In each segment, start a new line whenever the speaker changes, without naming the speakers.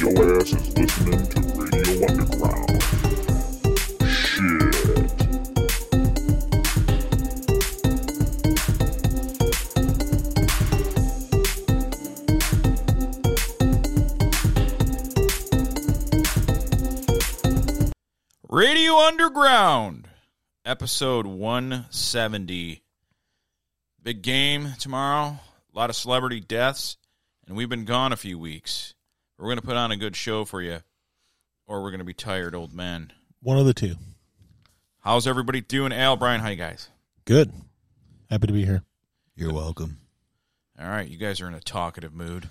your ass is listening to Radio Underground. Shit.
Radio Underground, episode 170. Big game tomorrow. A lot of celebrity deaths, and we've been gone a few weeks. We're going to put on a good show for you, or we're going to be tired old men.
One of the two.
How's everybody doing? Al, Brian, hi, guys.
Good. Happy to be here.
You're welcome.
All right, you guys are in a talkative mood.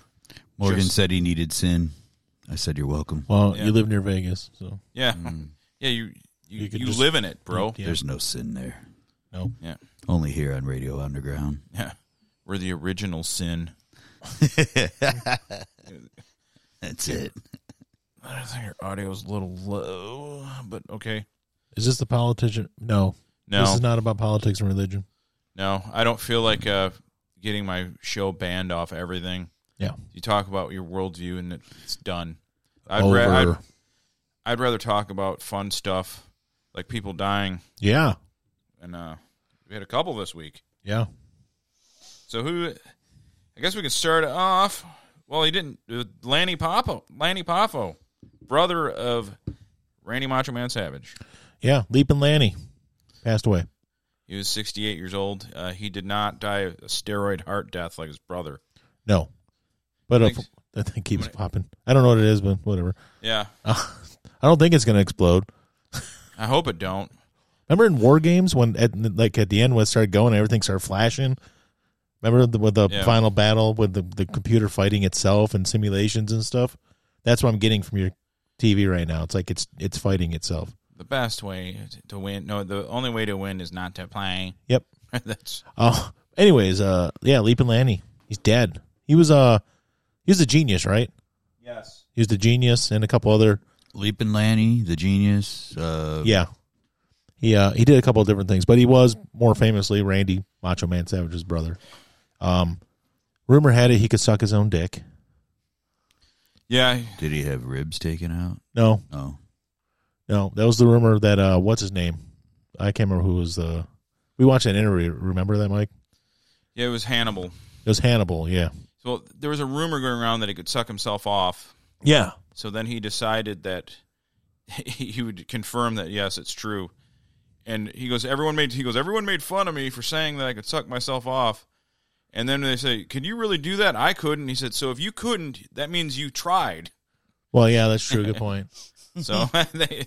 Morgan
Just-
said he needed sin. I said you're welcome.
Well,
Yeah.
you live near Vegas, so
Yeah. Yeah, you you,
Hmm. You
you,
could just-
live in it, bro.
Yeah.
There's no sin there.
no.
Yeah.
Only here on Radio Underground.
Yeah. We're the original sin.
That's it.
I think your audio is a little low, but okay.
Is this the politician? No.
No.
This is not about politics and religion.
No, I don't feel like uh, getting my show banned off everything.
Yeah.
You talk about your worldview and it's done. I'd,
Over.
ra- I'd, I'd rather talk about fun stuff like people dying,
Yeah.
and uh, we had a couple this week.
Yeah.
So who? I guess we can start off. Well, he didn't. uh, Lanny Poffo, Lanny Poffo, brother of Randy Macho Man Savage.
Yeah. Leap and Lanny passed away.
He was 68 years old. Uh, he did not die a steroid heart death like his brother.
No. But if,
Thanks.
that thing keeps
I'm
popping. I don't know what it is, but whatever.
Yeah,
I don't think it's going to explode.
I hope it don't.
Remember in war games when at, like at the end when it started going, everything started flashing. Remember the, with the
Yeah.
final battle with the, the computer fighting itself and simulations and stuff. That's what I'm getting from your TV right now. It's like it's it's fighting itself.
The best way to win, no, the only way to win is not to play.
Yep.
That's
Oh, anyways, uh, yeah, Leaping Lanny, he's dead. He was uh, he was a genius, right?
yes.
He was the genius and a couple other.
Leaping Lanny, the genius. Uh,
Yeah, he uh, he did a couple of different things, but he was more famously Randy Macho Man Savage's brother. Um, rumor had it he could suck his own dick.
Yeah,
Did he have ribs taken out?
No,
No.
no, that was the rumor that uh, what's his name? I can't remember who was the. We watched an interview. Remember that, Mike?
yeah. It was Hannibal.
It was Hannibal. Yeah.
So there was a rumor going around that he could suck himself off.
Yeah.
So then he decided that he would confirm that yes, it's true. And he goes, everyone made he goes, everyone made fun of me for saying that I could suck myself off. And then they say, "Can you really do that?" I couldn't. He said, "So if you couldn't, that means you tried."
Well, yeah, that's true. Good point.
So they,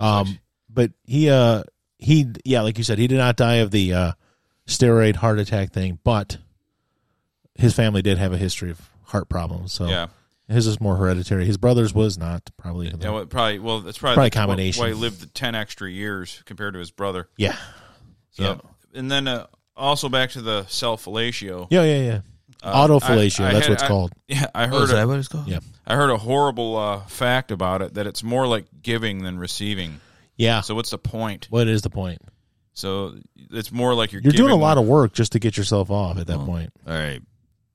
Um, but he, uh, he, yeah, like you said, he did not die of the uh, steroid heart attack thing, but his family did have a history of heart problems. So
yeah.
his is more hereditary. His brother's was not probably.
Yeah, well, probably. Well, that's probably,
Probably
the-
a combination.
Why he lived the ten extra years compared to his brother.
yeah.
So, and then uh, also back to the self fellatio.
Yeah. Yeah. Yeah. Autofellatio.
uh, I- I
that's
had-
what it's
I-
called.
Yeah, I
Oh,
heard.
is
A,
that what it's called?
Yeah.
I heard a horrible uh, fact about it that it's more like giving than receiving.
Yeah.
So what's the point?
what is the point?
So it's more like you're
You're doing a
giving
lot of work just to get yourself off at that point.
All right.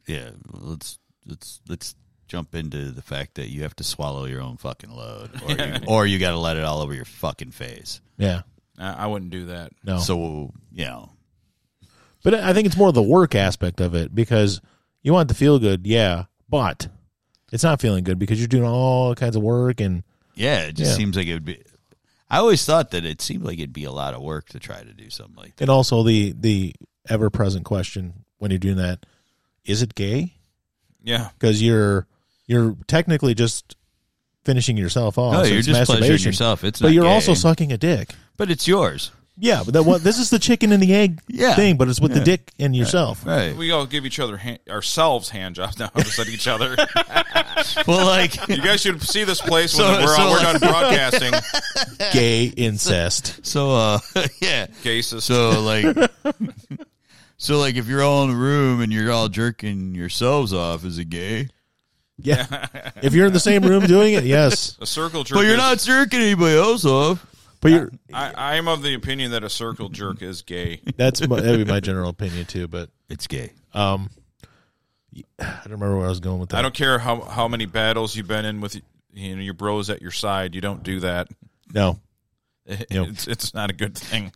Yeah. Let's let's let's jump into the fact that you have to swallow your own fucking load, or you, or you got to let it all over your fucking face.
Yeah.
than- I I wouldn't do that.
No.
So you know,
But I think it's more the work aspect of it because you want it to feel good, yeah, but it's not feeling good because you're doing all kinds of work and
yeah, it just
Yeah.
seems like it would be. I always thought that it seemed like it'd be a lot of work to try to do something like that.
and also the the ever present question when you're doing that is it gay?
Yeah,
Because you're you're technically just finishing yourself off.
No,
so
you're
it's
just pleasuring
masturbation,
yourself. It's
but
not
you're
gay.
also sucking a dick.
but it's yours,
Yeah, but that one, this is the chicken and the egg
Yeah.
thing, but it's with the dick and yourself.
right?
we all give each other hand, ourselves hand jobs now. Just at each other.
well, like
You guys should see this place when
So-
we're,
so
we're
like-
done broadcasting.
Gay incest.
so, uh, yeah.
Cases.
So like, so like, if you're all in a room and you're all jerking yourselves off, is it gay?
Yeah. if you're in the same room doing it, yes.
a circle jerk.
But you're
is-
not jerking anybody else off.
But you're
I, I'm of the opinion that a circle jerk is gay.
That's my, that'd be my general opinion too. But
It's gay.
um, I don't remember where I was going with that.
I don't care how, how many battles you've been in with you know your bros at your side. You don't do that.
No.
It's it's not a good thing.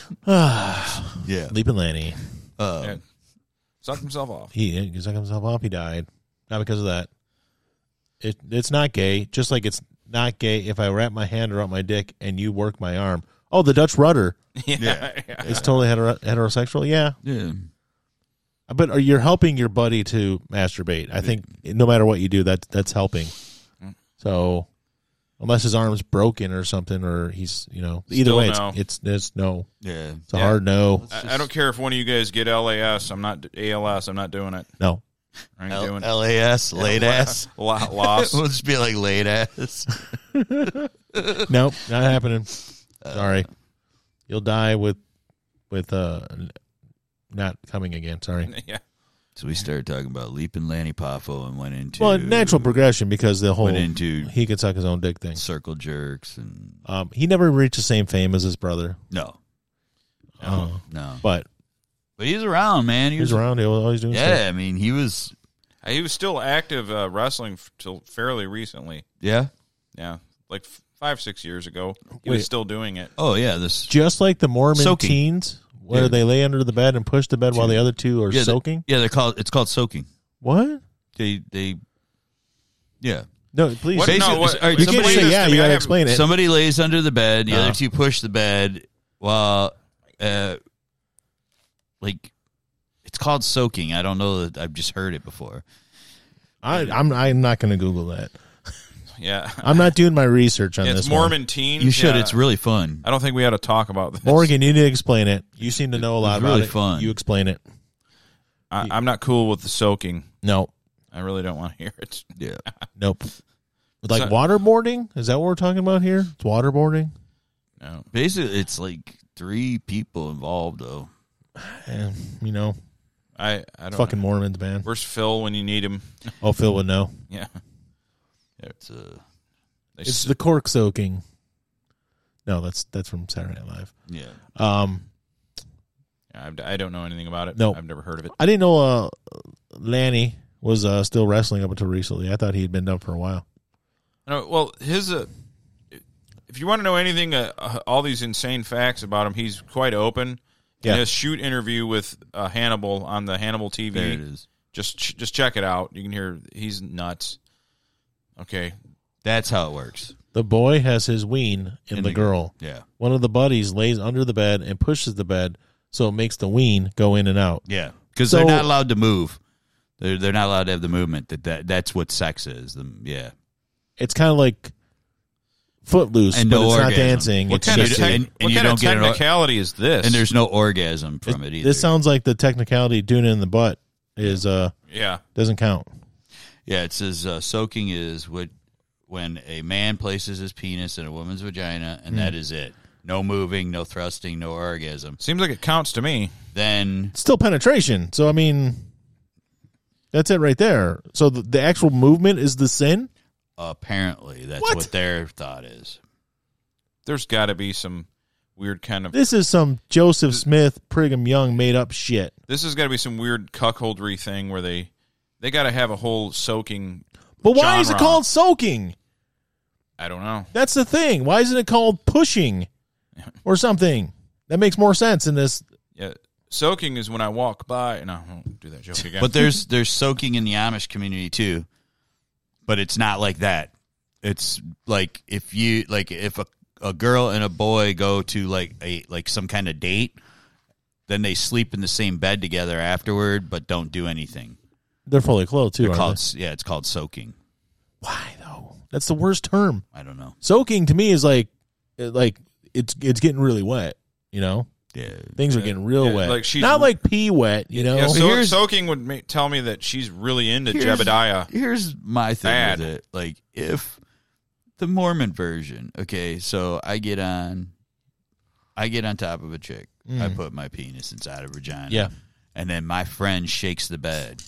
Yeah.
Leaping Lanny.
Uh,
Suck himself off.
He, he sucked himself off. He died. Not because of that. It It's not gay. Just like it's not gay if I wrap my hand around my dick and you work my arm. Oh, the Dutch rudder.
Yeah.
It's totally hetero- heterosexual. Yeah.
yeah.
But are you're helping your buddy to masturbate. I think no matter what you do, that that's helping.
Mm.
So unless his arm's broken or something, or he's you know either
Still
way,
no.
it's, it's it's no,
Yeah.
it's a
Yeah.
hard no,
I, I don't care if one of you guys get LAS. I'm not ALS. I'm not doing it.
no.
I ain't
L-
doing
LAS, late ass.
La- loss.
we'll just be like late ass.
nope, not happening. Sorry, you'll die with with uh n- not coming again. Sorry.
yeah.
So we started talking about leaping Lanny Poffo and went into
Well, natural progression because the whole
went into
Oh, he could suck his own dick thing.
circle jerks and
Um, he never reached the same fame as his brother,
no, Oh.
uh,
no.
but
But he's around, man. He
he
was,
was around. He was always doing stuff.
Yeah, I mean, he was.
He was still active uh, wrestling f- till fairly recently.
Yeah.
Yeah. Like f- five, six years ago. He
Wait.
was still doing it.
Oh yeah, this
just like the Mormon
Soaking.
teens, where
Yeah.
they lay under the bed and push the bed while the other two are
yeah, they-
soaking.
yeah, they're called. It's called soaking.
what?
They they. Yeah.
No, please.
What?
Basically-
No, what,
all right,
uh, you
somebody
can't
explain
say
this
yeah.
to me. I
You gotta
haven't-
explain it.
Somebody lays under the bed. The
Uh.
other two push the bed while, uh, like, it's called soaking. I don't know that I've just heard it before.
I, I'm I'm not going to Google that.
Yeah.
I'm not doing my research on
Yeah,
this.
it's
one.
Mormon teens.
You should.
Yeah.
It's really fun.
I don't think we ought to talk about this.
Morgan, you need to explain it. You seem to know a lot
It's
about
really
it.
fun.
You explain it.
I, I'm not cool with the soaking.
No,
I really don't want to hear it.
Yeah.
nope. Like
So-
waterboarding? Is that what we're talking about here? It's waterboarding.
No.
Basically, it's like three people involved though.
And, Eh, you know,
I, I don't
fucking Mormons, man.
Where's Phil when you need him?
Oh, Phil would know.
Yeah.
It's uh,
They
It's
s-
the cork soaking. No, that's that's from Saturday Night Live.
yeah.
Um,
yeah, I've- I don't know anything about it.
No.
I've never heard of it.
I didn't know uh, Lanny was uh, still wrestling up until recently. I thought he had been done for a while.
No, well, his. Uh, if you want to know anything, uh, uh, all these insane facts about him, he's quite open.
Yeah.
In his shoot interview with uh, Hannibal on the Hannibal TV.
There it is.
Just ch- just check it out. You can hear he's nuts. Okay,
That's how it works.
The boy has his ween in,
In
the,
the-
girl.
Yeah.
One of the buddies lays under the bed and pushes the bed so it makes the ween go in and out.
Yeah. Because
So-
they're not allowed to move. They're they're not allowed to have the movement. That, that that's what sex is. The, yeah.
It's kind of like footloose,
And
but
no
it's not
orgasm.
dancing.
What
it's
kind of
just
tech-
a-
and-
what
you
kind
don't
of
get it all-
technicality is this?
And there's no orgasm from it, either.
this sounds like the technicality doing it in the butt is uh
yeah,
doesn't count.
yeah. It says uh, soaking is what when a man places his penis in a woman's vagina, and
Hmm.
that is it. No moving, no thrusting, no orgasm.
seems like it counts to me.
Then
It's still penetration. So I mean, that's it right there. So the, the actual movement is the sin.
apparently that's
What?
what their thought is.
There's got to be some weird kind of.
This is some Joseph Smith Brigham Young made up shit.
This has got to be some weird cuckoldry thing where they they got to have a whole soaking.
But why is it
Genre.
called soaking?
I don't know.
That's the thing. Why isn't it called pushing or something? That makes more sense in this.
Yeah, soaking is when I walk by and I won't do that joke again.
But there's there's soaking in the Amish community too, but it's not like that. It's like if you like if a a girl and a boy go to like a like some kind of date, then they sleep in the same bed together afterward, but don't do anything.
They're fully clothed too.
They're
aren't
called yeah, it's called soaking.
they? Why though? That's the worst term.
I don't know.
Soaking to me is like, like it's it's getting really wet. You know,
Yeah,
things are getting real
Yeah,
wet.
like she's-
not like pee wet. You know,
Yeah, so-
here's-
soaking would ma- tell me that she's really into
Here's-
Jebediah.
Here's my thing
Bad.
with it. Like if the Mormon version, okay, so I get on I get on top of a chick. I put my penis inside of her vagina.
Mm. Yeah.
And then my friend shakes the bed.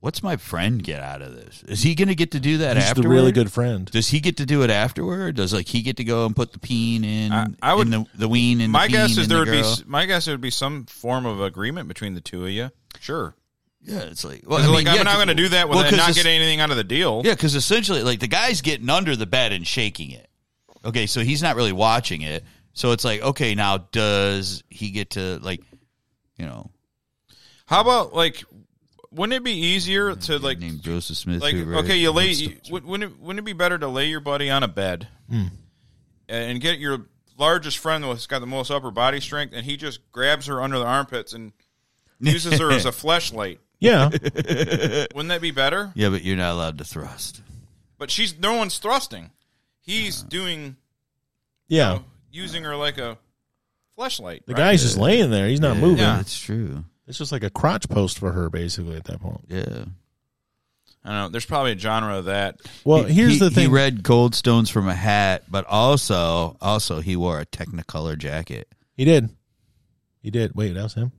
What's my friend get out of this? Is he gonna get to do that
He's just a
afterward?
really good friend.
Does he get to do it afterward? Does like he get to go and put the peen in?
I- I would-
in the, the ween and
My
the
guess
peen
is
in
there
the
would be
girl?
s- my guess there would be some form of agreement between the two of you. Sure,
Yeah, it's like well,
'Cause, like,
yeah,
I'm not
'cause-
going to do that
well,
without
'cause
not
it's-
getting anything out of the deal.
Yeah, because essentially, like the guy's getting under the bed and shaking it. Okay, so he's not really watching it. So it's like, okay, now does he get to like, you know,
How about like, wouldn't it be easier to like,
named Joseph Smith?
like
Hoover,
okay, you lay.
Winston-
You, wou- wouldn't it, wouldn't it be better to lay your buddy on a bed
Hmm.
and and get your largest friend that's got the most upper body strength, and he just grabs her under the armpits and uses her as a fleshlight?
Yeah,
Wouldn't that be better?
yeah, but you're not allowed to thrust.
But she's no one's thrusting.
Uh,
He's doing
yeah.
using her like a fleshlight. Oh,
The
right?
guy's just laying there. He's not moving.
Yeah.
That's true.
It's just like a crotch post for her, basically, at that point.
Yeah.
I don't know. There's probably a genre of that.
Well,
He-
here's
he-
the
He
thing.
read gold stones from a hat, but also, also he wore a Technicolor jacket.
He did. He did. Wait, that was him.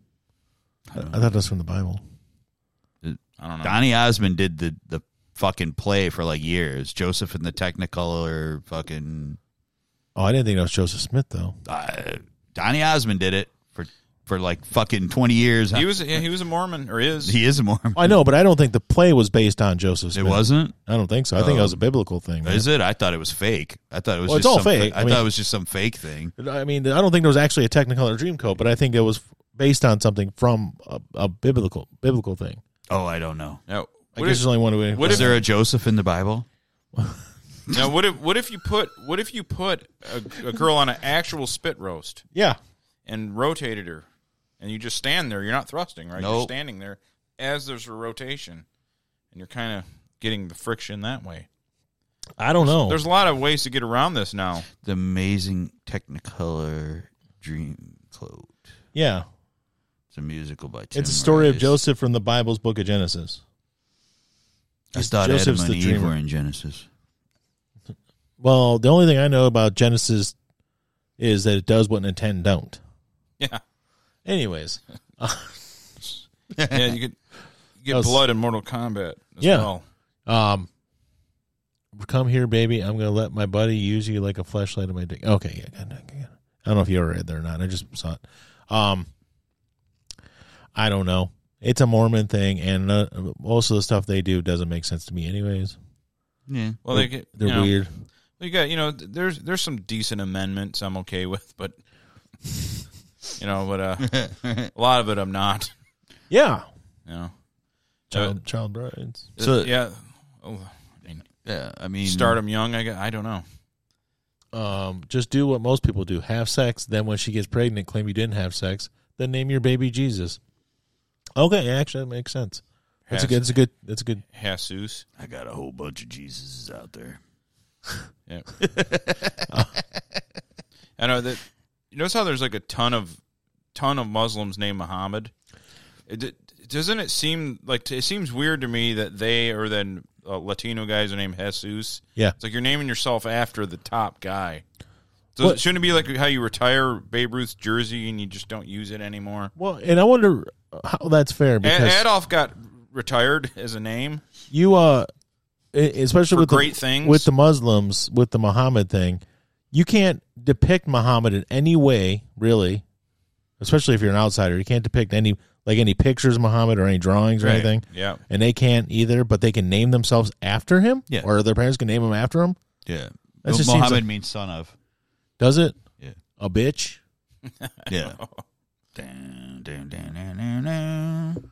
I, I thought that was from the Bible.
I don't know.
Donny Osmond did the the fucking play for like years. Joseph and the Technicolor fucking
Oh, I didn't think that was Joseph Smith though.
uh, Donny Osmond did it for for like fucking twenty years.
He was yeah, he was a Mormon or is.
he is a Mormon.
I know, but I don't think the play was based on Joseph.
It
Smith.
wasn't.
I don't think so. I think that was a biblical thing. man.
Is it? I thought it was fake. I thought it was.
Well, it's
just
all
some fa-
fake.
I,
I mean-
thought it was just some fake thing.
I mean, I don't think there was actually a Technicolor Dreamcoat, but I think it was based on something from a, a biblical biblical thing.
Oh, I don't know.
No.
I
What
guess
if-
there's only one way.
What
Is
if-
there a Joseph in the Bible?
Now, what if what if you put what if you put a, a girl on an actual spit roast
yeah,
and rotated her, and you just stand there? You're not thrusting, right? You're
Nope.
standing there as there's a rotation, and you're kind of getting the friction that way.
I don't know.
There's a lot of ways to get around this now.
The amazing Technicolor dream coat.
yeah,
It's a musical by Tim.
it's a story of
Rice.
Joseph from the Bible's Book of Genesis.
I thought
Joseph's
Adam
the
and Eve
dreamer.
were in Genesis.
Well, the only thing I know about Genesis is that it does what Nintendo don't.
Yeah,
Anyways,
yeah. You could you get
That was-
blood in Mortal Kombat. As
Yeah.
Well.
um, come here, baby. I'm gonna let my buddy use you like a flashlight in my dick. Okay, yeah, good, good, good. I don't know if you ever read there or not. I just saw it. Um, I don't know. It's a Mormon thing, and uh, most of the stuff they do doesn't make sense to me, anyways.
Yeah.
Well, they get
They're
you know,
weird.
We got you know. th- There's there's some decent amendments I'm okay with, but you know, but uh, a lot of it I'm not.
Yeah,
You know,
child,
Uh,
child brides.
So
yeah. Oh, I mean,
yeah, I mean,
start them young. I gu- I don't know.
Um, just do what most people do: have sex. Then, when she gets pregnant, claim you didn't have sex. Then name your baby Jesus. Okay, actually, that makes sense. That's a good. That's a good. That's a good.
Jesus.
I got a whole bunch of Jesuses out there.
Yeah. Uh, I know that. You notice how there's like a ton of ton of Muslims named Muhammad. It, it- doesn't it seem like it seems weird to me that they or then uh, Latino guys are named Jesus.
Yeah.
It's like you're naming yourself after the top guy. So
What-
shouldn't it be like how you retire Babe Ruth's jersey and you just don't use it anymore?
Well, and I wonder how that's fair
A-
because
Adolf got retired as a name.
you uh e- especially
For
with
great
the,
things.
with the muslims with the muhammad thing you can't depict muhammad in any way really especially if you're an outsider you can't depict any like any pictures of muhammad or any drawings or
Right.
anything
Yeah.
and they can't either but they can name themselves after him
Yeah.
or their parents can name him after him
Yeah,
That just seems
Mohammed
like-
means son of.
does it
Yeah.
a bitch
Yeah. Dun, dun, dun, dun, dun, dun.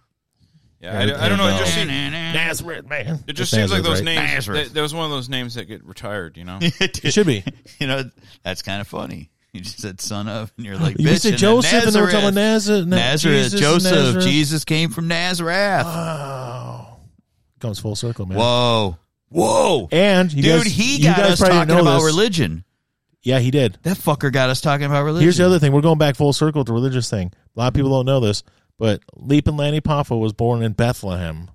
Yeah. I, d- I don't know. It just seems,
nazareth man
it just seems like those names.
Nazareth.
That, that was one of those names that get retired. You know.
it should be
You know, that's kind of funny. You just said son of, and you're like,
you
bitch,
said
and
joseph
then
and then we're
Nazareth.
talking nazareth Na-
Nazareth,
Jesus and
Joseph,
Nazareth. Ah.
Jesus came from Nazareth.
wow Oh. comes full circle man
Whoa, whoa,
And you
dude,
guys,
he
you
got
guys
us
probably
talking
know
about
this.
religion.
Yeah, he did.
That fucker got us talking about religion.
Here's the other thing: we're going back full circle to religious thing. A lot of people don't know this, but Leap and Lanny Poffa was born in Bethlehem,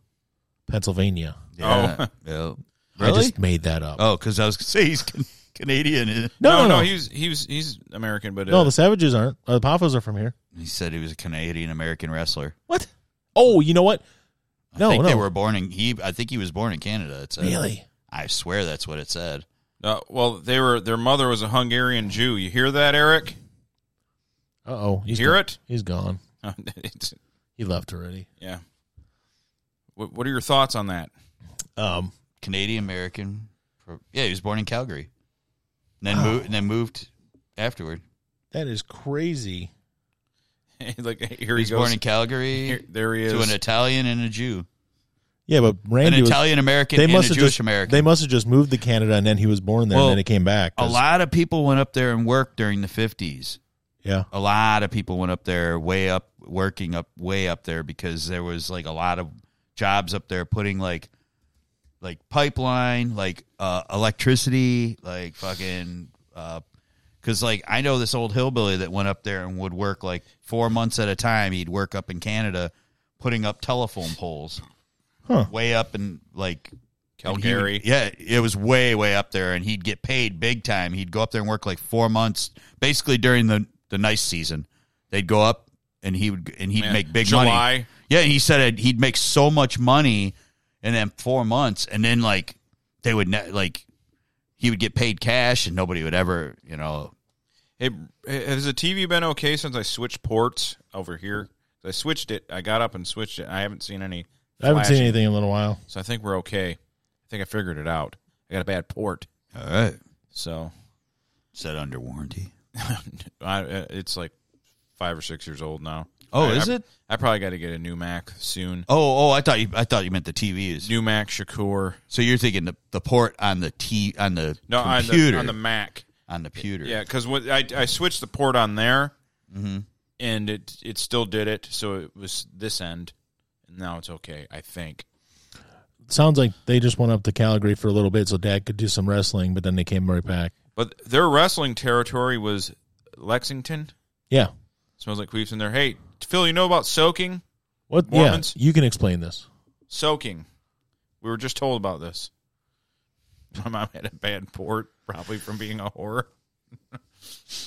Pennsylvania.
Yeah. Yeah. Really?
I just made that up.
oh, because I was gonna say he's can- Canadian.
no, no, no.
He was he was he's American, but uh,
No, the Savages aren't. Uh, the Poffas are from here.
He said he was a Canadian American wrestler.
What? Oh, you know what? No,
I think
no.
they were born in he. I think he was born in Canada. It said.
really?
I swear that's what it said.
uh, well, they were their mother was a Hungarian Jew. You hear that, Eric?
Uh oh.
You hear it?
He's gone.
It's-
He left already.
yeah. What, what are your thoughts on that?
Um,
Canadian American. Yeah, he was born in Calgary, and then moved and then moved afterward.
that is crazy.
like here
He
he
was
goes.
born in Calgary
Here- there he is.
to an Italian and a Jew,
Yeah, but
an
Randy was.
Italian American
They
and a
must have
Jewish
just.
American.
They must have just moved to Canada, and then he was born there,
Well,
and then he came back.
a
'cause-
lot of people went up there and worked during the fifties.
Yeah.
A lot of people went up there, way up, working up, way up there because there was like a lot of jobs up there putting like, like pipeline, like uh, electricity, like fucking. Because like I know this old hillbilly that went up there and would work like four months at a time. He'd work up in Canada, putting up telephone poles,
Huh.
way up in like and he would-
Calgary.
yeah, it was way, way up there, and he'd get paid big time. He'd go up there and work like four months, basically during the the nice season. They'd go up and he would and he'd
Man,
make big money.
July.
Yeah, and he said he'd make so much money in then four months, and then like they would ne- like he would get paid cash, and nobody would ever, you know.
Hey, has the TV been okay since I switched ports over here? I switched it. I got up and switched it. I haven't seen any.
I haven't seen
flashing.
anything in a little while.
So I think we're okay. I think I figured it out. I got a bad port.
All right,
So
said under warranty.
I, uh, it's like five or six years old now.
Oh,
I-
is
I-
it?
I probably got to get a new Mac soon.
Oh, oh, I thought you, I thought you meant the TV is.
New Mac Shakur.
So you're thinking the, the port on the T on the
No, on the,
computer
on the Mac.
on the computer.
Yeah, because what I, I switched the port on there,
Mm-hmm.
and it it still did it. So it was this end, and now it's okay. I think.
Sounds like they just went up to Calgary for a little bit so Dad could do some wrestling, but then they came right back.
But their wrestling territory was Lexington.
Yeah.
Smells like queefs in there. Hey, Phil, you know about soaking?
What?
Mormons?
Yeah. You can explain this.
Soaking. We were just told about this. My mom had a bad port, probably from being a whore.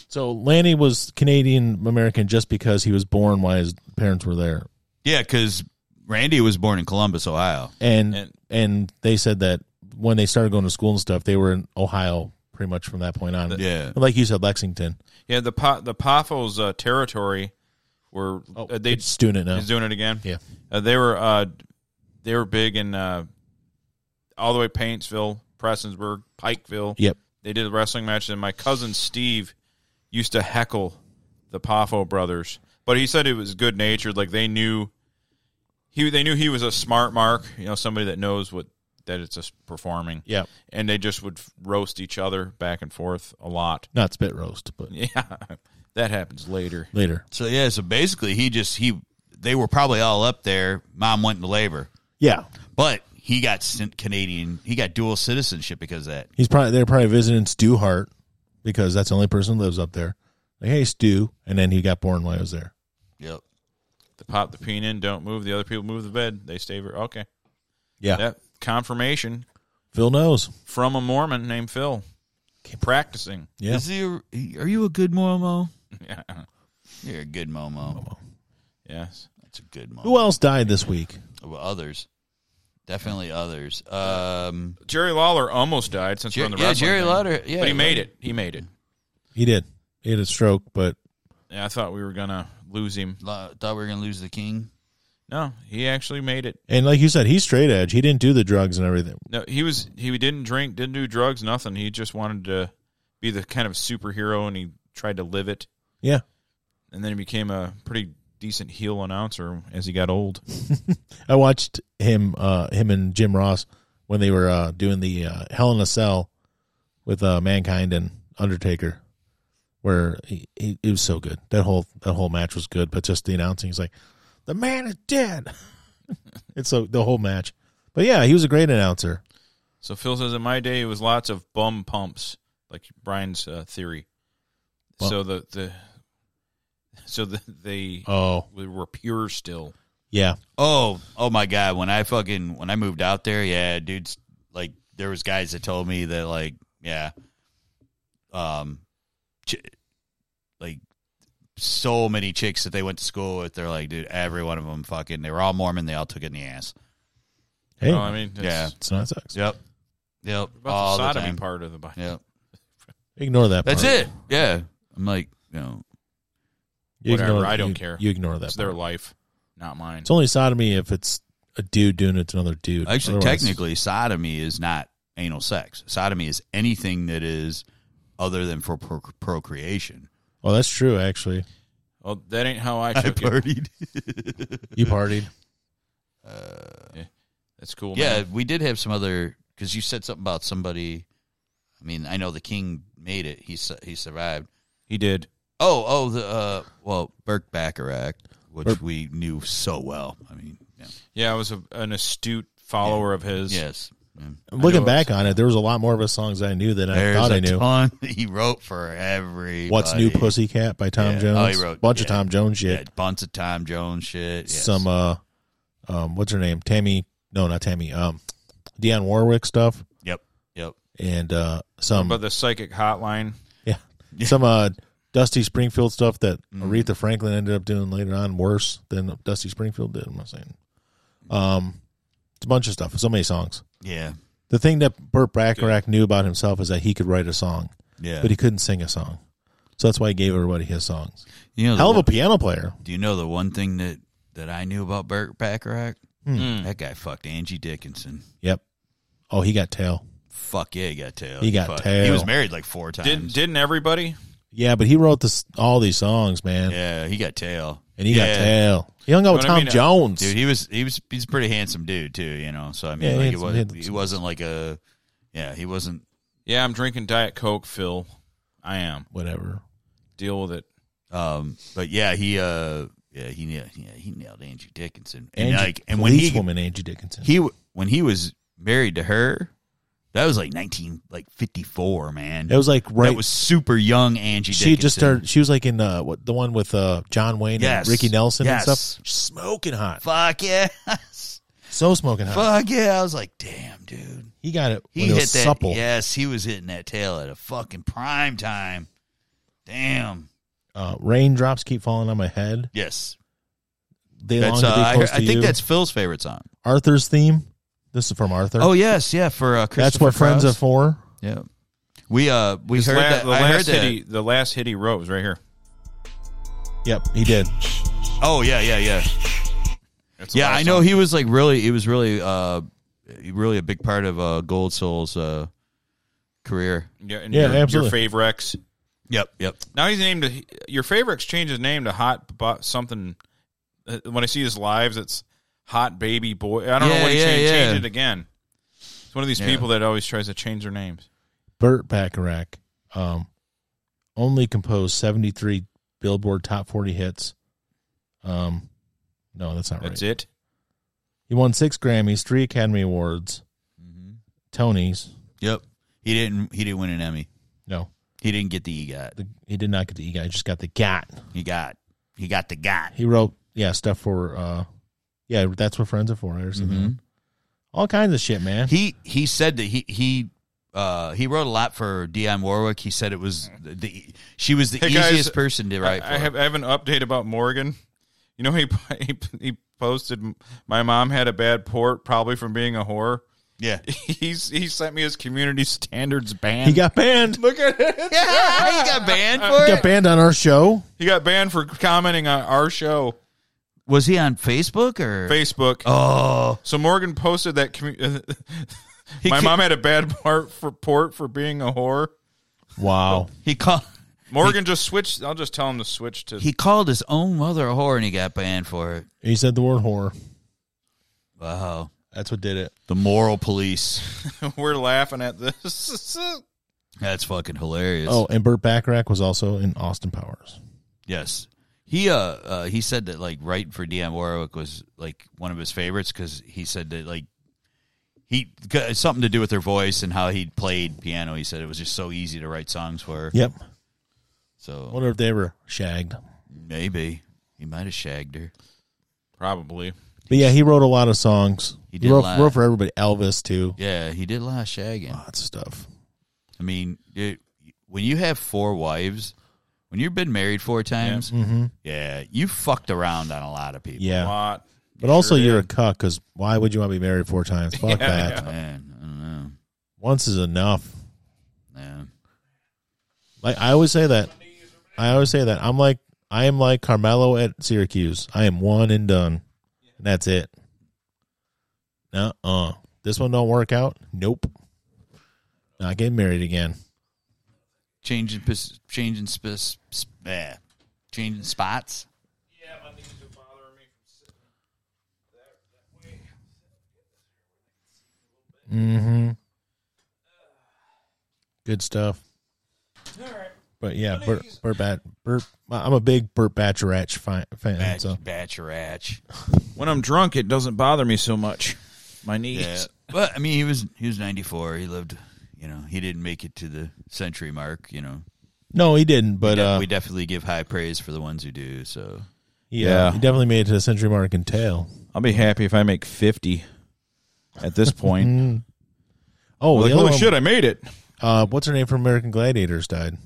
So Lanny was Canadian American just because he was born while his parents were there,
Yeah, because Randy was born in Columbus, Ohio.
and, and
And-
they said that when they started going to school and stuff, they were in Ohio pretty much from that point on.
Yeah.
like you said, Lexington.
Yeah, the pa- the Paphos uh, territory were
Oh,
uh, they
Oh, it's doing it now.
He's doing it again.
Yeah.
Uh, they were uh, they were big in uh, all the way Paintsville, Prestonsburg, Pikeville.
Yep.
They did a wrestling match, and my cousin Steve used to heckle the Poffo brothers, but he said it was good natured. Like they knew he they knew he was a smart mark, you know, somebody that knows what that it's just performing.
Yep.
and they just would roast each other back and forth a lot.
Not spit roast, but
Yeah, that happens later.
later.
So yeah, so basically he just he they were probably all up there. Mom went into labor,
Yeah.
but he got sent Canadian. He got dual citizenship because of that.
He's probably they're probably visiting Stu Hart because that's the only person who lives up there. Like, hey Stu, and then he got born while I was there.
Yep.
The pop the peen in, don't move. The other people move the bed. They stay. Ver- okay.
Yeah,
That confirmation
Phil knows.
from a Mormon named Phil. Practicing.
Yeah,
Is he? a- Are you a good Momo?
Yeah.
You're a good Momo.
Yes.
That's a good Momo.
who else died this week?
Well, others, definitely others. Um,
Jerry Lawler almost died since we're on the
yeah,
wrestling
Jerry
thing.
Lauder. Yeah,
But he made it. He made it.
He did. He had a stroke, but
Yeah, I thought we were gonna lose him.
Lo- Thought we were gonna lose the king.
No, he actually made it.
and like you said, he's straight edge. He didn't do the drugs and everything.
No, he was he didn't drink, didn't do drugs, nothing. He just wanted to be the kind of superhero and he tried to live it.
Yeah,
And then he became a pretty decent heel announcer as he got old.
I watched him, uh, him and Jim Ross when they were uh, doing the uh, Hell in a Cell with uh, Mankind and Undertaker, where he, he it was so good. That whole that whole match was good, but just the announcing is like, the man is dead. it's so the whole match, but yeah, he was a great announcer.
So Phil says, in my day, it was lots of bum pumps, like Brian's uh, theory.
Bum-
so the the so the, they
Oh
we were pure still.
yeah,
Oh, oh my god! When I fucking when I moved out there, yeah, dudes, like there was guys that told me that like, yeah, um, ch- like so many chicks that they went to school with, they're like, dude, every one of them fucking, they were all Mormon, they all took it in the ass.
hey,
Oh, I mean, it's
Yeah.
it's not sex.
Yep, yep,
about
all
the
the
sodomy
time.
part of the Bible.
Yep,
Ignore that.
that's
part.
it. Yeah, I'm like, you know,
You
Whatever,
ignore-
I don't
you-
care.
You ignore that.
It's their
part.
life, not mine.
It's only sodomy if it's a dude doing it to another dude.
Actually,
Otherwise-
technically, sodomy is not anal sex. Sodomy is anything that is other than for pro- procreation.
oh, that's true. Actually,
Well, that ain't how I
I
took it.
partied.
you partied.
That's cool.
yeah,
man.
we did have some other because you said something about somebody. I mean, I know the king made it. He su- he survived.
he did.
Oh, oh, the uh, well, Burke Bacharach, which
Burke-
we knew so well. I mean, yeah.
Yeah, I was a, an astute follower of his.
yes, yeah.
Looking back on it, there was a lot more of his songs I knew than I
there's
thought
a
I knew.
ton he wrote for every.
What's New Pussycat by Tom
Yeah. Oh, he
Jones?
wrote-
bunch
yeah.
of Tom Jones
Yeah,
shit.
bunch of Tom Jones shit. yes.
Some uh, um, what's her name? Tammy? No, not Tammy. Um, Dionne Warwick stuff
Yep. Yep.
and uh,
But
some
the psychic hotline.
yeah, some uh, Dusty Springfield stuff that
Mm-hmm.
Aretha Franklin ended up doing later on, worse than Dusty Springfield did. I'm not saying. Um, it's a bunch of stuff. So many songs.
Yeah.
The thing that Burt Bacharach knew about himself is that he could write a song,
Yeah.
but he couldn't sing a song. So that's why he gave everybody his songs.
you know, the
Hell of a
one-
piano player.
do you know the one thing that that I knew about Burt Bacharach?
Hmm.
Mm.
That guy fucked Angie Dickinson.
Yep. Oh, he got tail.
Fuck yeah, he got tail.
He got
fucked-
tail.
He was married like four times.
Did, didn't everybody?
Yeah, but he wrote this all these songs, man,
Yeah, he got tail.
and he
Yeah.
got tail. He hung out with
But I
Tom
mean, uh,
Jones.
Dude, he was he was he's a pretty handsome dude too, you know. So I mean,
Yeah, he had
like it
some-
was
he had
he
some-
wasn't like a yeah, he wasn't
Yeah, I'm drinking Diet Coke, Phil. I am.
Whatever.
Deal with it.
um but yeah, he uh yeah, he nailed yeah, he nailed Angie Dickinson. And
Angie,
like and when he
woman Angie Dickinson.
he w- when he was married to her, that was like 19 like 54, man.
it was like right.
That was super young Angie.
she had
Dickinson.
just started. She was like in uh, what, the one with uh, John Wayne
Yes.
and Ricky Nelson
Yes.
and stuff. Smoking hot,
Fuck yeah,
so smoking hot.
fuck yeah. I was like, damn, dude.
He got it.
He
when it
hit
was
that.
supple.
Yes, he was hitting that tail at a fucking prime time. Damn.
Uh, raindrops keep falling on my head.
Yes,
They long
that's.
to
Uh, I,
be close
I
to
think
you.
that's Phil's favorite song.
Arthur's theme. This is from Arthur.
Oh yes, yeah. For uh,
that's
Christopher
what friends are
Cross.
for.
Yeah, we uh we
His
heard
la-
that.
the
I
last
heard that.
hit he the last hit he wrote was right here.
Yep, he did.
Oh yeah, yeah, yeah.
That's the
Yeah,
last
I know
song.
he was like really. He was really, uh, really a big part of uh, Gold Soul's uh, career.
Yeah, and
Yeah,
your,
absolutely.
Your Favrex.
Yep, yep.
Now he's named your Favrex changed his name to Hot Bo- something. uh, When I see his lives, it's Hot Baby Boy. I don't know
Yeah,
what he
yeah,
changed,
yeah.
changed it again. It's one of these
Yeah.
people that always tries to change their names.
Burt Bacharach um, only composed 73 Billboard top 40 hits. Um, no, that's not
That's
right.
it.
He won six Grammys, three Academy Awards, Mm-hmm. Tonys.
Yep. He didn't. He didn't win an Emmy.
No,
He didn't get the EGOT.
the, he did not get the E EGOT. He just got the GOT.
He got. He got the GOT.
He wrote, yeah, stuff for, uh, yeah, that's what friends are for. I understand that. All kinds of shit, man.
He he said that he he. Uh, he wrote a lot for Dionne Warwick. He said it was the, she was the
Hey, guys,
easiest person to write. For.
I, I have I have an update about Morgan. You know he he, he posted. My mom had a bad port, probably from being a whore.
yeah,
He's he sent me his community standards ban.
he got banned.
look at it.
yeah. He got banned
He
Uh,
for
got
it.
banned on our show.
He got banned for commenting on our show
Was he on Facebook or?
Facebook.
oh,
So Morgan posted that. Commu-
He
my
ca-
mom had a bad part for port for being a whore.
Wow.
he called.
Morgan just switched. I'll just tell him to switch to.
He called his own mother a whore and he got banned for it.
He said the word whore.
Wow.
That's what did it.
The moral police.
we're laughing at this.
That's fucking hilarious.
Oh, and Burt Bacharach was also in Austin Powers.
yes. He uh, uh he said that like writing for DM Warwick was like one of his favorites because he said that like he 'cause it's something to do with her voice and how he played piano. He said it was just so easy to write songs for. her.
Yep.
So
Wonder if they were shagged.
maybe he might have shagged her.
Probably.
But yeah, he wrote a lot of songs.
He
He,
did a
wrote,
lot.
wrote for everybody. Elvis too.
Yeah, he did a lot of shagging.
Lots of stuff.
I mean, it, when you have four wives, when you've been married four times, yeah, you fucked around on a lot of people.
Yeah,
A lot.
but also
sure
you're a
did.
cuck because why would you want to be married four times? Fuck that.
Man, I don't
Once is enough.
know. Yeah.
Like I always say that. I always say that. I'm like I am like Carmelo at Syracuse. I am one and done, and that's it. Uh uh. This one don't work out. Nope. Not getting married again.
Changing pos- changing sp- sp- eh, changing spots.
Yeah, my knees are bothering me from sitting that, that way.
Mm-hmm. Good stuff. But yeah, Burt, Burt Bat, Burt. I'm a big Burt Bacharach fan. fan
Batch,
so
Bacharach.
When I'm drunk, it doesn't bother me so much. My knees.
Yeah. but I mean, he was he was 94. He lived, you know, he didn't make it to the century mark, you know.
no, he didn't. But
Yeah,
uh,
we definitely give high praise for the ones who do. So
yeah,
Yeah.
he definitely made it to the century mark in tail.
I'll be happy if I make 50 at this point.
Mm, Oh,
like,
the other
holy
one,
shit, I made it.
Uh, what's her name from American Gladiators died?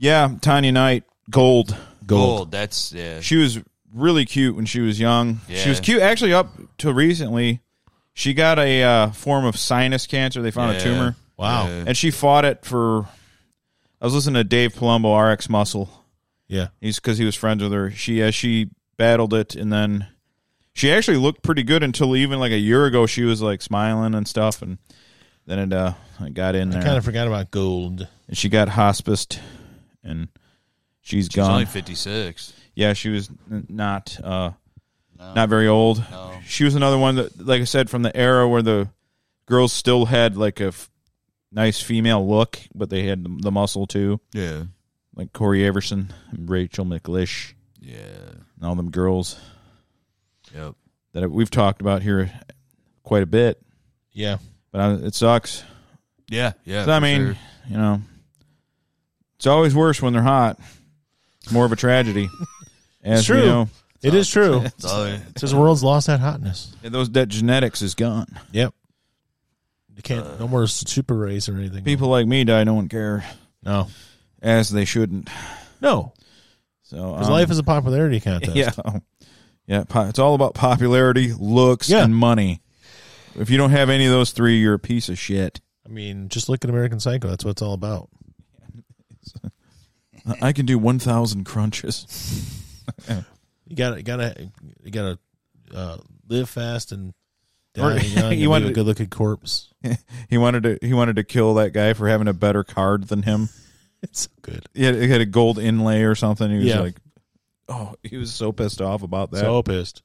Yeah, Tanya Knight, gold.
gold. That's yeah.
She was really cute when she was young. She was
Yeah.
cute actually up till recently. She got a uh, form of sinus cancer. They found a
Yeah.
tumor.
Wow.
Yeah.
And she fought it for. I was listening to Dave Palumbo, RX Muscle.
Yeah.
He's because he was friends with her. She uh, she battled it, and then she actually looked pretty good until even like a year ago. She was like smiling and stuff, and then it uh it got in there,
I kind of forgot about Gold.
and she got hospiced, and she's
She's
gone.
only 56.
yeah, she was n- not uh not very old. She was another one that, like I said, from the era where the girls still had like a f- nice female look, but they had the, the muscle too,
Yeah.
like Corey Everson and Rachel McLish
Yeah.
and all them girls.
Yep.
that we've talked about here quite a bit,
Yeah.
but I, it sucks.
Yeah. Yeah.
'Cause I
for
mean,
sure.
you know, it's always worse when they're hot. It's more of a tragedy. As
It's true.
We know,
It is true.
It's all-
It says the world's lost that hotness.
and those that genetics is gone.
Yep. You can't
Uh,
no more super rays or anything.
People like me die, no one care,
No.
as they shouldn't.
No.
So
Because
um,
life is a popularity contest.
yeah, yeah. po- It's all about popularity, looks,
Yeah.
and money. If you don't have any of those three, you're a piece of shit.
I mean, just look at American Psycho. That's what it's all about.
I- I can do one thousand crunches.
You gotta, gotta, you gotta uh, live fast and
Or-
die young.
you
you want
wanted
a
to-
good looking corpse.
He wanted to. He wanted to kill that guy for having a better card than him.
It's so good.
he had, he had a gold inlay or something. He was
Yeah.
like, oh, he was so pissed off about that.
So pissed.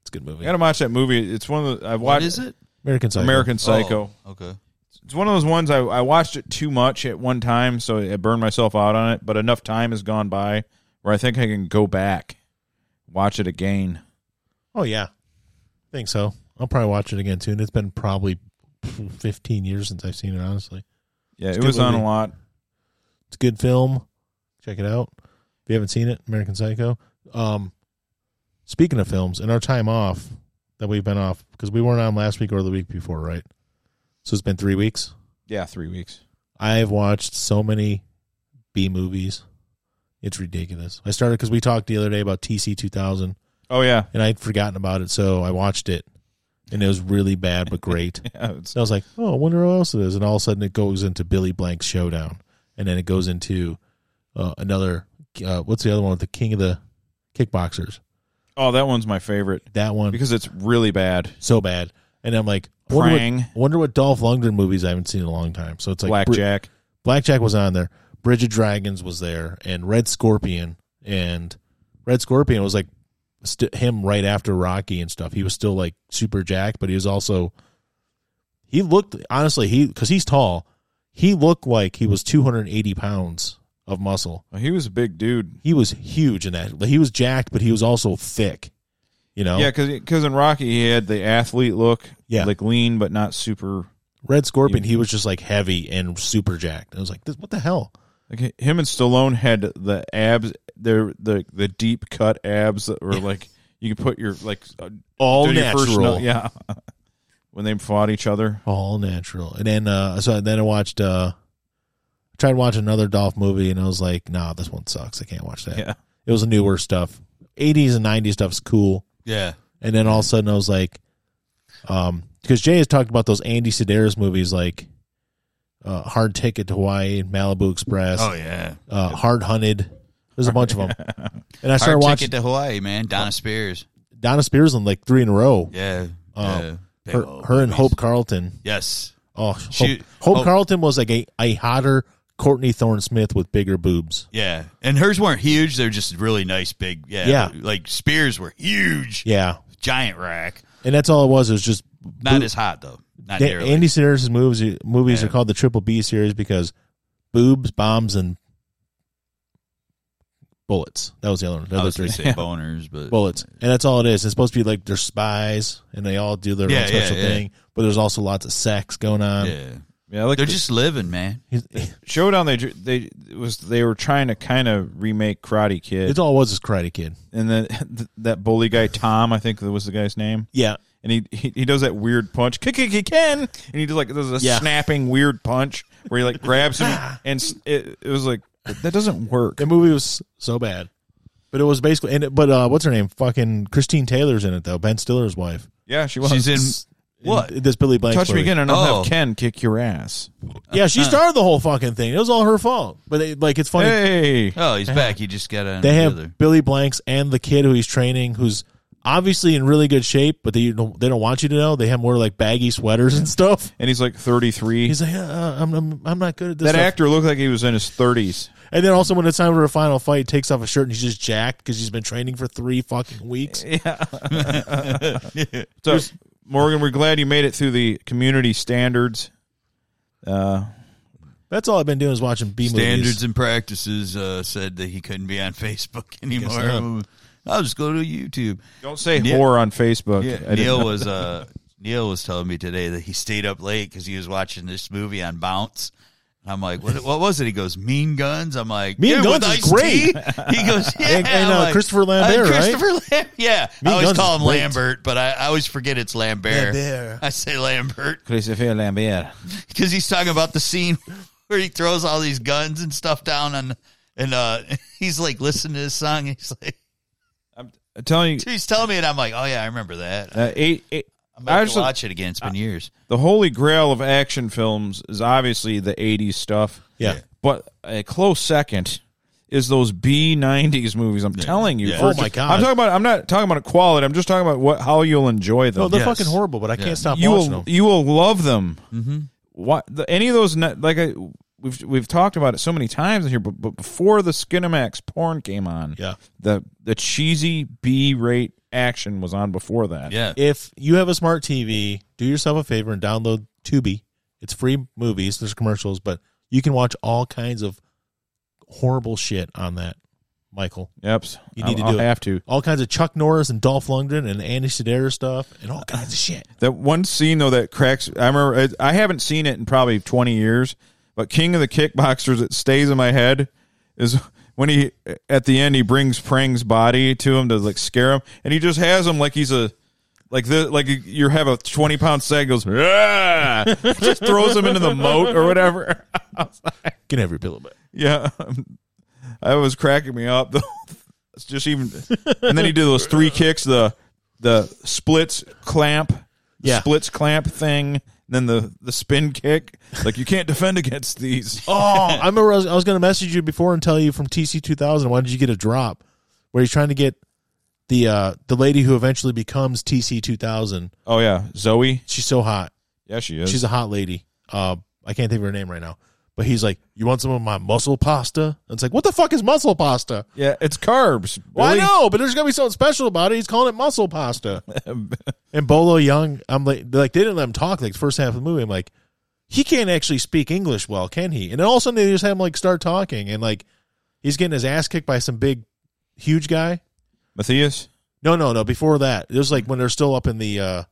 It's a good
I
movie.
gotta watch that movie. It's one of the I've
what
watched
is it?
American Psycho.
American Psycho.
Oh, okay.
It's one of those ones I, I watched it too much at one time, so I burned myself out on it. But enough time has gone by where I think I can go back, watch it again.
Oh yeah, think so. I'll probably watch it again too. And it's been probably fifteen years since I've seen it. Honestly,
Yeah,
It's
it
a
was
good
on a
movie.
lot.
it's a good film. Check it out if you haven't seen it. American Psycho. Um, speaking of films, in our time off that we've been off because we weren't on last week or the week before, right? So it's been three weeks.
Yeah, three weeks.
I've watched so many B movies. It's ridiculous. I started because we talked the other day about TC 2000
Oh yeah,
and I'd forgotten about it. So I watched it and it was really bad, but great.
yeah it's,
So I was like, oh, I wonder what else it is. And all of a sudden it goes into Billy Blank's Showdown. And then it goes into uh, another, uh, what's the other one with the King of the Kickboxers?
oh that one's my favorite
That one,
because it's really bad.
so bad. And I'm like, wonder
Prang.
what, wonder what Dolph Lundgren movies I haven't seen in a long time. So it's like Br-
Blackjack.
Blackjack was on there. Bridge of Dragons was there, and Red Scorpion, and Red Scorpion was like st- him right after Rocky and stuff. He was still like super jacked, but he was also he looked honestly he because he's tall. He looked like he was 280 pounds of muscle.
he was a big dude.
He was huge in that. He was jacked, but he was also thick. You know,
Yeah, because in Rocky he had the athlete look,
Yeah.
like lean but not super.
Red Scorpion. He was just like heavy and super jacked. I was like, this, what the hell?
Like him and Stallone had the abs, they're the the deep cut abs that were like you could put your like uh,
All
do your
natural.
first no- yeah, when they fought each other.
all natural. And then uh so then I watched uh tried to watch another Dolph movie and I was like, nah, this one sucks. I can't watch that.
Yeah,
It was newer stuff. Eighties and nineties stuff's cool.
Yeah.
And then all of a sudden I was like, um, because Jay has talked about those Andy Sedaris movies like uh, Hard Ticket to Hawaii, Malibu Express,
Oh yeah.
uh, Hard Hunted. There's a bunch of them. And I started
Hard
watching
ticket to Hawaii, man. Donna Spears.
Donna Spears in like three in a row.
Yeah.
Um,
yeah. Big
Her,
old
her and
boobies.
Hope Carlton.
Yes.
Oh, Hope,
She-
Hope
Hope-
Carlton was like a, a hotter Courtney Thorne Smith with bigger boobs.
Yeah. And hers weren't huge. They're just really nice, big. Yeah.
Yeah.
Like Spears were huge.
Yeah,
Giant rack.
and that's all it was. It was just
Not
boob-
as hot, though. Not
Da-
nearly.
Andy Sedaris' movies movies
Yeah.
are called the Triple B series because boobs, bombs, and bullets. That was the other one. The
I
other
was
three
going to say boners, but.
bullets, and that's all it is. It's supposed to be like they're spies and they all do their
Yeah,
own special
yeah, yeah.
thing, but there's also lots of sex going on.
Yeah.
Yeah, I like
They're
the
just living, man.
He's-
showdown. They ju- they it was they were trying to kind of remake Karate Kid,
It's all it was is Karate Kid.
and then that bully guy Tom, I think that was the guy's name,
Yeah,
and he he, he does that weird punch, kick kick kick Ken, and he does like does a
Yeah.
snapping weird punch where he like grabs him, and s- it, it was like that doesn't work.
that movie was so bad, but it was basically. And it, but uh, what's her name? Fucking Christine Taylor's in it though. Ben Stiller's wife.
Yeah, she was.
She's in.
In
What?
this Billy Blanks?
Touch me
movie.
again, uh, and I'll
Oh.
have Ken kick your ass.
Yeah, she started the whole fucking thing. It was all her fault. But it, like, it's funny.
Hey,
Oh, he's back. He just got on
They have
the other.
Billy Blanks and the kid who he's training, who's obviously in really good shape, but they don't, they don't want you to know. They have more like baggy sweaters and stuff.
and he's like thirty three.
He's like, uh, I'm, I'm I'm not good at this.
That
stuff."
actor looked like he was in his thirties.
And then also when it's time for a final fight, he takes off a shirt and he's just jacked because he's been training for three fucking weeks.
Eh. So, Morgan, we're glad you made it through the community standards. Uh,
That's all I've been doing is watching B
Standards
movies.
and practices uh, said that he couldn't be on Facebook anymore.
not.
I'll just go to YouTube.
don't say
Neil-
whore on Facebook. I
Yeah,
didn't
Neil
know.
was uh, Neil was telling me today that he stayed up late because he was watching this movie on Bounce. And I'm like, what, what was it? He goes, Mean Guns. I'm like,
Mean
"Dude,
Guns
with
is
Ice-T?"
great.
He goes, yeah.
And- and,
I'm
uh,
like,
Christopher
"Uh,
Lambert, right?"
Christopher Lam- Yeah,
Mean
I always
Guns
call
is
him
great.
Lambert, but I, I always forget it's Lambert.
Lambert.
I say Lambert
Christopher Lambert.
because he's talking about the scene where he throws all these guns and stuff down on, and uh, he's like listening to this song. And he's like,
I'm, I'm telling you,
he's telling me, and I'm like, oh yeah, I remember that.
uh, eight, eight,
I'm about to
actually-
watch it again. It's been years.
the holy grail of action films is obviously the 80s stuff.
Yeah.
But a close second is those B nineties movies. I'm telling you.
Yeah.
for-
Oh, my God. No, they're
Yes.
fucking horrible, but I
Yeah.
can't stop
you
watching
will
them.
you will love them. Mm-hmm. What the, any of those ne- like I, we've we've talked about it so many times in here, but, but before the Skinamax porn came on,
Yeah.
the the cheesy B rate action was on before that.
Yeah.
if you have a smart TV, do yourself a favor and download Tubi. It's free movies. There's commercials, but you can watch all kinds of horrible shit on that. Michael,
Yep.
you
I'll,
need to do
I'll
it.
have to.
All kinds of Chuck Norris and Dolph Lundgren and Andy Sedaris stuff and all kinds of shit.
That one scene though that cracks. I remember I- I haven't seen it in probably twenty years, but King of the Kickboxers it stays in my head is when he at the end he brings Prang's body to him to like scare him, and he just has him like he's a like the like you have a twenty pound sack goes "Ah!" just throws him into the moat or whatever.
Can have your pillow back.
Yeah, I was cracking me up though. It's just even, and then he did those three kicks, the the splits clamp, the
Yeah.
splits clamp thing, then the the spin kick. Like you can't defend against these.
Oh, I remember I was, I was going to message you before and tell you from TC 2000. Why did you get a drop where he's trying to get the uh, the lady who eventually becomes TC 2000?
Oh yeah, Zoe.
She's so hot.
Yeah, she is.
She's a hot lady. Uh, I can't think of her name right now. But he's like, "You want some of my muscle pasta?" And it's like, "What the fuck is muscle pasta?"
yeah, it's carbs.
Well, I
Billy.
know, but there's gonna be something special about it. He's calling it muscle pasta. and Bolo Young, I'm like, they're like they didn't let him talk like the first half of the movie. I'm like, he can't actually speak English well, can he? And then all of a sudden they just have him like start talking, and like he's getting his ass kicked by some big, huge guy.
Matthias.
No, no, no. Before that, it was like when they're still up in the, uh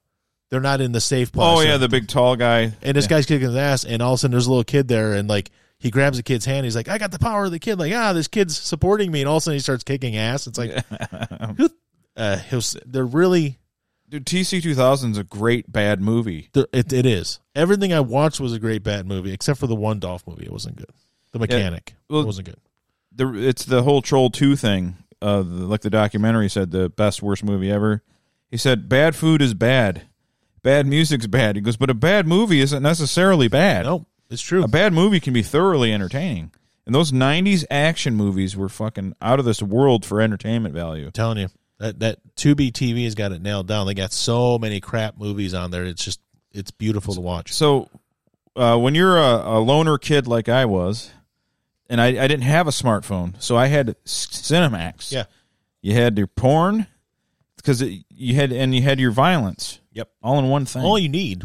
they're not in the safe place.
Oh yeah, the big tall guy.
and this guy's kicking his ass, and all of a sudden there's a little kid there, and like he grabs the kid's hand, he's like, "I got the power of the kid." Like, ah, this kid's supporting me, and all of a sudden he starts kicking ass. It's like, who- uh, he was, they're really,
Dude, TC two thousand is a great bad movie.
they're, it, it is. Everything I watched was a great bad movie, except for the one Dolph movie. It wasn't good. The mechanic
well-
it wasn't good.
The, it's the whole Troll Two thing. Uh, the, like the documentary said, the best worst movie ever. He said, "Bad food is bad, bad music's bad." He goes, "But a bad movie isn't necessarily bad.
No, it's true.
A bad movie can be thoroughly entertaining." And those '90s action movies were fucking out of this world for entertainment value.
I'm telling you, That that Tubi TV has got it nailed down. They got so many crap movies on there. It's just it's beautiful to watch.
So, uh, when you're a, a loner kid like I was, and I, I didn't have a smartphone, so I had S- Cinemax.
Yeah.
you had your porn because you had and you had your violence.
Yep.
all in one thing.
All you need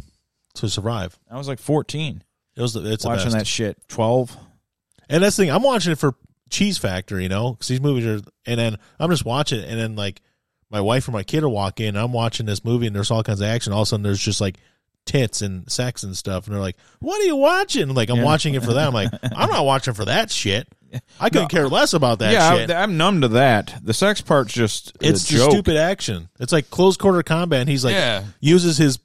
to survive.
I was like 14
It was the, it's
watching
the
that
best.
shit. 12.
And that's the thing. I'm watching it for Cheese Factory, you know, because these movies are. And then I'm just watching it, and then like my wife or my kid will walk in. And I'm watching this movie, and there's all kinds of action. All of a sudden, there's just like tits and sex and stuff, and they're like, "What are you watching?" Like I'm
Yeah.
watching it for them. Like I'm not watching for that shit. I couldn't care less about that.
yeah,
shit.
I, I'm numb to that. The sex part's just a
It's the
joke.
stupid action. It's like close quarter combat. And he's like
Yeah.
uses his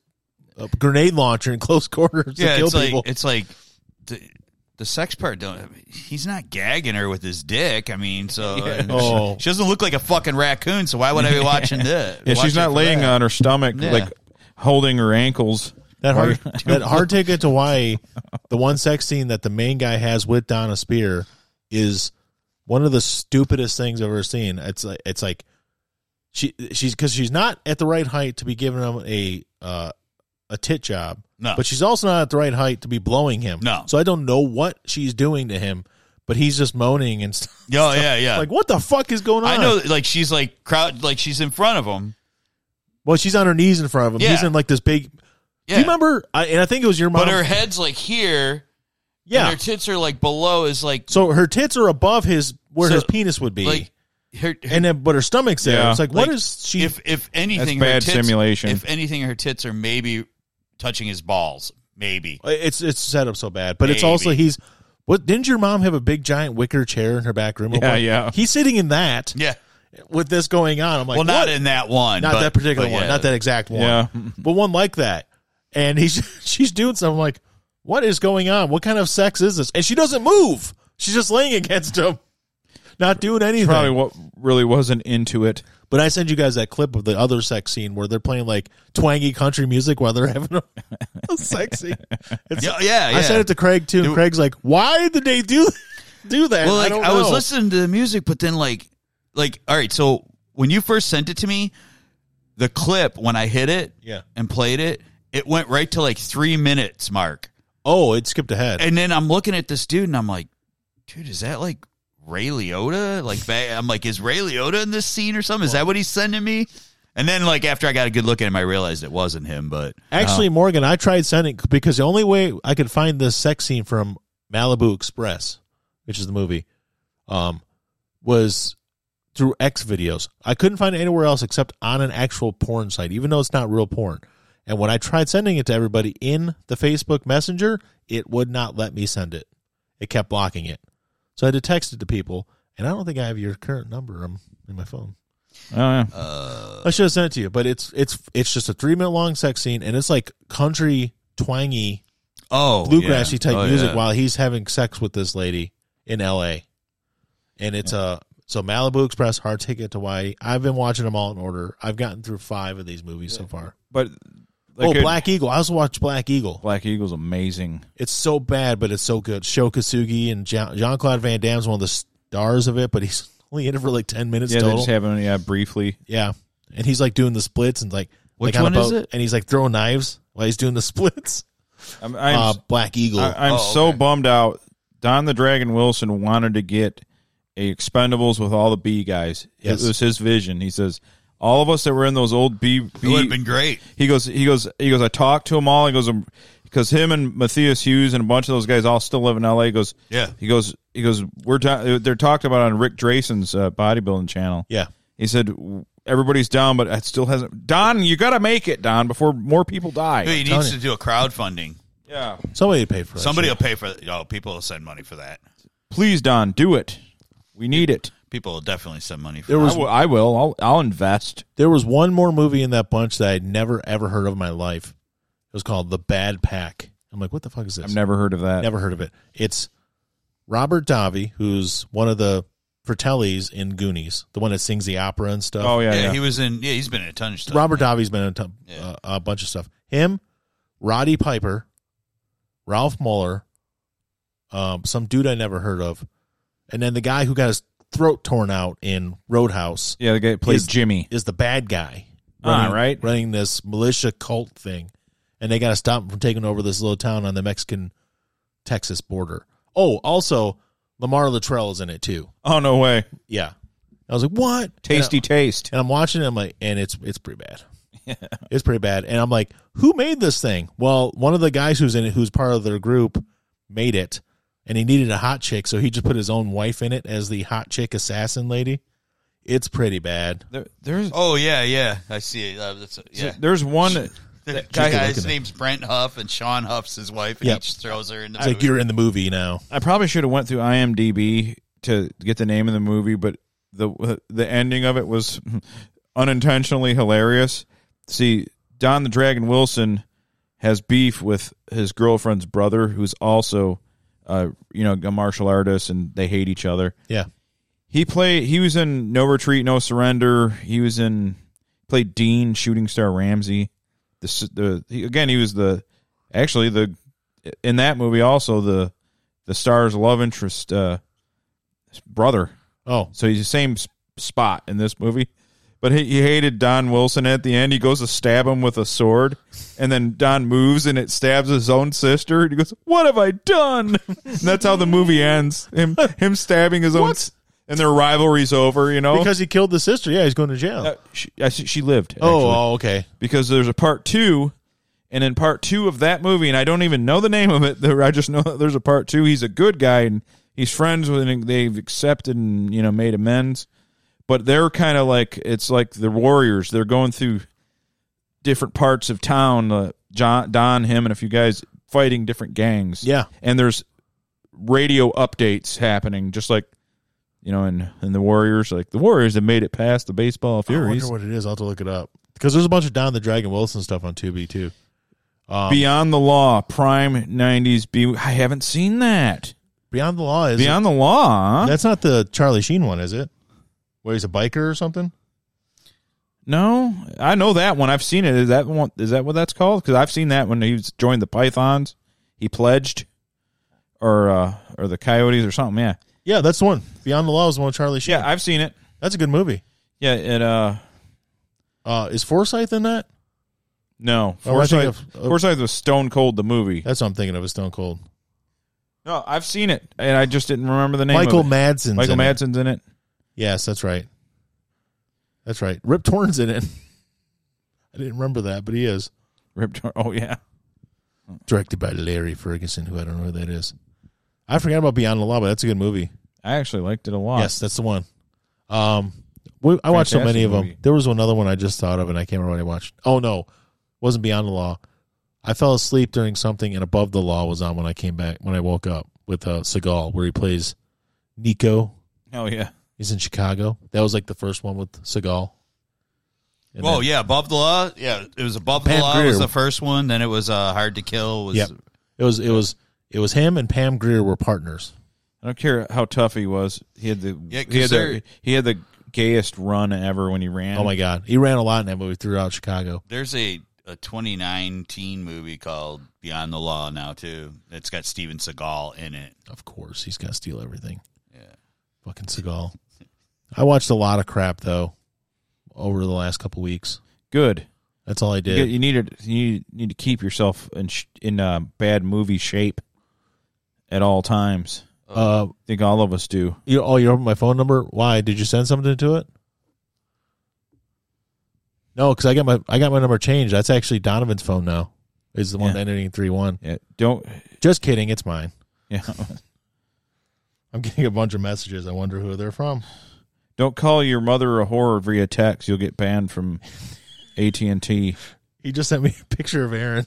uh, grenade launcher in close quarters to kill
it's like
people.
it's like the, the sex part. Don't I mean, he's not gagging her with his dick. I mean, so and
Oh.
she, she doesn't look like a fucking raccoon. So why would I be watching this?
Yeah,
watching
she's not
for
laying
that?
on her stomach,
Yeah.
like holding her ankles.
that hard that hard ticket to Hawaii. The one sex scene that the main guy has with Donna Spear is one of the stupidest things I've ever seen. It's like it's like she she's because she's not at the right height to be giving him a uh, a tit job.
No.
but she's also not at the right height to be blowing him.
No.
so I don't know what she's doing to him, but he's just moaning and stuff.
Oh yeah, yeah.
Like what the fuck is going on?
I know, like she's like crowd, like she's in front of him.
Well, she's on her knees in front of him. He's
Yeah.
in like this big. Do
Yeah.
you remember? I, and I think it was your mom.
But her head's like here.
yeah.
And her tits are like below is like
so her tits are above his where
So,
his penis would be,
like her, her
and then but her stomach's there.
Yeah.
It's like, what
Like,
is she?
if if anything
bad
her tits,
simulation.
If anything, her tits are maybe touching his balls. Maybe.
it's it's set up so bad, but it's
Maybe.
also he's. What didn't your mom have a big giant wicker chair in her back room? at
Yeah,
one-
yeah.
He's sitting in that
Yeah.
with this going on. I'm like,
well,
what?
not in that one.
not
but-
that particular
but
one,
yeah.
not that exact one,
Yeah.
but one like that. And he's she's doing something I'm like, what is going on? What kind of sex is this? And she doesn't move. She's just laying against him, not doing anything.
Probably what really wasn't into it.
But I send you guys that clip of the other sex scene where they're playing like twangy country music while they're having a, a sex scene. It's,
Yeah, yeah,
I
yeah.
sent it to Craig too. And
It-
Craig's like, why did they do do that?
Well, like
I don't
I, was
know.
listening to the music, but then like, like all right. So when you first sent it to me, the clip when I hit it,
Yeah.
and played it, it went right to like three minutes mark,
Oh, it skipped ahead.
and then I'm looking at this dude, and I'm like, dude, is that like Ray Liotta? Like, ba- I'm like, is Ray Liotta in this scene or something? Is that what he's sending me? And then like after I got a good look at him, I realized it wasn't him, but
Actually, Morgan, I tried sending because the only way I could find this sex scene from Malibu Express, which is the movie, um, was through X videos. I couldn't find it anywhere else except on an actual porn site, even though it's not real porn. And when I tried sending it to everybody in the Facebook Messenger, it would not let me send it. It kept blocking it. So I had to text it to people, and I don't think I have your current number um, in my phone.
Oh, yeah.
I should have sent it to you, but it's it's it's just a three minute long sex scene, and it's like country twangy
oh,
bluegrassy
yeah.
type
Oh,
music
yeah.
while he's having sex with this lady in L.A. And it's uh, so Malibu Express, Hard Ticket to Hawaii. I've been watching them all in order. I've gotten through five of these movies so far.
but
oh,
like a-
Black Eagle. I also watched Black Eagle.
Black Eagle's amazing.
It's so bad, but it's so good. Shokasugi and Jean Claude Van Damme's one of the stars of it, but he's only in it for like ten minutes
Yeah, they
total.
just have him. Yeah, briefly.
Yeah, and he's like doing the splits and like
Which
like on a
one is
boat,
it?
And he's like throwing knives while he's doing the splits.
I'm, I'm,
uh, Black Eagle.
I, am
Oh,
so
okay.
bummed out. Don the Dragon Wilson wanted to get a Expendables with all the B guys.
Yes.
It was his vision. He says all of us that were in those old B.
It would
B
have been great.
he goes. He goes. He goes. I talked to them all. He goes because him and Matthias Hughes and a bunch of those guys all still live in L.A. He goes.
Yeah.
He goes. He goes. We're ta- they're talked about on Rick Drayson's uh, bodybuilding channel.
yeah,
He said everybody's down, but it still hasn't. Don, you got to make it, Don, before more people die.
He
telling
needs to do a crowdfunding.
Yeah.
somebody paid for that
Somebody
shit.
will pay for it. Oh, people will send money for that.
Please, Don, do it. We need it.
People will definitely send money for
There
that.
was
I will. I will. I'll, I'll invest.
there was one more movie in that bunch that I'd never ever heard of in my life. It was called The Bad Pack. I'm like, what the fuck is this?
I've never heard of that.
Never heard of it. It's Robert Davi, who's one of the Fratellis in Goonies, the one that sings the opera and stuff.
Oh yeah,
Yeah,
yeah.
he was in. Yeah, he's been in a ton of stuff.
Robert Davi's been in a, ton,
Yeah.
uh, a bunch of stuff. Him, Roddy Piper, Ralph Muller, um, some dude I never heard of, and then the guy who got his throat torn out in Roadhouse
Yeah, the guy that plays
Is-
Jimmy.
is the bad guy
Ah,
running,
right.
running this militia cult thing, and they got to stop him from taking over this little town on the Mexican Texas border. Oh, also Lamar Latrell is in it too.
Oh no way!
Yeah, I was like, what
Tasty
And, I,
taste.
and I'm watching. It, I'm like, and it's it's pretty bad. It's pretty bad. And I'm like, who made this thing? Well, one of the guys who's in it, who's part of their group, made it, and he needed a hot chick, so he just put his own wife in it as the hot chick assassin lady. It's pretty bad.
There, there's
Oh yeah, yeah. I see it. Uh, that's, yeah.
there's one. that-
The
that
guy,
guy,
guy's name's Brent Huff, and Sean Huff's his wife, and
Yep.
he just throws her in the
It's
movie.
like you're in the movie now.
I probably should have went through IMDb to get the name of the movie, but the the ending of it was unintentionally hilarious. See, Don the Dragon Wilson has beef with his girlfriend's brother, who's also, uh, you know, a martial artist, and they hate each other.
Yeah.
He played. He was in No Retreat, No Surrender. He was in played Dean, Shooting Star Ramsey. The s- the he, again, he was the actually the in that movie also the the star's love interest uh, brother.
Oh,
So he's the same s- spot in this movie. But he, he hated Don Wilson at the end. He goes to stab him with a sword, and then Don moves and it stabs his own sister. And he goes, "What have I done?" And that's how the movie ends. Him him stabbing his own, s- and their rivalry's over. You know,
because he killed the sister. Yeah, he's going to jail.
Oh. Uh, she, I see- she lived. actually
oh, oh, okay.
because there's a part two, and in part two of that movie, and I don't even know the name of it. there- I just know that there's a part two. He's a good guy, and he's friends with, and they've accepted and you know made amends. But they're kind of like it's like the Warriors. They're going through different parts of town. Uh, John, Don, him, and a few guys fighting different gangs.
Yeah.
and there's radio updates happening, just like. You know, and, and the Warriors, like the Warriors have made it past the baseball
I
Furies.
wonder what it is. I'll have to look it up because there's a bunch of Don the Dragon Wilson stuff on Tubi too. Um,
Beyond the Law, prime '90s. Be- I haven't seen that.
Beyond the Law is
Beyond the Law. huh?
that's not the Charlie Sheen one, is it? Where he's a biker or something.
no, I know that one. I've seen it. Is that one? Is that what that's called? Because I've seen that when he was joined the Pythons. He pledged, or uh, or the Coyotes or something. Yeah,
Yeah, that's the one. Beyond the Law is the one with Charlie Sheen.
yeah, I've seen it.
that's a good movie.
Yeah, it. Uh,
Uh, is Forsyth in that?
no,
Oh, I think
Forsyth.
of- oh.
Forsyth was Stone Cold the movie.
That's what I'm thinking of. Is Stone Cold?
No, I've seen it, and I just didn't remember the name. of
Michael
it.
Madsen.
Michael Madsen's in it.
Yes, that's right. That's right. Rip Torn's in it. I didn't remember that, but he is.
Ripped. Oh yeah.
Directed by Larry Ferguson, who I don't know who that is. I forgot about Beyond the Law, but that's a good movie.
I actually liked it a lot.
Yes, that's the one. Um, we, I watched so many of them.
movie.
There was another one I just thought of, and I can't remember what I watched. Oh no, wasn't Beyond the Law. I fell asleep during something, and Above the Law was on when I came back when I woke up with uh, Seagal, where he plays Nico.
Oh yeah.
He's in Chicago. That was like the first one with Seagal. And
Whoa,
then-
yeah, above the law. Yeah, it was above
Pam
the law
Grier.
was the first one. Then it was uh, hard to kill. Was
Yep. it was it was it was him and Pam Greer were partners.
I don't care how tough he was. He had the
Yeah, 'cause
he had the
they're-
he had the gayest run ever when he ran.
Oh my God, he ran a lot in that movie throughout Chicago.
there's a a 2019 movie called Beyond the Law now too. It's got Steven Seagal in it.
Of course, he's gonna steal everything.
Yeah.
Fucking Seagal. I watched a lot of crap though over the last couple weeks.
good.
That's all I
You,
did.
you need to you need, need to keep yourself in sh- in uh, bad movie shape at all times.
Uh,
I think all of us do.
you oh, you opened my phone number. Why did you send something to it? No, because I got my I got my number changed. That's actually Donovan's phone now. Is the one
Yeah.
ending in three one.
Yeah, don't.
Just kidding, it's mine.
Yeah,
I'm getting a bunch of messages. I wonder who they're from.
don't call your mother a whore via text. You'll get banned from AT and T.
He just sent me a picture of Aaron.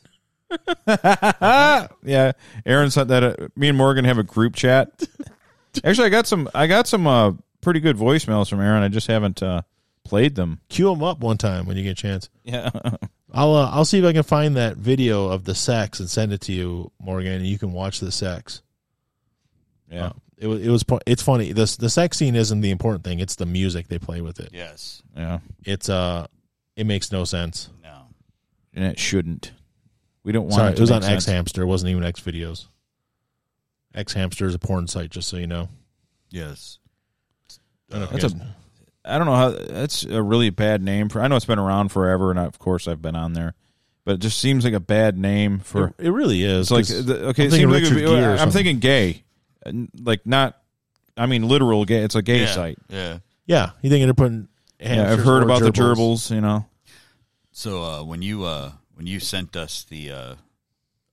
Yeah, Aaron sent that. Uh, me and Morgan have a group chat. Actually, I got some. I got some uh, pretty good voicemails from Aaron. I just haven't uh, played them.
Cue him up one time when you get a chance.
Yeah.
I'll uh, I'll see if I can find that video of the sex and send it to you, Morgan, and you can watch the sex.
Yeah.
Uh, it was it was pu- it's funny. The the sex scene isn't the important thing. It's the music they play with it.
Yes.
yeah.
It's uh it makes no sense.
No.
And it shouldn't. We don't want
Sorry,
it,
it
to
was
make
on X
sense.
Hamster. It wasn't even X Videos. X Hamster is a porn site, just so you know.
Yes.
I don't
Uh, That's a. I don't know how. That's a really bad name for. I know it's been around forever, and I, of course I've been on there, but it just seems like a bad name for.
it, it really is.
it's like
'cause
the, okay.
I'm
It
thinking
seems like it'd
Richard
be,
Gere or
I'm
something.
thinking gay, N- like not. I mean, literal gay. It's a gay
yeah.
site.
Yeah.
yeah, you think they're putting?
Yeah, I've
hamsters
heard
or
about the
gerbils.
gerbils. You know,
So uh, when you uh, when you sent us the uh,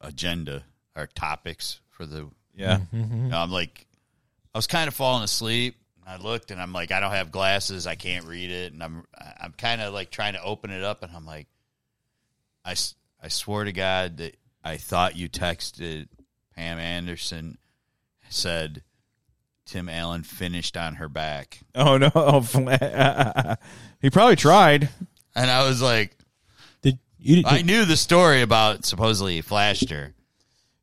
agenda or topics for the,
yeah.
I'm like, I was kind of falling asleep. I looked and I'm like, I don't have glasses. I can't read it, and I'm I'm kind of like trying to open it up, and I'm like, I s- I swear to God that I thought you texted Pam Anderson said Tim Allen finished on her back,
Oh no, Oh, fla- he probably tried.
and I was like,
Did you?
I knew the story about supposedly he flashed her.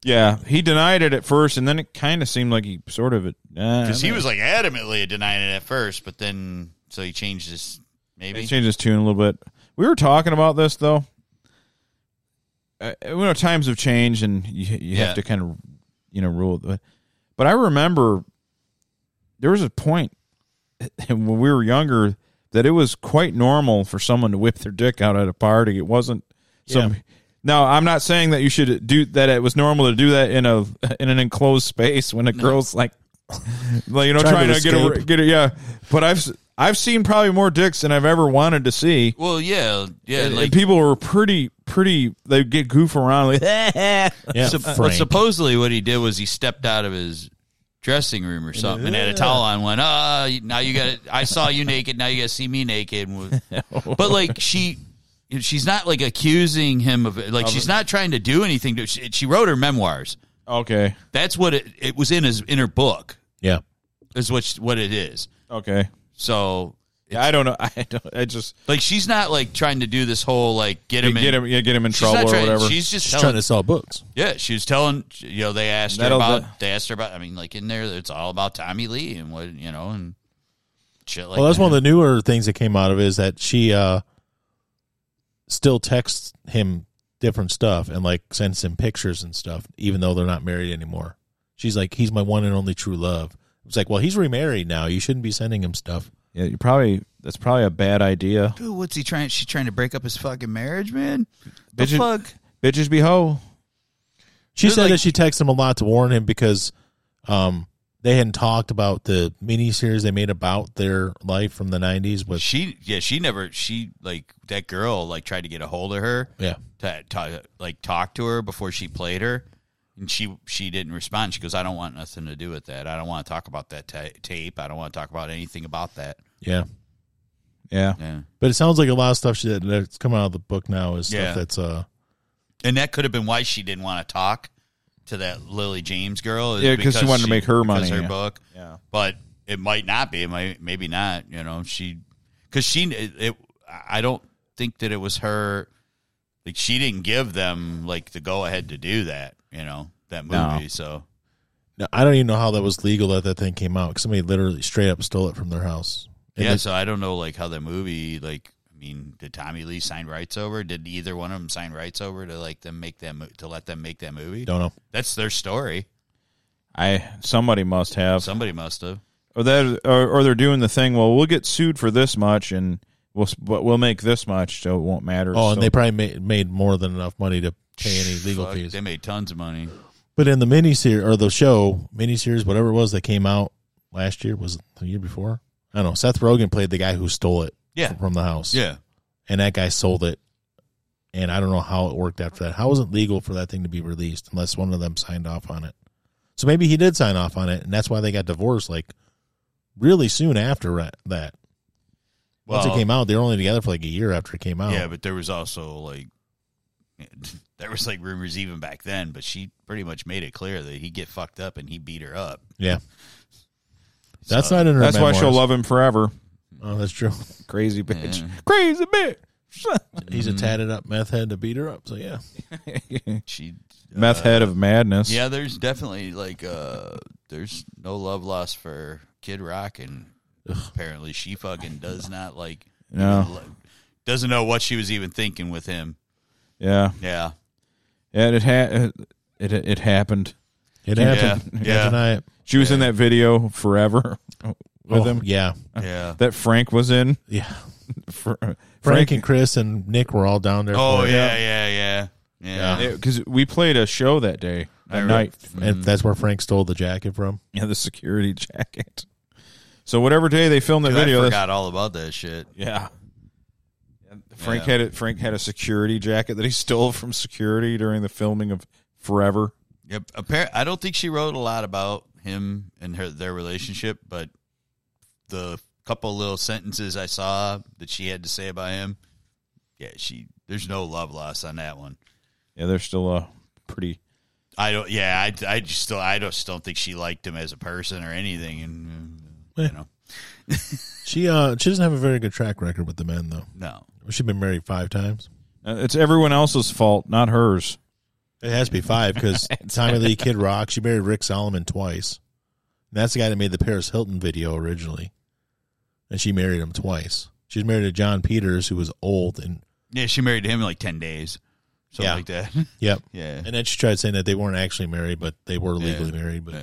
Yeah, he denied it at first, and then it kind of seemed like he sort of. eh, Because
Because he was like adamantly denying it at first, but then so he changed his maybe.
Let's change his tune a little bit. We were talking about this though. Uh, you know, times have changed, and you, you
Yeah.
have to kind of, you know, rule. it. But, but I remember there was a point when we were younger that it was quite normal for someone to whip their dick out at a party. It wasn't some.
Yeah.
Now I'm not saying that you should do that. It was normal to do that in a in an enclosed space when a girl's like, like you know, trying,
Trying to
to, get a
escape.
get a yeah. But I've s- I've seen probably more dicks than I've ever wanted to see.
Well, yeah, yeah.
And,
Like
people were pretty pretty. They get goof around like
yeah,
sup-
Frank.
but supposedly what he did was he stepped out of his dressing room or something and had a towel on. and Went, ah, now you got. I saw you naked. Now you got to see me naked. And was- But like she. She's not like accusing him of it. Like she's not trying to do anything. To, she, she wrote her memoirs.
okay
That's what it, it was in his in her book.
yeah,
Is what she- what it is.
okay.
So
Yeah, I don't know. I don't. I just
Like she's not like trying to do this whole like get him in,
get him yeah, get him in
she's not
trouble or
trying-
whatever.
She's just
she's
telling,
trying to sell books.
yeah. She was telling you know they asked her
That'll
about
do-
they asked her about I mean like in there it's all about Tommy Lee and what you know and shit like
well, that's
that.
one of the newer things that came out of it is that she uh, still texts him different stuff and like sends him pictures and stuff, even though they're not married anymore. She's like, he's my one and only true love. It's like, well, he's remarried now. You shouldn't be sending him stuff.
yeah, you probably that's probably a bad idea.
Dude, what's he trying? She's trying to break up his fucking marriage, man. The
Bitches-
fuck.
Bitches be hoe.
She
They're
said
like-
that she texted him a lot to warn him because um, they hadn't talked about the miniseries they made about their life from the '90s. With
She yeah she never she like that girl like tried to get a hold of her
yeah,
to, to like talk to her before she played her and she she didn't respond she goes i don't want nothing to do with that i don't want to talk about that ta- tape i don't want to talk about anything about that
yeah.
Yeah,
yeah.
But it sounds like a lot of stuff she, that's coming out of the book now is
Yeah.
stuff that's uh
and that could have been why she didn't want to talk to that lily james girl is
Yeah, 'cause she wanted to make her
because
money.
her book
yeah.
but it might not be it might maybe not you know she because she it, it i don't think that it was her like she didn't give them like the go ahead to do that you know that
No.
movie so
No, I don't even know how that was legal that that thing came out. 'cause somebody literally straight up stole it from their house. And
Yeah,
it-
so I don't know like how the movie like I mean, did Tommy Lee sign rights over? Did either one of them sign rights over to like them make that mo- to let them make that movie?
don't know.
That's their story.
I somebody must have
Somebody must have.
or that or, or they're doing the thing. Well, we'll get sued for this much, and we'll s- but we'll make this much, so it won't matter.
Oh, and
So-
they probably made, made more than enough money to pay any legal
Fuck,
fees.
They made tons of money.
But in the miniseries or the show miniseries, whatever it was that came out last year was it the year before. I don't know. Seth Rogen played the guy who stole it
Yeah.
from the house.
Yeah.
and that guy sold it. And I don't know how it worked after that. How was it legal for that thing to be released unless one of them signed off on it? So maybe he did sign off on it, and that's why they got divorced like really soon after ra- that. Once it
Well-
came out, they were only together for like a year after it came out.
Yeah, but there was also like there was like rumors even back then, but she pretty much made it clear that he'd get fucked up and he beat her up.
Yeah. That's
So-
not in her.
that's why she'll
memoirs.
love him forever.
Uh,
Oh, that's true.
Crazy bitch.
Yeah.
Crazy bitch.
He's a
Mm-hmm.
tatted up meth head to beat her up. So yeah,
She uh,
Meth head of madness.
Yeah, there's definitely like uh there's no love lost for Kid Rock and apparently she fucking does not like
No.
even lo- doesn't know what she was even thinking with him.
Yeah.
Yeah.
Yeah, it ha- it it happened.
it
Yeah.
happened. Yeah,
Yeah.
Deny it.
She was in that video forever. with
Oh,
him
Yeah.
Yeah.
that Frank was in.
Yeah.
Fr-
Frank and Chris and Nick were all down there.
Oh
for it.
yeah, yeah, yeah, yeah.
because we played a show that day
I
at
re-
night.
Mm.
And that's where Frank stole the jacket from.
Yeah, the security jacket. So whatever day they filmed that
Dude, I
video, that's-
forgot all about that shit.
yeah. Frank
Yeah.
had it. Frank had a security jacket that he stole from security during the filming of Forever.
Yep. Appar- I don't think she wrote a lot about him and her their relationship, but the couple little sentences I saw that she had to say about him, yeah, she there's no love lost on that one.
Yeah, they're still uh, pretty.
I don't. Yeah, I, I just still I just don't think she liked him as a person or anything, and uh,
Yeah.
you know,
She uh she doesn't have a very good track record with the men though.
no.
She's been married five times.
Uh, it's everyone else's fault, not hers.
It has to be five because Tommy Lee Kid Rock. She married Rick Solomon twice. And that's the guy that made the Paris Hilton video originally, and she married him twice. She's married to John Peters, who was old and
Yeah, she married him in like ten days, something
Yeah.
like that.
yep.
yeah.
And then she tried saying that they weren't actually married, but they were
Yeah.
legally married. But
Uh,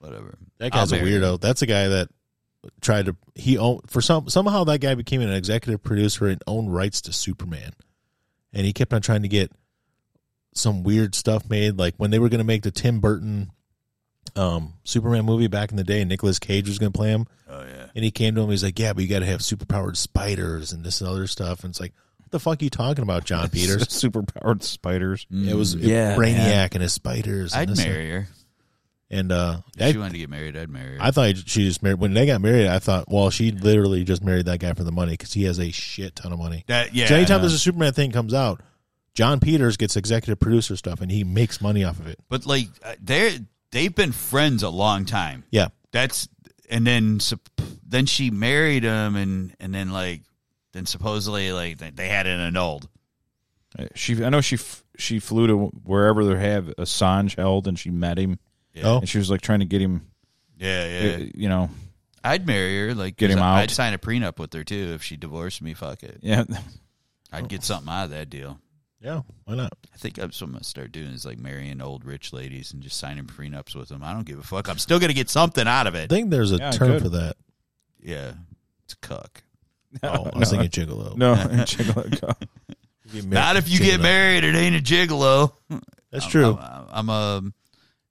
whatever.
That guy's a
I'll marry
weirdo. That's a guy that tried to he owned for some somehow that guy became an executive producer and owned rights to Superman, and he kept on trying to get some weird stuff made. Like when they were going to make the Tim Burton um, Superman movie back in the day, and Nicolas Cage was going to play him,
Oh yeah.
and he came to him. He's like, "Yeah, but you got to have superpowered spiders and this and other stuff." And it's like, "What the fuck are you talking about, John Peters?"
super powered spiders.
It was
Yeah,
Brainiac
man.
and his spiders. And
Mm. I'd
this and-
marry her.
And uh,
If
that
she wanted to get married, I'd marry her.
I thought she just married when they got married. I thought, well, she literally just married that guy for the money because he has a shit ton of money.
that yeah.
so anytime
I know.
there's a Superman thing comes out, John Peters gets executive producer stuff and he makes money off of it.
But like they they've been friends a long time.
Yeah,
That's and then sup- then she married him and and then like then supposedly like they- they had it annulled.
Uh, She, I know she f- she flew to wherever they have Assange held, and she met him,
Yeah.
Oh.
and she was like trying to get him,
Yeah,
uh,
yeah.
you know,
I'd marry her. Like,
Get him
'cause
out.
I'd sign a prenup with her too if she divorced me. Fuck it.
yeah,
I'd get something out of that deal.
yeah. Why not?
I think that's what I'm gonna start doing is like marrying old rich ladies and just signing prenups with them. I don't give a fuck. I'm still gonna get something out of
I
it.
think there's a
Yeah,
term
good.
for that.
Yeah, it's a cuck.
Oh, I was thinking gigolo.
no, Jigglypuff.
You get
Not if you get
gigolo.
married. It ain't a gigolo.
That's
I'm-
true.
I'm, I'm, I'm a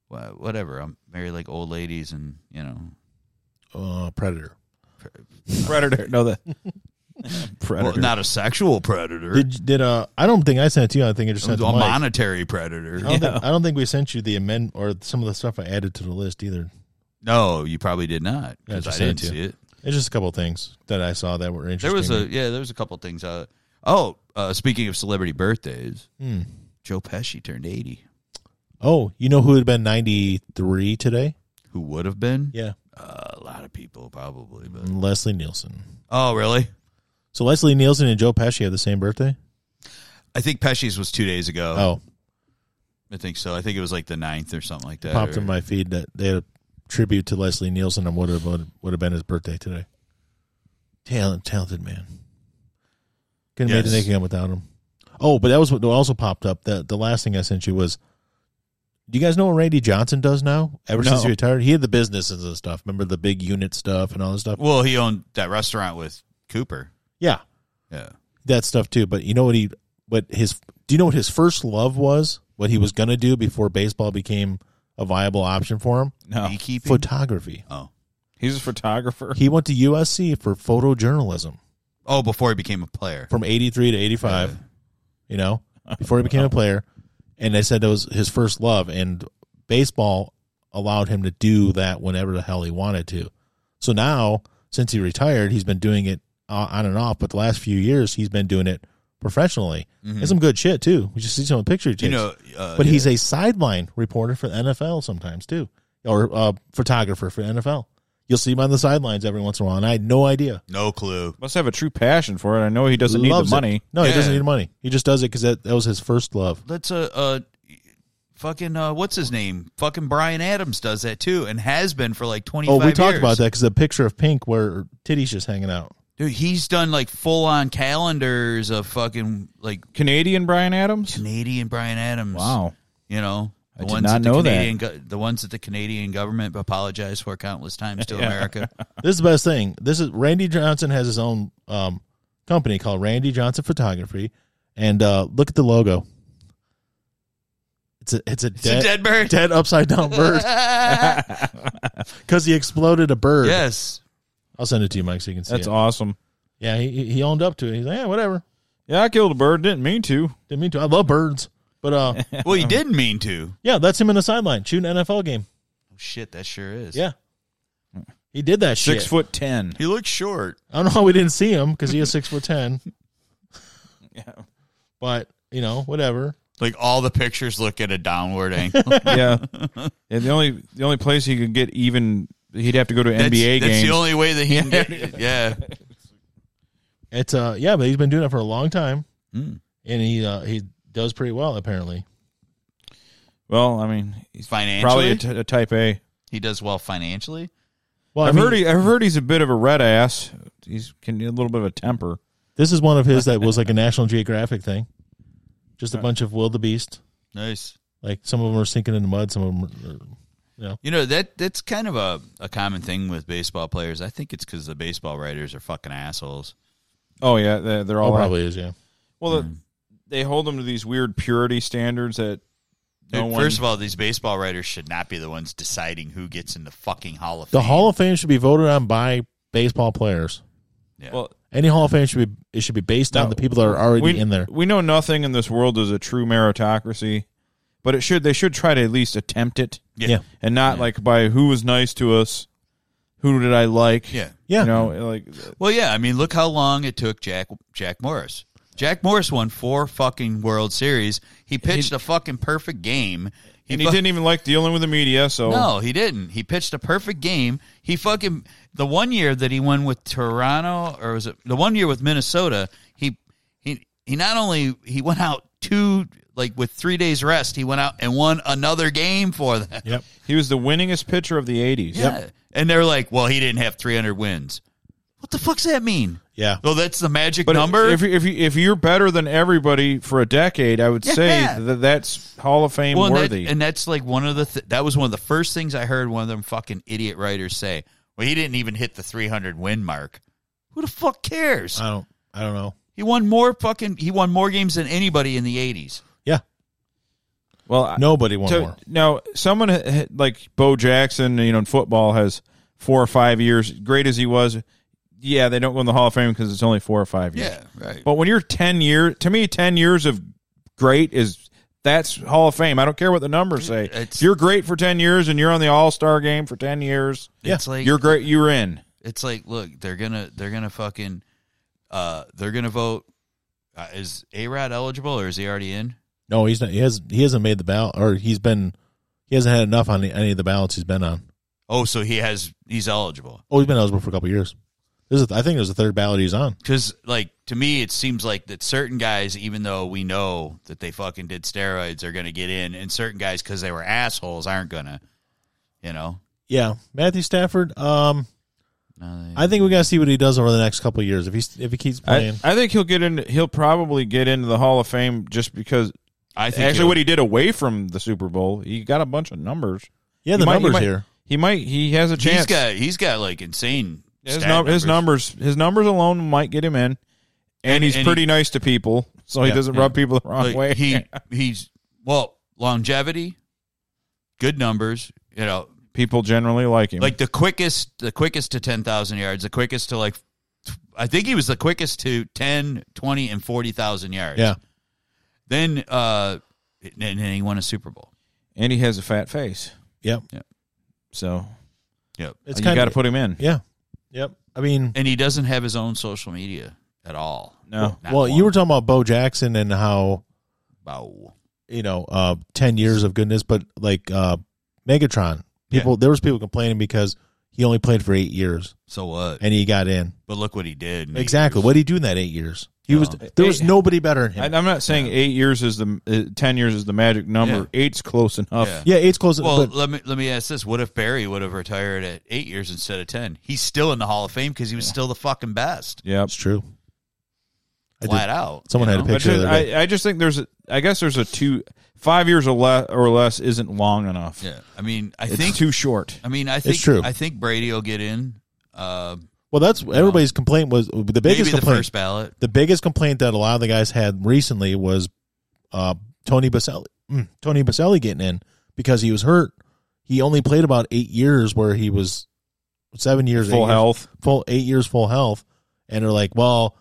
wha- whatever. I'm married like old ladies, and you know,
Uh, predator.
predator. No, the
well,
predator.
not a sexual predator.
Did did uh? I don't think I sent it to you. I think I just
a
sent it to Mike.
monetary
I
predator.
don't, think, I don't think we sent you the amend or some of the stuff I added to the list either.
No, you probably did not because
That's
I didn't
what I
see it.
It's just a couple of things that I saw that were interesting.
There was a yeah, there was a couple things. Uh, oh, uh, speaking of celebrity birthdays,
Hmm.
Joe Pesci turned eighty.
Oh, you know who would have been 93 today?
Who would have been?
Yeah.
Uh, a lot of people probably, but
Leslie Nielsen.
oh really?
So Leslie Nielsen and Joe Pesci have the same birthday?
I think Pesci's was two days ago.
Oh,
I think so. I think it was like the 9th or something like that.
popped
or-
in my feed that they had a tribute to Leslie Nielsen and would have would have been his birthday today. Talent, talented man. Couldn't have made
Yes.
it again without him. Oh, but that was what also popped up. That the last thing I sent you was. Do you guys know what Randy Johnson does now? Ever since
No.
he retired, he had the businesses and stuff. Remember the big unit stuff and all this stuff.
Well, he owned that restaurant with Cooper.
Yeah,
Yeah.
that stuff too. But you know what he, what his, do you know what his first love was? What he was gonna do before baseball became a viable option for him?
no,
Beekeeping.
Photography.
oh.
he's a photographer.
He went to USC for photojournalism
Oh, before he became a player.
from eighty three to eighty five.
Yeah.
You know, before he became a player, and they said that was his first love, and baseball allowed him to do that whenever the hell he wanted to. So now, since he retired, he's been doing it uh, on and off. But the last few years, he's been doing it professionally.
Mhm.
It's some good shit too. We just see some of the picture he takes.
You know, uh,
but he's a sideline reporter for the NFL sometimes too, or a photographer for the NFL. You'll see him on the sidelines every once in a while, and I had no idea.
no clue.
Must have a true passion for it. I know he doesn't need the
Loves it.
money.
No, he doesn't
Yeah.
need money. He just does it because that, that was his first love.
Let's uh, uh fucking uh what's his name? Fucking Brian Adams does that too and has been for like 25
Oh, we talked
years.
about that because the picture of Pink where titties just hanging out.
Dude, he's done like full on calendars of fucking like
Canadian Brian Adams.
Canadian Brian Adams.
Wow,
You know.
I
The
did
ones
not
the
know
Canadian
that.
Go- the ones that the Canadian government apologized for countless times to
Yeah.
America.
This is the best thing. This is Randy Johnson has his own um, company called Randy Johnson Photography, and uh, look at the logo. It's a it's a
It's
dead
a dead bird.
dead upside down bird because he exploded a bird.
yes.
I'll send it to you, Mike, so you can see.
That's
it.
awesome.
Yeah, he he- he owned up to it. He's like, yeah, whatever.
Yeah, I killed a bird. Didn't mean to.
Didn't mean to. I love birds, but uh,
Well, he didn't mean to.
yeah, that's him in the sideline shooting NFL game.
Oh, shit, that sure is.
Yeah, he did that shit.
Six foot ten.
He looks short.
I don't know how we didn't see him because he is six foot ten.
Yeah.
But you know, whatever.
Like all the pictures look at a downward angle.
yeah. And the only the only place he could get even he'd have to go to
That's-
NBA
that's
games.
the only way that he can get. Yeah.
It's uh, yeah, but he's been doing it for a long time,
Mm.
and he uh, he does pretty well apparently.
well, I mean, he's
Financially,
probably a, t- a type A.
he does well financially.
Well,
have
I mean,
heard he, I've heard he's a bit of a red ass. He's can a little bit of a temper.
this is one of his that was like a National Geographic thing. Just a bunch of wildebeest.
Nice.
Like some of them are sinking in the mud, some of them. Are,
You know that that's kind of a, a common thing with baseball players. I think it's because the baseball writers are fucking assholes.
Oh yeah, they're, they're all
oh, probably is yeah.
Well, they hold them to these weird purity standards that no
Dude,
one.
First of all, these baseball writers should not be the ones deciding who gets in the fucking Hall of Fame.
The Hall of Fame should be voted on by baseball players.
Yeah.
well,
Any Hall of Fame should be it should be based on
No,
the people that are already
we,
in there.
we know nothing in this world is a true meritocracy, but it should they should try to at least attempt it
yeah.
yeah.
yeah,
and not like by who was nice to us, who did I like?
Yeah,
you know, like
Well, yeah. I mean, look how long it took Jack Jack Morris. Jack Morris won four fucking World Series. He pitched a fucking perfect game.
and he
fu-
didn't even like dealing with the media, so
No, he didn't. He pitched a perfect game. He fucking the one year that he won with Toronto, or was it the one year with Minnesota? He he he not only he went out two like with three days rest, he went out and won another game for them.
Yep.
he was the winningest pitcher of the '80s.
Yeah, and they're like, well, he didn't have three hundred wins. What the fuck's that mean?
Yeah.
Well, that's the magic
But
number.
if you- if you, if you're better than everybody for a decade, I would
Yeah.
say that that's Hall of Fame
and that-
worthy.
And, that's like one of the th- that was one of the first things I heard one of them fucking idiot writers say. Well, he didn't even hit the 300 win mark. Who the fuck cares?
I don't I don't know.
He won more fucking he won more games than anybody in the 80s.
Yeah.
well, I-
Nobody won more.
Now, someone ha- ha- like Bo Jackson, you know, in football has four or five years, great as he was. Yeah, they don't go in the Hall of Fame because it's only four or five years.
right.
But when you're 10 years, to me, 10 years of great is that's Hall of Fame. I don't care what the numbers say.
It's-
If you're great for 10 years and you're on the All Star game for 10 years,
It's like
you're great, you're in.
it's like look, they're going to they're going to fucking uh they're going to vote uh, is A-Rod eligible or is he already in?
No, he's not. He has. He hasn't made the ballot, or he's been. He hasn't had enough on the, any of the ballots he's been on.
Oh, so he has he's eligible.
Oh, he's been eligible for a couple of years. This is. I think it was the third ballot he's on.
Because, like, to me, it seems like that certain guys, even though we know that they fucking did steroids, are going to get in, and certain guys, because they were assholes, aren't going to, you know?
Yeah, Matthew Stafford. Um,
No, they-
I think we gotta see what he does over the next couple of years. If he's if he keeps
I,
playing,
I think he'll get in. He'll probably get into the Hall of Fame just because.
I think
Actually,
he'll-
what he did away from the Super Bowl, he got a bunch of numbers.
yeah, the
he might- he
numbers
might-
here.
He might. He has a chance.
he's got, he's got like insane.
his,
stat
num- his numbers. His numbers alone might get him in, and, he's
and
pretty nice to people, so he
Yeah,
doesn't
yeah.
rub people the wrong
Like,
way.
he he's well longevity, good numbers. You know,
people generally like him.
like the quickest, the quickest to ten thousand yards, the quickest to like, t- I think he was the quickest to 10, 20, and forty thousand yards.
Yeah,
Then uh and, and he won a Super Bowl.
and he has a fat face,
yeah,
so
Yep.
it's
you
kind
got to
of
put him in.
yeah, yep. I mean,
And he doesn't have his own social media at all.
No,
Not
well, you
one.
were talking about Bo Jackson and how
Bow.
you know uh, ten years of goodness, but like uh, Megatron, people there was people complaining because he only played for eight years
So what?
and he got in.
But look what he did. in eight
Exactly.
years.
What did he do in that eight years? He was
Yeah.
there was
Eight-
nobody better than him.
I, I'm not saying eight years is the uh, ten years is the magic number. Eight's close enough.
Yeah.
yeah, eight's close.
Well,
but
let me let me ask this: What if Barry would have retired at eight years instead of ten? He's still in the Hall of Fame because he was still the fucking best,
Yep.
it's true. I
flat
did,
out.
someone
you
had a
know?
But
picture the
just-
other day.
I, I just think there's a, I guess there's a two five years or less or less isn't long enough.
Yeah, I mean, I
it's
think.
too short.
I mean, I think
true.
I think Brady will get in. Uh,
Well, that's everybody's complaint was the
maybe
biggest
the
complaint.
first ballot.
the biggest complaint that a lot of the guys had recently was uh, Tony Baselli. mm, Tony Baselli getting in because he was hurt. He only played about eight years, where he was seven years eight
Full
years-
health.
full eight years full health, and they're like, well,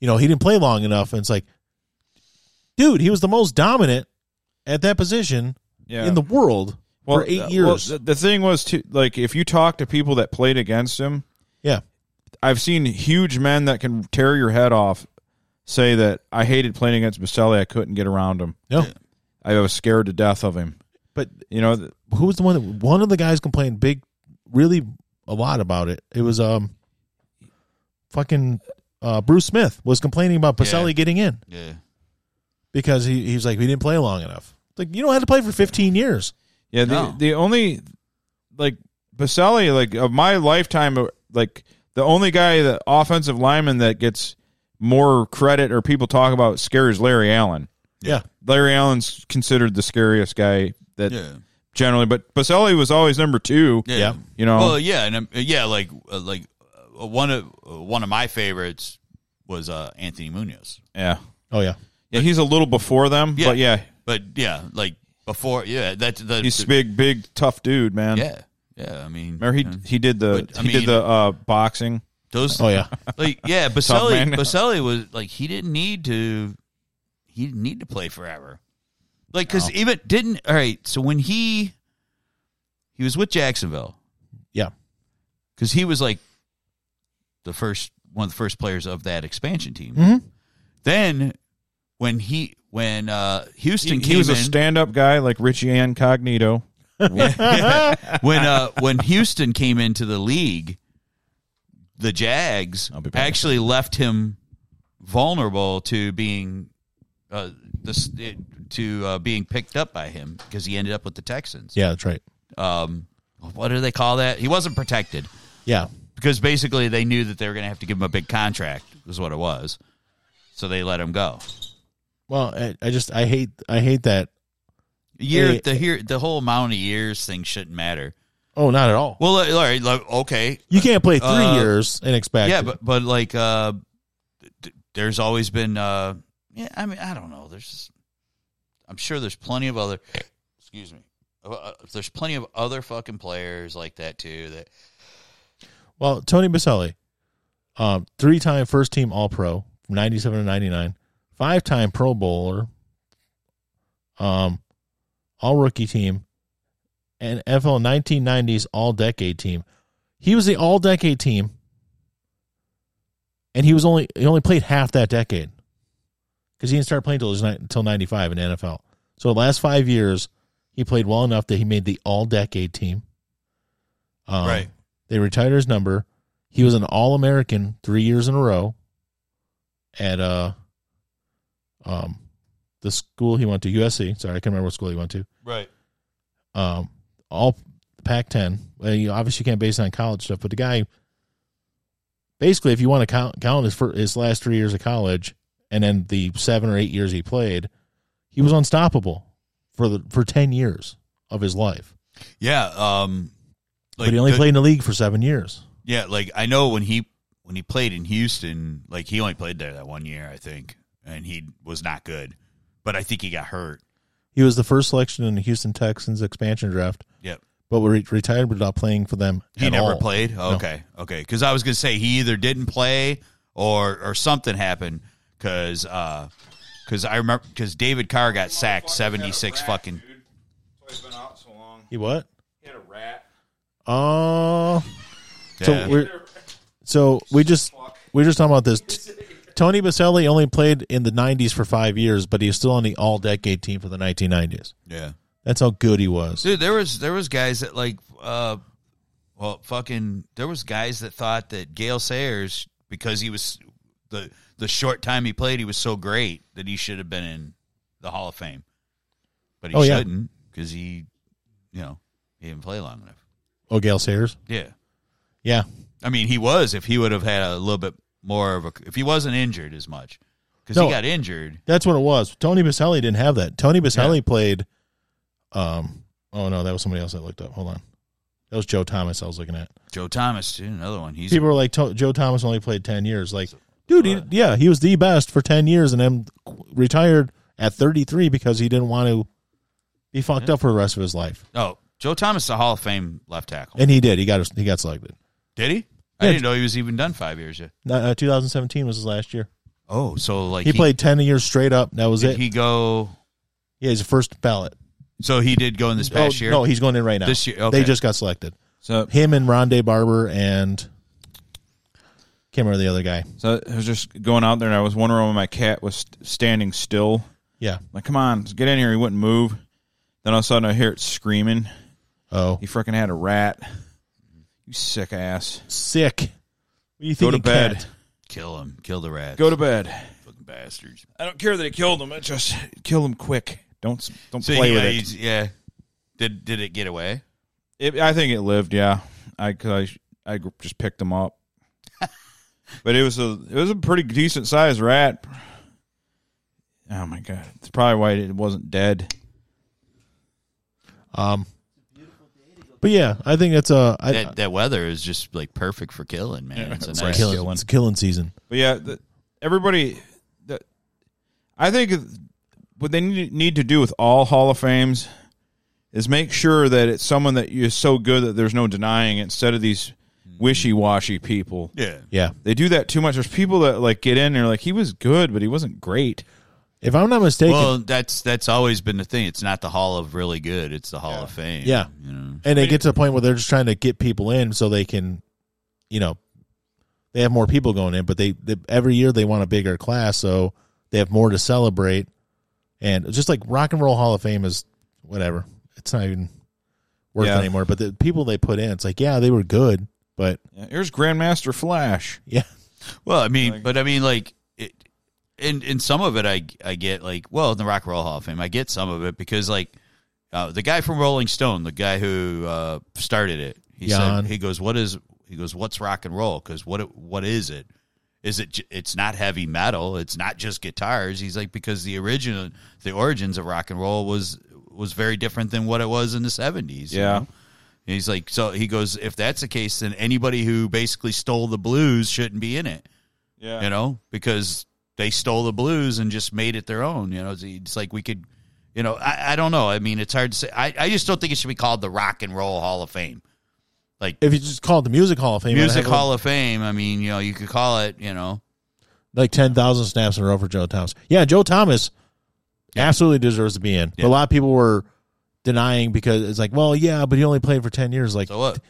you know, he didn't play long enough, and it's like, dude, he was the most dominant at that position
Yeah.
in the world for eight
uh,
years.
th- the thing was, too, like, if you talk to people that played against him,
Yeah.
I've seen huge men that can tear your head off say that I hated playing against Baselli. I couldn't get around him.
no,
I was scared to death of him.
but
You know, th-
who was the one that one of the guys complained big really a lot about it it was um fucking uh bruce smith was complaining about pacelli
Yeah.
getting in
Yeah,
because he, he was like we didn't play long enough like you don't have to play for 15 years
yeah. The,
No.
the only like Baselli, like of my lifetime, uh, like the only guy, the offensive lineman that gets more credit or people talk about scary is Larry Allen.
yeah
Larry Allen's considered the scariest guy that
yeah,
generally, but Baselli was always number two.
yeah.
Yeah.
You know,
Well, yeah, and um, yeah, like uh, like uh, one of uh, one of my favorites was uh, Anthony Munoz.
yeah,
oh yeah
yeah. He's a little before them,
Yeah.
but yeah,
But yeah, like before, yeah, that's the
he's big, big, tough dude, man.
yeah, yeah. I mean,
Remember he
yeah.
he did the
But, I
he did
mean-
the uh, boxing.
those
oh yeah
like yeah, Baselli
man.
Baselli was like he didn't need to he didn't need to play forever. Like cuz even didn't all right, so when he he was with Jacksonville
yeah
cuz he was like the first one of the first players of that expansion team.
Mhm.
Mm-hmm.
Then when he when uh
He,
Houston
he
came
was a
in
stand up guy like Richie Incognito.
when uh when Houston came into the league the Jags
I'll be back.
actually left him vulnerable to being uh, this to uh, being picked up by him because he ended up with the Texans.
yeah that's right
Um, what do they call that? He wasn't protected
yeah
because basically they knew that they were going to have to give him a big contract. Is what it was. So they let him go.
well I, I just i hate i hate that
Year
Hey.
the here the whole amount of years thing shouldn't matter.
oh not at all
Well, uh, all right, like, okay,
you can't play three
Uh,
years and expect
yeah, but but like uh, th- there's always been uh, yeah. I mean, I don't know. There's, I'm sure there's plenty of other. Excuse me. Uh, uh, There's plenty of other fucking players like that too. That
Well, Tony Baselli, um, three time first team All Pro, 97 to 99, five time Pro Bowler, um, all rookie team, and NFL 1990s All Decade team. He was the All Decade team, and he was only he only played half that decade because he didn't start playing until his ni- until 95 in the NFL. So the last five years, he played well enough that he made the All Decade team. Um,
Right.
They retired his number. He was an All American three years in a row at uh um the school he went to USC. Sorry, I can't remember what school he went to.
right.
Um, all Pac-10. Well, you obviously can't base it on college stuff, but the guy basically, if you want to count count his fir- his last three years of college and then the seven or eight years he played, he was unstoppable for the for ten years of his life.
Yeah. Um. Like
but he only
the-
played in the league for seven years.
Yeah. Like I know when he when he played in Houston, like he only played there that one year, I think, and he was not good. But I think he got hurt.
He was the first selection in the Houston Texans expansion draft,
Yep.
but re- retired without playing for them.
He
at
never
all.
played. Oh,
No.
okay, okay. Because I was gonna say he either didn't play or or something happened. Because because I remember because David Carr got sacked seventy six fucking.
He what?
He had a rat.
Oh, so
Yeah.
we're so we just we are just talking about this. T- Tony Baselli only played in the '90s for five years, but he's still on the all-decade team for the 1990s.
yeah,
That's how good he was.
dude. There was there was guys that like uh, well fucking there was guys that thought that Gail Sayers because he was the the short time he played he was so great that he should have been in the Hall of Fame, but he
Oh, yeah.
shouldn't because he you know he didn't play long enough.
Oh, Gail Sayers.
Yeah.
Yeah,
I mean, he was if he would have had a little bit more of a if he wasn't injured as much. because
No.
he got injured.
That's what it was. Tony Baselli didn't have that. Tony Baselli played. Um. Oh no, that was somebody else I looked up. Hold on, that was Joe Thomas I was looking at.
Joe Thomas, dude, another one. He's
People were like, "To- Joe Thomas only played ten years. Like, dude, he, yeah, he was the best for ten years, and then retired at thirty three because he didn't want to be fucked up for the rest of his life.
oh Joe Thomas, the Hall of Fame left tackle.
And he did. He got he got selected.
Did he? I
Yeah.
didn't know he was even done five years yet.
Uh, 2017 was his last year.
Oh, so like
He, played ten years straight up. That was
Did
it.
he go?
yeah, he's the first ballot.
So he did go in this past
oh,
year.
No, he's going in right now.
This year, okay.
They just got selected.
So,
Him and Rondé Barber and can't remember the other guy.
so I was just going out there, and I was wondering when my cat was st- standing still.
Yeah.
Like, come on, get in here. He wouldn't move. Then all of a sudden, I hear it screaming.
Oh,
He freaking had a rat. You sick ass.
sick. What do you
Go
think?
to bed.
Kill him. Kill the rat.
Go to bed.
fucking bastards.
I don't care that it killed him. I just kill him quick. Don't don't
So
play
yeah,
with it.
he's- yeah. Did did it get away?
It- I think it lived. Yeah, I cause I I gr- just picked him up. but it was a it was a pretty decent sized rat. Oh my god! It's probably why it wasn't dead.
Um, but yeah, I think that's a I,
that that weather is just like perfect for killing, man. it's a
it's
nice.
like-
killing,
killing.
it's killing season.
But yeah, the, everybody. The, I think what they need, need to do with all Hall of Fames is make sure that it's someone that is so good that there's no denying it, instead of these wishy washy people.
Yeah.
Yeah.
They do that too much. There's people that like get in and they're like, he was good, but he wasn't great.
If I'm not mistaken,
Well, that's that's always been the thing. It's not the Hall of really good. It's the Hall of Fame.
Yeah.
You know?
and they get to the point where they're just trying to get people in so they can, you know, they have more people going in, but they, they every year they want a bigger class, so they have more to celebrate. And just like Rock and Roll Hall of Fame is whatever, it's not even worth
Yeah.
it anymore. But the people they put in, it's like yeah, they were good, but
Yeah, here's Grandmaster Flash.
yeah,
Well, I mean, but I mean, like, it, in in some of it, I I get like, well, in the Rock and Roll Hall of Fame, I get some of it because like, uh, the guy from Rolling Stone, the guy who uh, started it, he
Jan.
said, he goes, what is, he goes, what's rock and roll? Because what it- what is it? Is it? j- It's not heavy metal. It's not just guitars. He's like because the original, the origins of rock and roll was was very different than what it was in the seventies.
Yeah.
And he's like, so he goes, if that's the case, then anybody who basically stole the blues shouldn't be in it,
Yeah.
you know, because they stole the blues and just made it their own. You know, it's, it's like we could, you know, I, I don't know. I mean, it's hard to say. I, I just don't think it should be called the Rock and Roll Hall of Fame. Like
if you just call it the Music Hall of Fame, I'd
Music
have, like,
Hall of Fame, I mean, you know, you could call it, you know,
like ten thousand snaps in a row for Joe Thomas. Yeah, Joe Thomas absolutely deserves to be in. But
Yeah.
a lot of people were denying because it's like, well, yeah, but he only played for ten years. Like
so what?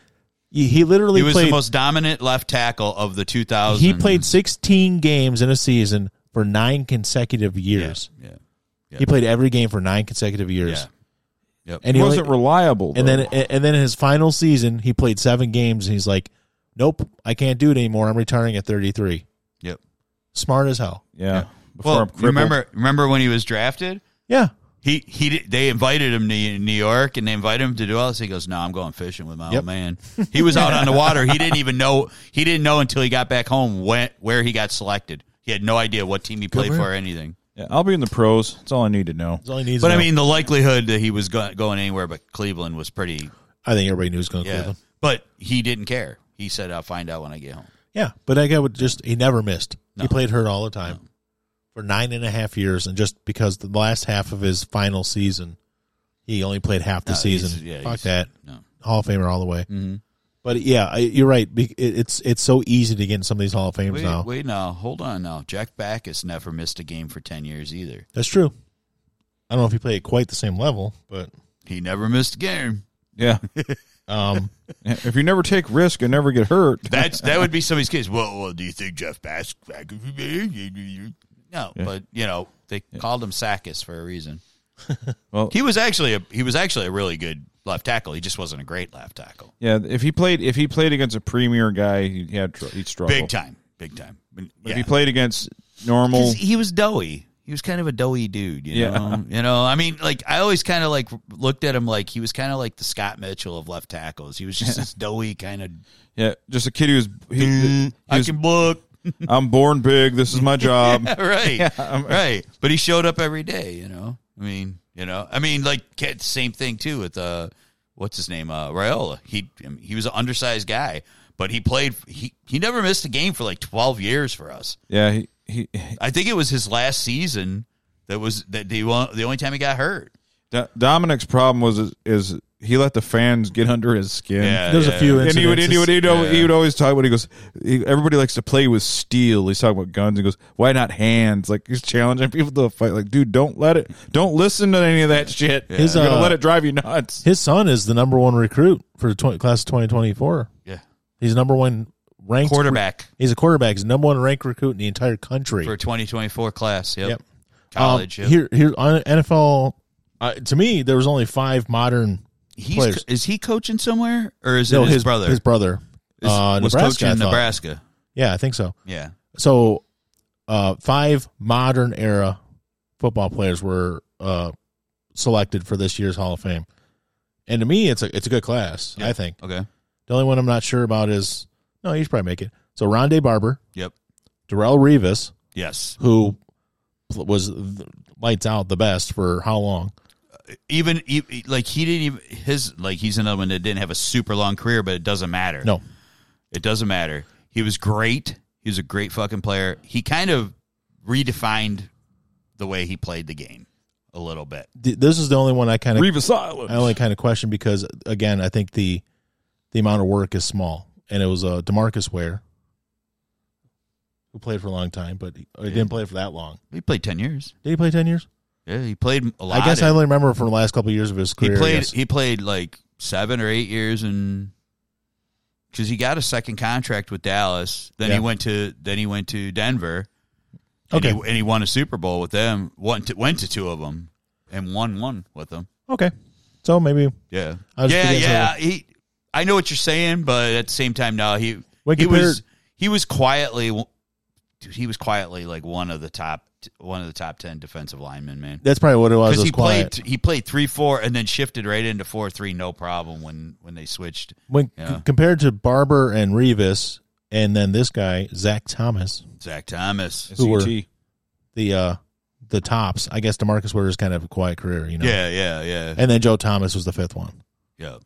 he, he literally
He was
played.
the most dominant left tackle of the 2000s.
he played sixteen games in a season for nine consecutive
Yeah.
years.
yeah.
He played every game for nine consecutive years,
Yeah. Yep.
and
He
he
wasn't
only-
reliable.
and then
though.
and then in his final season, he played seven games, and he's like, "Nope, I can't do it anymore. I'm retiring at 33."
Yep.
Smart as hell.
yeah. Before I'm
Well,
crippled.
remember remember when he was drafted?
Yeah,
he he did- they invited him to New York and they invited him to do all this. He goes, "No, I'm going fishing with my
Yep.
old man." He was out on the water. He didn't even know he didn't know until he got back home when, where he got selected. He had no idea what team he played for or anything.
Yeah, I'll be in the pros. That's all I need to know.
that's all he needs.
But
to
I
know.
mean, the likelihood that he was go- going anywhere but Cleveland was pretty
I think everybody knew he was going to
yeah.
Cleveland.
But he didn't care. He said, "I'll find out when I get home."
Yeah, but that guy would just he never missed. He
No.
played hurt all the time for nine and a half years, and just because the last half of his final season, he only played half the
No, he's-
season.
yeah,
Fuck
he's-
that,
No.
Hall of Famer all the way.
Mhm.
But yeah, I, you're right. Be- it- It's it's so easy to get in some of these Hall of Fames
Wait,
now.
wait, now hold on. Now Jack Backus never missed a game for ten years either.
That's true. I don't know if he played at quite the same level, but
He never missed a game.
Yeah.
um,
if you never take risk and never get hurt,
That's that would be somebody's case. Well, well, do you think Jeff Bass? No, but you know they called him Sackis for a reason.
Well-
he was actually a he was actually a really good left tackle. He just wasn't a great left tackle.
yeah. If he played, if he played against a premier guy, he had tr- he'd struggle.
Big time, big time. But,
But
yeah. e-
If he played against normal,
'Cause he was doughy. He was kind of a doughy dude, you
Yeah.
know. You know, I mean, like I always kind of like looked at him like he was kind of like the Scott Mitchell of left tackles. He was just this doughy kind of.
yeah, just a kid who was he, he
Mm, I
was
can block.
I'm born big. This is my job.
right,
I'm-
right. But he showed up every day. You know, I mean, you know, I mean, like ca- same thing too with uh, what's his name, uh, Raiola. He I mean, he was an undersized guy, but he played. He he never missed a game for like twelve years for us.
Yeah, he, he
I think it was his last season that was that the one the only time he got hurt.
Do- Dominic's problem was is, is he let the fans get under his skin.
Uh,
There's a few
And he would, he would, he would,
Yeah.
he would always talk when he goes. He, everybody likes to play with steel. He's talking about guns. He goes, "Why not hands?" Like he's challenging people to a fight. Like, dude, don't let it. Don't listen to any of that shit.
His,
You're gonna
uh,
let it drive you nuts.
His son is the number one recruit for the 20, class of 2024.
yeah.
He's number one ranked
quarterback
He's a quarterback. He's number one ranked recruit in the entire country.
for 2024 class. Yep.
Yep.
College.
Um,
yep.
Here, here on NFL. Uh, to me, there was only five modern.
He's
players.
co- is he coaching somewhere or is it
no,
his, brother?
His brother.
Is-
uh,
was
Nebraska, I
coaching
thought.
Nebraska.
Yeah, I think so.
Yeah.
So, uh, five modern era football players were uh, selected for this year's Hall of Fame, and to me, it's a it's a good class. I think
Okay.
the only one I'm not sure about is no, he should probably make it. So Rondé Barber,
Yep.
Darrell Revis,
Yes.
who pl- was th- lights out the best for how long?
Even e- like he didn't even his like he's another one that didn't have a super long career, but it doesn't matter.
No,
It doesn't matter. He was great. He was a great fucking player. He kind of redefined the way he played the game a little bit.
Th- this is the only one I kind of
Revis Island.
I only kind of question because again, I think the the amount of work is small, and it was uh, Demarcus Ware who played for a long time, but he, he didn't play for that long.
He played 10 years.
Did he play ten years?
Yeah, he played a lot.
I guess
in-
I only remember from the last couple of years of his career.
he
I
played
guess.
he played like seven or eight years and because he got a second contract with Dallas then
Yeah.
he went to then he went to Denver and,
Okay.
he, and he won a Super Bowl with them went to, went to two of them and won one with them
okay, so maybe
yeah
I was
yeah
thinking
yeah he I know what you're saying but at the same time now he
When
he was
compared-
he was quietly dude, he was quietly like one of the top one of the top 10 defensive linemen man
that's probably what it was.
because
was
he
quiet.
played he played three four and then shifted right into four three no problem when when they switched.
when
Yeah.
c- compared to Barber and Revis, and then this guy Zach Thomas.
Zach Thomas.
who were-
SET.
the uh the tops. I guess Demarcus Ware is kind of a quiet career, you know.
Yeah, yeah, yeah,
And then Joe Thomas was the fifth one.
yeah.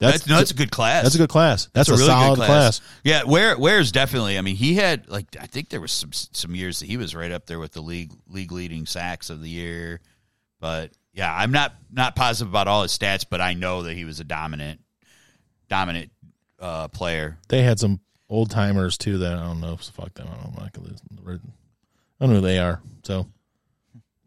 That's
That's no, that's
that's,
a good class.
a good class. That's, a,
really
solid
good
class.
Yeah, where where's definitely. I mean, he had like I think there was some some years that he was right up there with the league league leading sacks of the year. But yeah, I'm not not positive about all his stats, but I know that he was a dominant dominant uh, player.
They had some old timers too that I don't know. So fuck them. I don't know. I could lose- I don't know who they are. So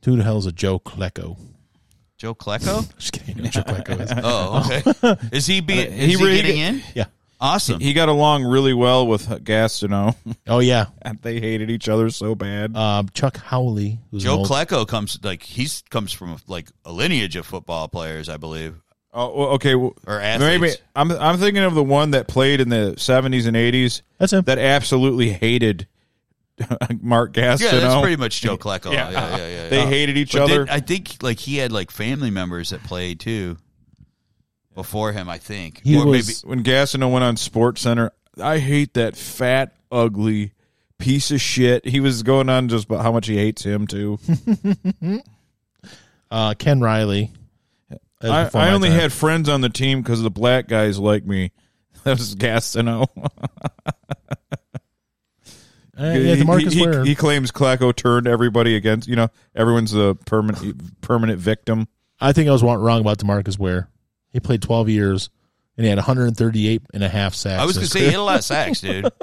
who the hell is a Joe Klecko?
Joe Klecko.
Just kidding. I know who Joe Klecko is. Uh,
oh, okay. Is he being?
He
Is he,
really-
getting in?
Yeah.
Awesome.
He got along really well with Gastineau.
Oh yeah.
they hated each other so bad.
Um, Chuck Howley. Who's an
Joe
old-
Klecko comes like he's comes from like a lineage of football players, I believe,
oh, well, okay. Well,
or athletes.
maybe I'm I'm thinking of the one that played in the 70s and 80s
That's him.
that absolutely hated Mark Gastineau.
yeah, that's pretty much Joe Klecko.
Yeah.
yeah, yeah, yeah. yeah.
They hated each
But
other.
then I think like he had like family members that played too before him. I think.
He
Or
was-
maybe
when Gastineau went on Sports Center, I hate that fat, ugly piece of shit. He was going on just about how much he hates him too.
Uh, Ken Riley. That was
I,
before
I
my
only
time.
had friends on the team because the black guys like me. That was Gastineau.
Uh, yeah, Demarcus
he, he-
Ware.
he claims Clacko turned everybody against. You know, everyone's the permanent permanent victim.
I think I was wa- wrong about Demarcus Ware. He played 12 years and he had 138 and a half sacks.
I was gonna
this
say he
year.
had a lot of sacks, dude.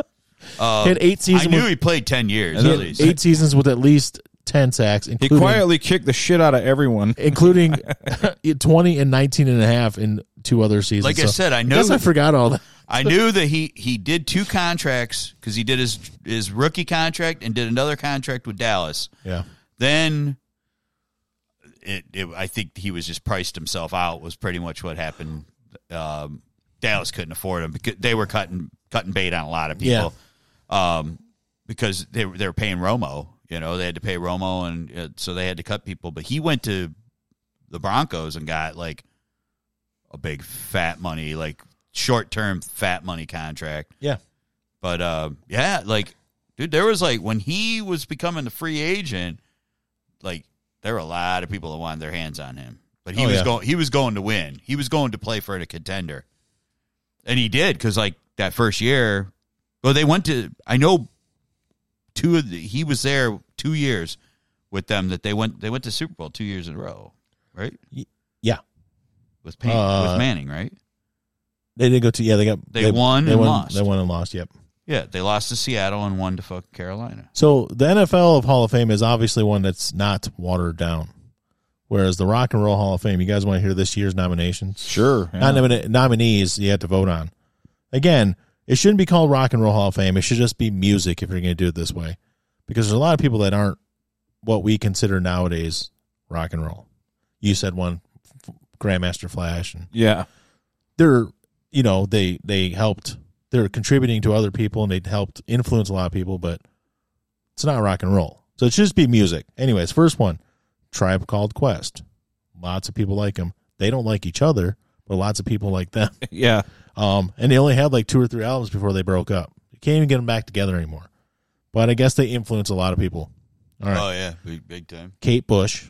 Uh,
He had eight
I
seasons.
knew
with,
he played ten years
he
at
had
least.
eight seasons with at least 10 sacks,
He
including
quietly kicked the shit out of everyone.
including 20 and 19 and a half in two other seasons.
Like I
So
said, I
I
know
guess I forgot all that.
I knew that he he did two contracts because he did his his rookie contract and did another contract with Dallas.
Yeah.
Then it, it I think he was just priced himself out was pretty much what happened. Um, Dallas couldn't afford him because they were cutting cutting bait on a lot of people. Um, because they were- they were paying Romo, you know, they had to pay Romo and uh, so they had to cut people, but he went to the Broncos and got like a big fat money like short-term fat money contract.
Yeah.
But uh, yeah, like, Dude, there was like when he was becoming the free agent, like there were a lot of people that wanted their hands on him. But he
Oh,
was
yeah.
going he was going to win. He was going to play for a contender. And he did cuz like that first year, well they went to I know two of the, he was there 2 years with them that they went they went to Super Bowl 2 years in a row, right?
Y- yeah.
With Pan-
Uh,
with Manning, right?
They did go to yeah. They got
They won
They
and
won.
lost.
They won and lost. Yep.
Yeah, they lost to Seattle and won to fucking Carolina.
So the NFL of Hall of Fame is obviously one that's not watered down, whereas the Rock and Roll Hall of Fame. You guys want to hear this year's nominations?
Sure.
Not nomina- nominees you have to vote on. Again, it shouldn't be called Rock and Roll Hall of Fame. It should just be music if you're going to do it this way, because there's a lot of people that aren't what we consider nowadays rock and roll. You said one, F- Grandmaster Flash, and
Yeah.
they're you know they they helped they're contributing to other people and they helped influence a lot of people but it's not rock and roll so it should just be music anyways first one tribe called quest lots of people like them they don't like each other but lots of people like them
Yeah.
um and they only had like two or three albums before they broke up you can't even get them back together anymore but i guess they influence a lot of people all right
Oh yeah, big, big time.
kate bush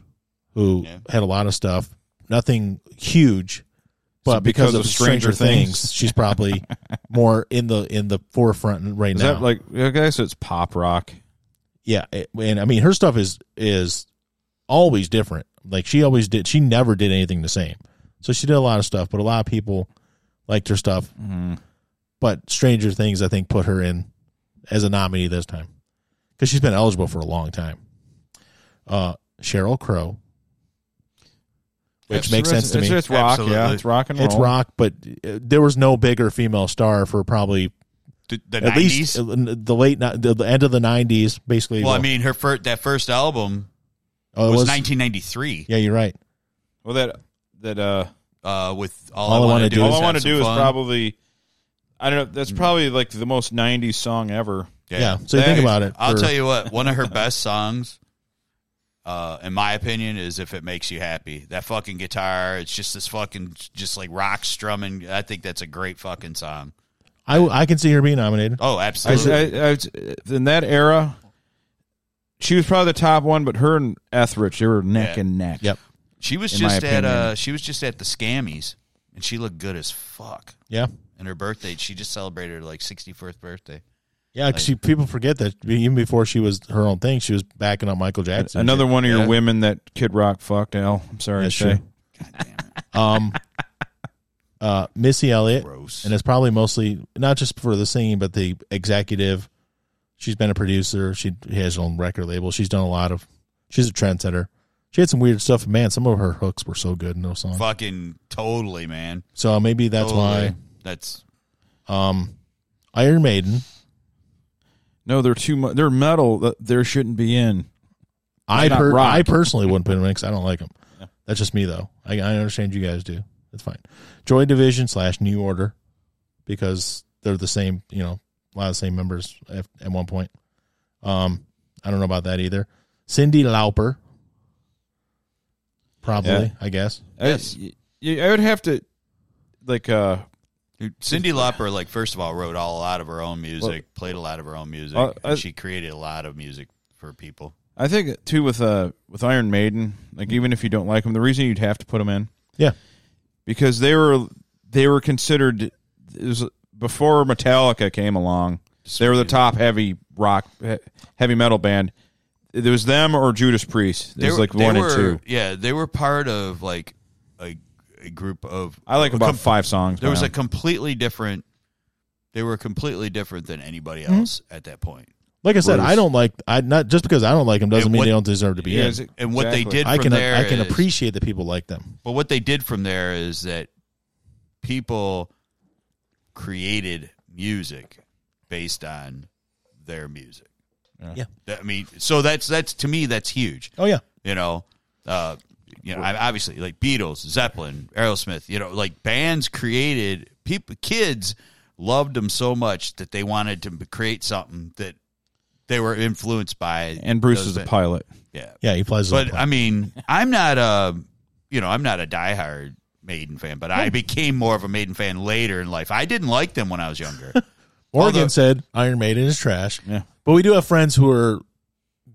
who
Yeah.
had a lot of stuff nothing huge but
So
because, of Stranger, Things, she's probably more in the in the forefront right
Is
now.
that like okay? So it's pop rock.
yeah, it- and I mean her stuff is is always different. Like she always did, she never did anything the same. So she did a lot of stuff, but a lot of people liked her stuff.
Mm-hmm.
Mm.
But Stranger Things, I think, put her in as a nominee this time because she's been eligible for a long time. Uh, Cheryl Crow, which
It's-
makes
it's-
sense to
it's-
me.
It's rock, yeah.
Absolutely.
It's rock and roll.
It's rock, but uh, there was no bigger female star for probably
The, the
at
90s?
least uh, the late ni- the, the end of the 90s basically
well, I mean, her first, that first album
oh,
was,
it
1993.
yeah you're right
Well, that that uh,
Uh, with all, I want to do,
all
is
I want to
Have Some
do is
Fun.
probably. I don't know. That's probably like the most '90s song ever.
yeah, so you
Hey,
think about it
I'll
for-
tell you what, one of her best songs, uh, in my opinion, is "If It Makes You Happy." That fucking guitar, it's just this fucking, just like rock strumming. I think that's a great fucking song.
I, w- I can see her being nominated
Oh,
I,
absolutely.
I, I, in that era, she was probably the top one, but her and Etheridge, they were neck
Yeah.
and neck.
Yep.
she was
in my
just at, uh,
opinion.
she was just at the Scammies, and she looked good as fuck.
yeah
And her birthday, she just celebrated her like 61st birthday.
yeah 'cause she, people forget that even before she was her own thing she was backing up Michael Jackson
Another one of your
Yeah.
women that Kid Rock fucked, Al. I'm sorry
Yeah,
to
sure.
say.
um uh Missy Elliott
Gross.
and it's probably mostly not just for the singing but the executive she's been a producer she has her own record label she's done a lot of she's a trendsetter she had some weird stuff man some of her hooks were so good in those songs
Fucking totally, man.
So maybe that's
Totally. That's
why um, Iron Maiden.
No, they're too much. They're metal. that There shouldn't be in.
I
not
per-
rock.
I personally wouldn't put them in because I don't like them. That's just me though. I, I understand you guys do. That's fine. Joy Division slash New Order because they're the same. You know, a lot of the same members at, at one point. Um, I don't know about that either. Cindy Lauper, probably.
Yeah.
I guess.
Yes.
I, y- I would have to, like, uh,
dude, Cindy Lauper. Like, first of all, wrote all a lot of her own music, played a lot of her own music.
Uh, I-
and she created a lot of music for people.
I think too with uh with Iron Maiden, like even if you don't like them, the reason you'd have to put them in,
Yeah.
because they were they were considered it was before Metallica came along. They were the top heavy rock he- heavy metal band. It was them or Judas Priest. It was
were-
like one
they
and
were-
two.
Yeah, they were part of like a, a group of.
I like
a
about
com-
five songs.
There
by
was a
them.
completely different. They were completely different than anybody
Mm-hmm.
else at that point.
Like I said,
Bruce.
I don't like. I not just because I don't like them doesn't
And
mean
what-
they don't deserve to be
Yeah,
in.
is it-
And what
Exactly.
they did
I
from
can
there,
I can
is-
appreciate that people like them.
But what they did from there is that people created music based on their music.
Yeah.
That- I mean, so that's that's to me that's huge.
Oh yeah,
You know, uh, you know, I, obviously like Beatles, Zeppelin, Aerosmith. You know, like bands created people, kids loved them so much that they wanted to create something that they were influenced by.
and Bruce
those
is a
ba-
pilot.
Yeah,
yeah. He plays.
but I mean, I'm not a, you know, I'm not a diehard Maiden fan, but I became more of a Maiden fan later in life. I didn't like them when I was younger.
Morgan
Although-
said Iron Maiden is trash.
Yeah.
But we do have friends who are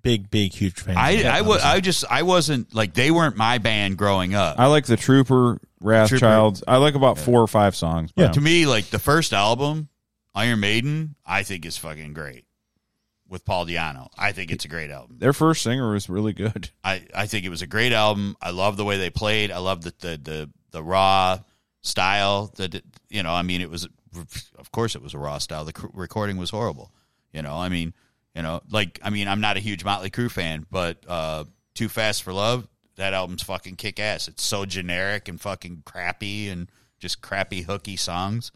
big, big, huge fans.
I,
Yeah,
I, wa- I just I wasn't like they weren't my band growing up.
I like the Trooper,
Trooper.
Wrathchilds. I like about four or five songs. by
Yeah,
them.
to me, like the first album, Iron Maiden, I think is fucking great. With Paul Diano, I think it's a great album.
their first singer was really good.
I, I think it was a great album. I love the way they played. I love the the the, the raw style. That you know, I mean, it was of course it was a raw style. The cr- recording was horrible. You know, I mean, you know, like I mean, I'm not a huge Motley Crue fan, but uh, Too Fast for Love that album's fucking kick ass. It's so generic and fucking crappy and just crappy hooky songs.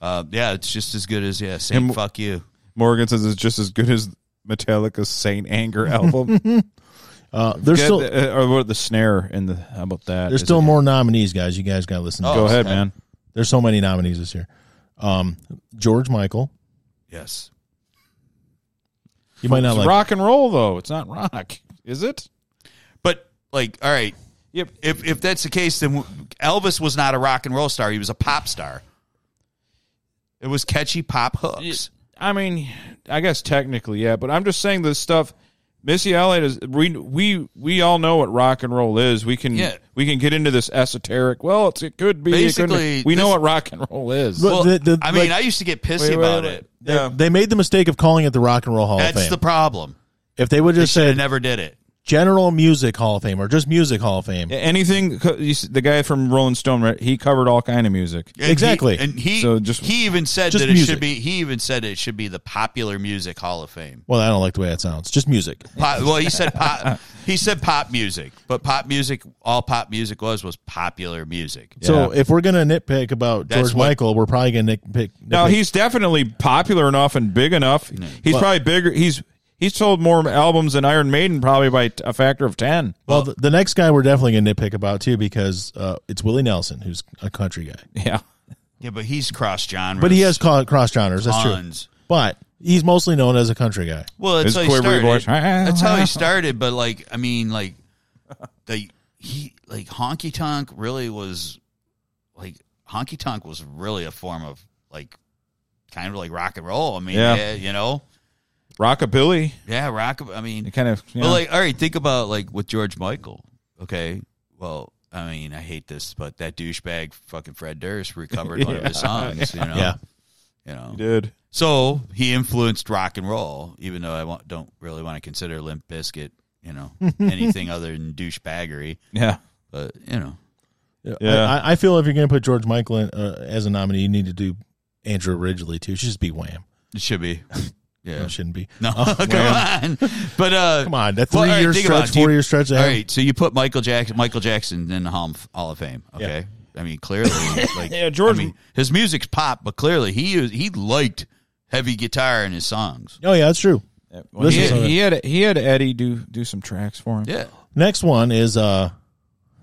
Uh, yeah, it's just as good as yeah. Same
And-
fuck you.
Morgan says it's just as good as Metallica's Saint Anger album.
uh, there's
Yeah,
still
the- uh, or what the snare in the how about that?
there's
Is
still
it-
more nominees, guys. You guys got to listen. to
Oh.
Go
this.
ahead, man.
There's so many nominees this year. Um, George Michael.
Yes,
You might not
It's
like.
rock and roll though. It's not rock, is it?
but like, all right,
Yep.
if if that's the case, then Elvis was not a rock and roll star; he was a pop star. It was catchy pop hooks.
I mean, I guess technically, yeah, but I'm just saying this stuff. Missy Elliott is we we we all know what rock and roll is. We can
Yeah.
we can get into this esoteric. Well, it's, it could be it couldn't be.
Basically,
we know
this-
what rock and roll is.
But
Well,
the- the-
I mean,
like-
I used to get pissy
Wait, wait,
about
wait.
it.
they,
yeah.
they made the mistake of calling it the Rock and Roll Hall of
That's
Fame.
the problem.
if they would
They
just
should have
said
never did it.
General Music Hall of Fame or just Music Hall of Fame,
Anything you see- the guy from Rolling Stone, right, he covered all kind of music.
And he-
Exactly.
and he
So just-
he even said
Just
that it
music.
should be. He even said it should be the popular music hall of fame.
well, I don't like the way that sounds. Just music.
Pop, well, he said pop. he said pop music, but pop music, all pop music was was popular music.
So if we're gonna nitpick about
That's
George
what-
Michael, we're probably gonna nitpick.
Now
nitpick-
he's definitely popular enough and big enough. He's probably bigger. He's he's sold more albums than Iron Maiden probably by t- a factor of ten.
well, the, the next guy we're definitely gonna nitpick about too because uh, it's Willie Nelson, who's a country guy,
Yeah,
Yeah, but he's cross genres.
but he has co- cross genres. That's true.
Tons.
But he's mostly known as a country guy.
Well, that's
His
how he
quivery
started.
voice.
That's how he started. But like, I mean, like the he like honky tonk really was like honky tonk was really a form of like kind of like rock and roll. I mean,
Yeah.
yeah, you know,
rockabilly.
yeah, rock. I mean,
It kind of you
but
know.
like, all right, think about like with George Michael. Okay, well. I mean, I hate this, but that douchebag, fucking Fred Durst, recovered one of his songs. You know,
Yeah.
you know,
dude.
so he influenced rock and roll, even though I wa- don't really want to consider Limp Biscuit, you know, anything other than douchebaggery.
Yeah,
But you know,
Yeah.
I, I feel if you're gonna put George Michael in, uh, as a nominee, you need to do Andrew Ridgely too. She just be wham.
it should be, yeah,
It shouldn't be.
no, come on. But uh,
Oh, Come on, that three
Well, all right,
year
think
stretch,
about it. Do you-
four year stretch.
all
ahead.
right. So you put Michael Jackson, Michael Jackson, in the Hall of- Hall of Fame. Okay, I mean clearly, like,
Yeah, George-
I mean, his music's pop, but clearly he he liked heavy guitar in his songs.
Oh yeah, that's true.
Well, he,
Listen to
had, he had he had Eddie do do some tracks for him.
Yeah,
Next one is uh,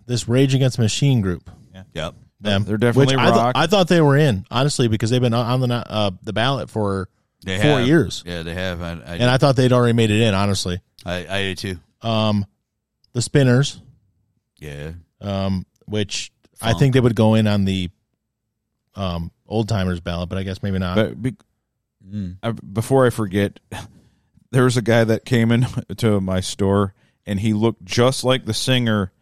this Rage Against the Machine group.
yep.
Them,
They're definitely
which I, thought-
rock.
I thought they were in honestly because they've been on the no- uh, the ballot for
They
four
have.
years,
Yeah, they have. I I,
and I thought they'd already made it in. Honestly,
I, I do too.
um, the Spinners,
Yeah,
um, which I
Funk.
think they would go in on the um, old timers ballot, but I guess maybe not.
But be,
Uh, Mm.
I, before I forget, there was a guy that came in to my store and he looked just like the singer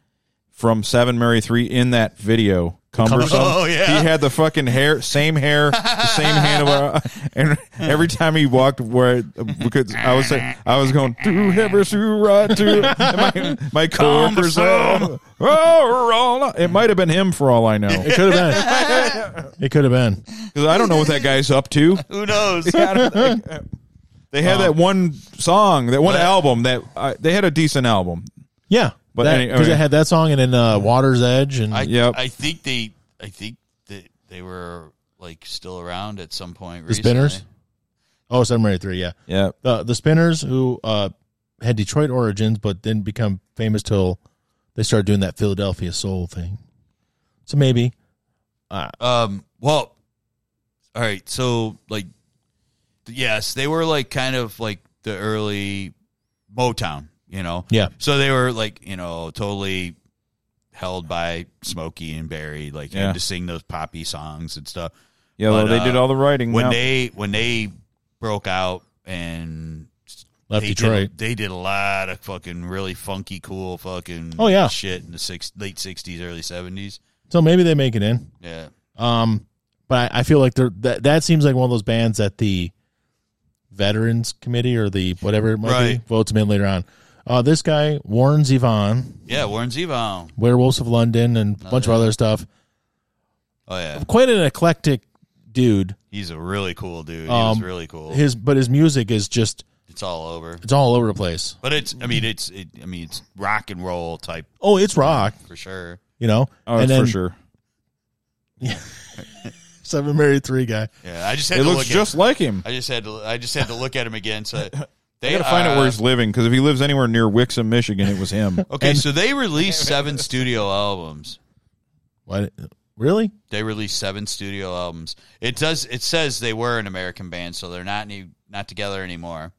from Seven Mary Three in that video. Cumbersome.
Oh, yeah.
He had the fucking hair, same hair, the same handlebar. And every time he walked, where because I was like, I was going to heaven, to right uh, to and my, my coworkers. Oh, oh, it might have been him for all I know,
it could have been. it could have been.
because I don't know what that guy's up to.
Who knows?
uh,
Um,
They had that one song, that one album that uh, they had a decent album.
Yeah,
But
but because
any-
I
okay.
had that song and then uh, Water's Edge and
I
Yep.
I think they I think that they were like still around at some point.
the
recently.
Spinners. Oh, Seven Mary Three. Yeah,
Yeah,
the the spinners who uh, had Detroit origins but didn't become famous till they started doing that Philadelphia soul thing. So maybe
Um. Well. All right. So like, yes, they were like kind of like the early Motown. You know.
Yeah.
So they were like you know totally held by Smokey and Barry, like
Yeah.
had to sing those poppy songs and stuff.
yeah. well,
But,
they
uh,
did all the writing.
when
now.
they when they broke out and
Left
they
Detroit.
Did, they did a lot of fucking really funky, cool fucking
Oh, yeah.
shit in the six, late '60s, early '70s.
So maybe they make it in.
Yeah,
Um, but I, I feel like they're that, that seems like one of those bands that the veterans committee or the whatever it might
Right.
be votes them in later on. Uh, this guy Warren Zevon,
yeah. Warren Zevon.
Werewolves of London, and a bunch of other stuff.
Oh yeah,
Quite an eclectic dude.
he's a really cool dude. He was
Um,
really cool.
His but his music is just
it's all over,
it's all over the place.
but it's. I mean, it's. It, I mean, it's rock and roll type
Oh, it's rock,
for sure.
you know.
Oh, that's
and then
for sure.
Seven Married Three guy.
Yeah, I just had
It
to
looks
look
just
at.
like him.
I just had to. I just had to look at him again. So they
I gotta find out
uh,
where he's living because if he lives anywhere near Wixom, Michigan, it was him.
Okay, so they released seven studio albums.
What? Really?
They released seven studio albums. It does. It says they were an American band, so they're not any not together anymore.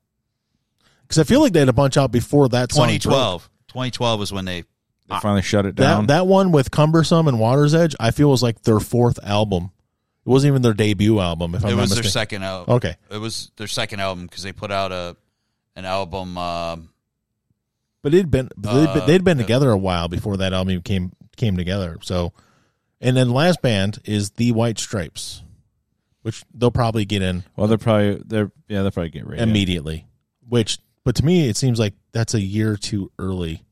Because I feel like they had a bunch out before that. song broke.
2012. 2012 was when they.
They finally shut it down.
That that one with Cumbersome and Water's Edge, I feel was like their fourth album. It wasn't even their debut album, if I'm
it
not
was their
mistaken.
second album.
okay,
It was their second album because they put out a an album. Um,
but it'd been they'd,
Uh,
been they'd been
yeah.
together a while before that album even came came together. So, and then last band is the White Stripes, which they'll probably get in
well, they're probably they're yeah they're probably get ready.
immediately. Which, but to me, it seems like that's a year too early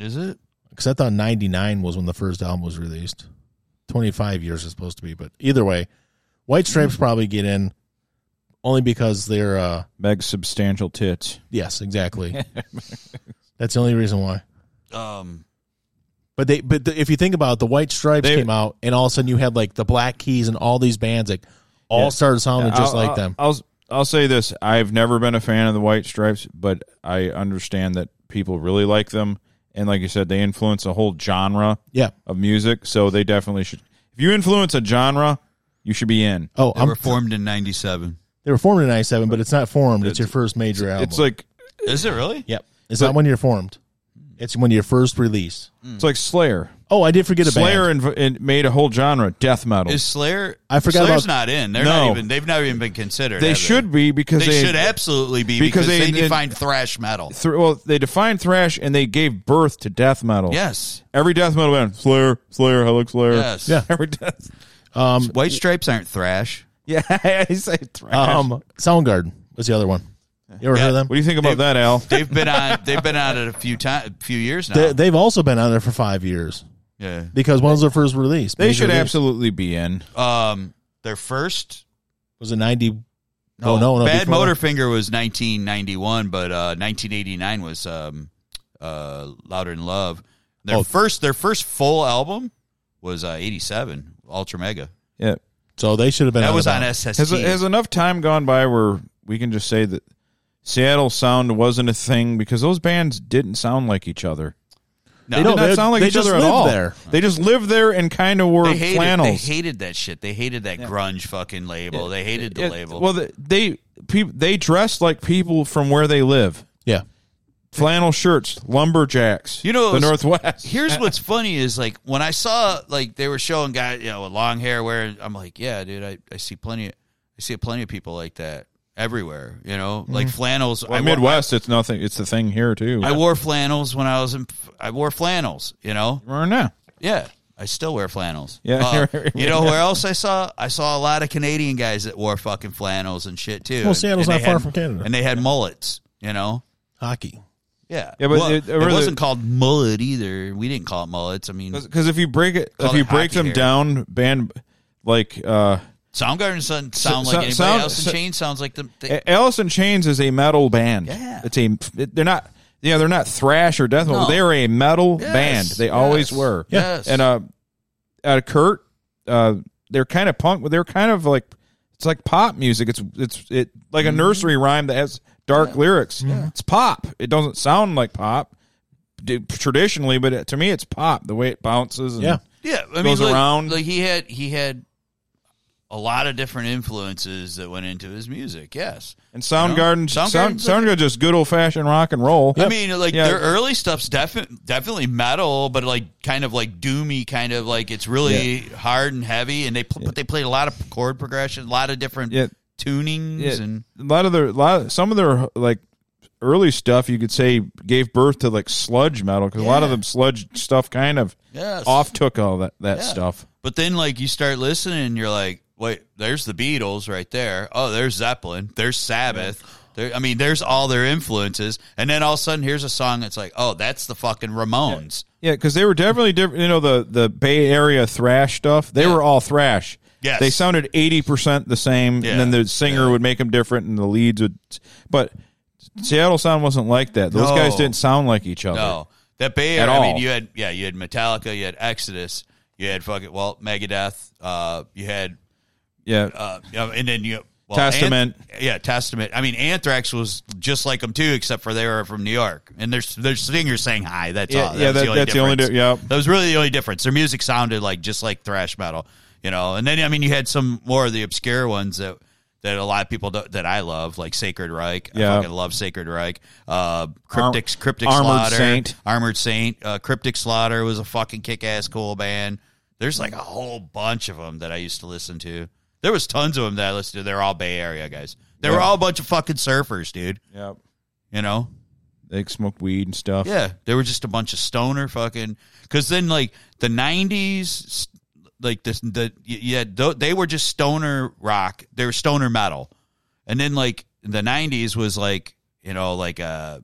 is it?
because I thought '99 was when the first album was released. 25 years is supposed to be, but either way, White Stripes probably get in only because they're. uh
Meg substantial tits.
Yes, exactly. That's the only reason why.
Um,
But they, but the, if you think about it, the White Stripes
They-
came out, and all of a sudden you had like the Black Keys and all these bands like all
Yeah. uh,
started sounding just
I'll-
like them.
I'll, I'll I'll say this: I've never been a fan of the White Stripes, but I understand that people really like them, and like you said, they influence a whole genre
yeah.
of music. So they definitely should. If you influence a genre, you should be in.
Oh,
they
I'm,
were formed in '97.
they were formed in '97, but it's not formed. It's, your first major album.
It's like
Is it really?
yep. It's
but-
not when you're formed. It's when you're first release.
it's like Slayer.
Oh, I did forget a
Slayer
band.
inv- and made a whole genre death metal.
Is Slayer?
I forgot
Slayer's
about-
not in. They're
No.
not even. They've not even been considered.
they
have
should be because
They,
they,
should absolutely be
because
because,
they-
they,
they-
defined thrash metal.
thr- well, they defined thrash and they gave birth to death metal.
Yes.
Every death metal band, Slayer, Slayer, I look Slayer.
Yes.
Yeah.
Every death.
White Stripes aren't thrash.
Yeah, I say thrash.
Um, Soundgarden was the other one. You ever
Yeah.
heard of them?
what do you think about
they-
that, Al?
They've been on. They've been on it a few time, a few years now.
They, they've also been on there for five years
yeah.
because when was their first release?
They
Major
should
release.
absolutely be in.
Um, their first.
was it ninety? No, oh, no, no.
Bad
before.
Motorfinger was 1991, but uh, 1989 was um, uh, Louder Than Love. Their
Oh.
first, their first full album was uh, 87, Ultra Mega.
Yeah.
So they should have been.
That was
the
on
ballot.
SST.
Has has enough time gone by where we can just say that Seattle sound wasn't a thing because those bands didn't sound like each other.
No,
They did
don't.
not
they-
sound like
they
each
just
other at
lived
all.
there.
They just lived there and kind of wore
they hated, they
flannels.
hated that shit. They hated that grunge fucking label. They hated the
Yeah,
label.
Well, the- they peop they dressed like people from where they live.
Yeah.
Flannel shirts, lumberjacks.
You know, it
the
was-
Northwest.
Here's what's funny is like when I saw like they were showing guy you know with long hair wearing I'm like yeah dude I, I see plenty of, I see plenty of people like that everywhere you know like flannels
Mm-hmm. Well,
I wore-
Midwest, it's nothing. It's the thing here too.
I wore flannels when I was in I wore flannels you know
Or no.
yeah I still wear flannels
Yeah.
Uh, you know where else I saw I saw a lot of Canadian guys that wore fucking flannels and shit too
Well, Seattle's
And they
not far
had-
from Canada.
and they had mullets you know
Hockey.
yeah
Yeah, but
Well,
it-
it,
it really-
wasn't called mullet either we didn't call it mullets I mean
Because if you break it,
Call
if you
it
break
hockey
them
hair.
down, band like uh,
Soundgarden doesn't sound
so-
like anybody
sound-
else, and
so-
Chain sounds like the. the
A- Alice in Chains is a metal band.
Yeah.
it's a they're not. Yeah, they're not thrash or death metal.
No.
They are a metal
Yes,
band. They
yes,
always were.
yes.
and uh, uh, Kurt, uh, they're kind of punk, but they're kind of like it's like pop music. It's it's it like
Mm-hmm.
a nursery rhyme that has dark lyrics. It's pop. It doesn't sound like pop d- traditionally, but it, to me, it's pop. The way it bounces. And,
Yeah.
yeah, I mean,
goes
like,
around.
Like he had, he had a lot of different influences that went into his music. Yes,
And Soundgarden,
You know?
Sound,
Soundgarden's
Soundgarden, just good old fashioned rock and roll.
I mean, like
Yeah.
their early stuff's defi- definitely metal, but like kind of like doomy, kind of like it's really hard and heavy, and they pl- but they played a lot of chord progression, a lot of different
Yeah.
tunings,
Yeah,
and
a lot of their lot of- some of their like early stuff, you could say gave birth to like sludge metal because a lot of
Yeah.
them sludge stuff kind of
Yes.
off took all that that
Yeah.
stuff.
But then, like, you start listening, and you're like, wait, there's the Beatles right there. Oh, there's Zeppelin. There's Sabbath. There, I mean, there's all their influences. And then all of a sudden, here's a song that's like, oh, that's the fucking Ramones.
Yeah, because they were definitely different. You know, the the Bay Area thrash stuff. They were all thrash.
Yes.
they sounded eighty percent the same,
Yeah.
and then the singer would make them different, and the leads would. But Seattle sound wasn't like that. Those
No.
guys didn't sound like each other.
No, that Bay
At
Area. I mean,
all.
you had yeah, you had Metallica, you had Exodus, you had fucking well, Megadeth. Uh, you had
Yeah,
uh, you know, and then you well,
Testament.
Anth- yeah, Testament. I mean, Anthrax was just like them too, except for they were from New York, and their their singers sang high. That's
Yeah,
all.
yeah,
was
that- that's the only di-
difference.
yep.
That was really the only difference. Their music sounded like just like thrash metal, you know. And then I mean, you had some more of the obscure ones that that a lot of people do, that I love, like Sacred Reich.
Yeah.
I fucking love Sacred Reich. Uh, Cryptic
Arm-
Cryptic
Armored
Slaughter,
Saint.
Armored Saint, uh, Cryptic Slaughter was a fucking kick ass cool band. There's like a whole bunch of them that I used to listen to. There was tons of them that I listened to. They're all Bay Area guys. They were
Yeah.
all a bunch of fucking surfers, dude.
yeah.
You know,
They smoked weed and stuff.
yeah, they were just a bunch of stoner fucking. Because then, like the '90s, like this, the yeah, tho- they were just stoner rock. They were stoner metal, and then like the '90s was like you know like uh,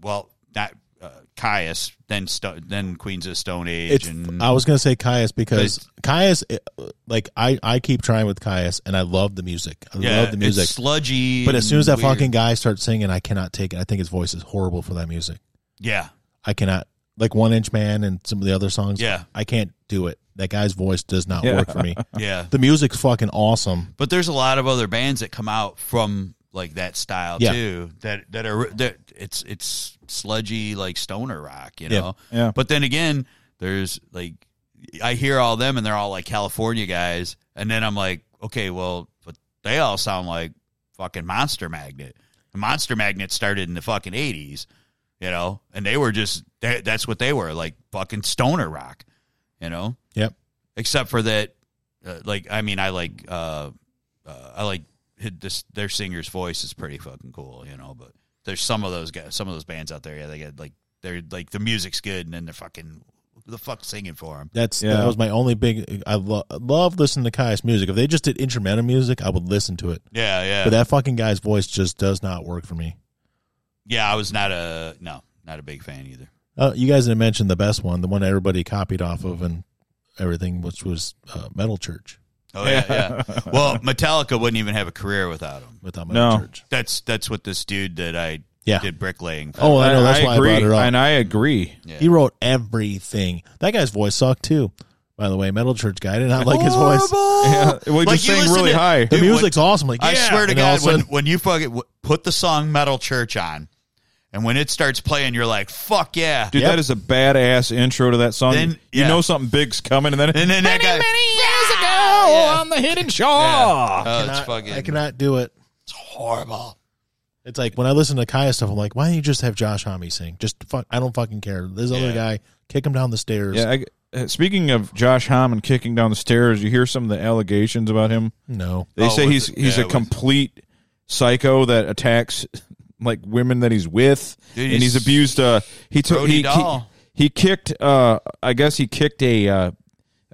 well not uh, Caius, then sto- then Queens of Stone Age,
It's,
and
I was gonna say Caius because
It's-
Caius, it- like I, I keep trying with Caius, and I love the music. I
yeah,
love the music.
it's sludgy.
But as soon as that
and weird.
fucking guy starts singing, I cannot take it. I think his voice is horrible for that music.
yeah,
I cannot like One Inch Man and some of the other songs.
Yeah.
I can't do it. That guy's voice does not
Yeah.
work for me.
yeah.
The music's fucking awesome.
But there's a lot of other bands that come out from like that style
Yeah.
too. That that are that it's it's sludgy like stoner rock, you
Yeah.
know.
Yeah.
But then again, there's like I hear all them and they're all like California guys, and then I'm like, okay, well, but they all sound like fucking Monster Magnet. The Monster Magnet started in the fucking '80s, you know, and they were just they, that's what they were like fucking stoner rock, you know
Yep.
except for that uh, like i mean i like uh, uh i like hit this their singer's voice is pretty fucking cool you know but there's some of those guys some of those bands out there yeah they get like they're like the music's good and then they're fucking who the fuck singing for them
That's
Yeah.
that was my only big. I lo- love listening to Caius music. If they just did instrumental music, I would listen to it.
yeah yeah
But that fucking guy's voice just does not work for me.
yeah i was not a no not a big fan either
Uh, you guys didn't mention the best one, the one everybody copied off of and everything, which was uh, Metal Church.
oh yeah yeah well metallica wouldn't even have a career without him
Without Metal
No.
Church,
that's that's what this dude that i
Yeah.
did bricklaying for.
Oh, I know. That's why
agree,
I brought it up.
and I agree.
yeah.
He wrote everything. That guy's voice sucked too. By the way, metal church guy. I did not like his voice.
Yeah, we
Like,
just
you
sang
listen
really
to-
high.
The
Dude,
music's awesome. Like,
I
yeah.
swear to
And all
God,
of a sudden-
when, when you fucking w- put the song Metal Church on, and when it starts playing, you're like, fuck yeah.
Dude,
Yep.
that is a badass intro to that song.
Then-
you
yeah.
know something big's coming, and then
And then that guy,
ago on the hidden shore.
oh,
I,
it's fucking
I cannot do it.
it's horrible.
It's like when I listen to Kaya stuff, I'm like, why don't you just have Josh Homme sing? Just fuck, I don't fucking care. This other
Yeah.
guy, kick him down the stairs.
Yeah. I, uh, speaking of Josh Hammond kicking down the stairs, you hear some of the allegations about him.
No.
They
Oh,
say
with
he's
the-
he's
yeah,
a
with-
complete psycho that attacks like women that he's with,
Dude,
and he's
he's-
abused. Uh, he took
Brody
he, he
Dahl.
he kicked. Uh, I guess he kicked a. Uh,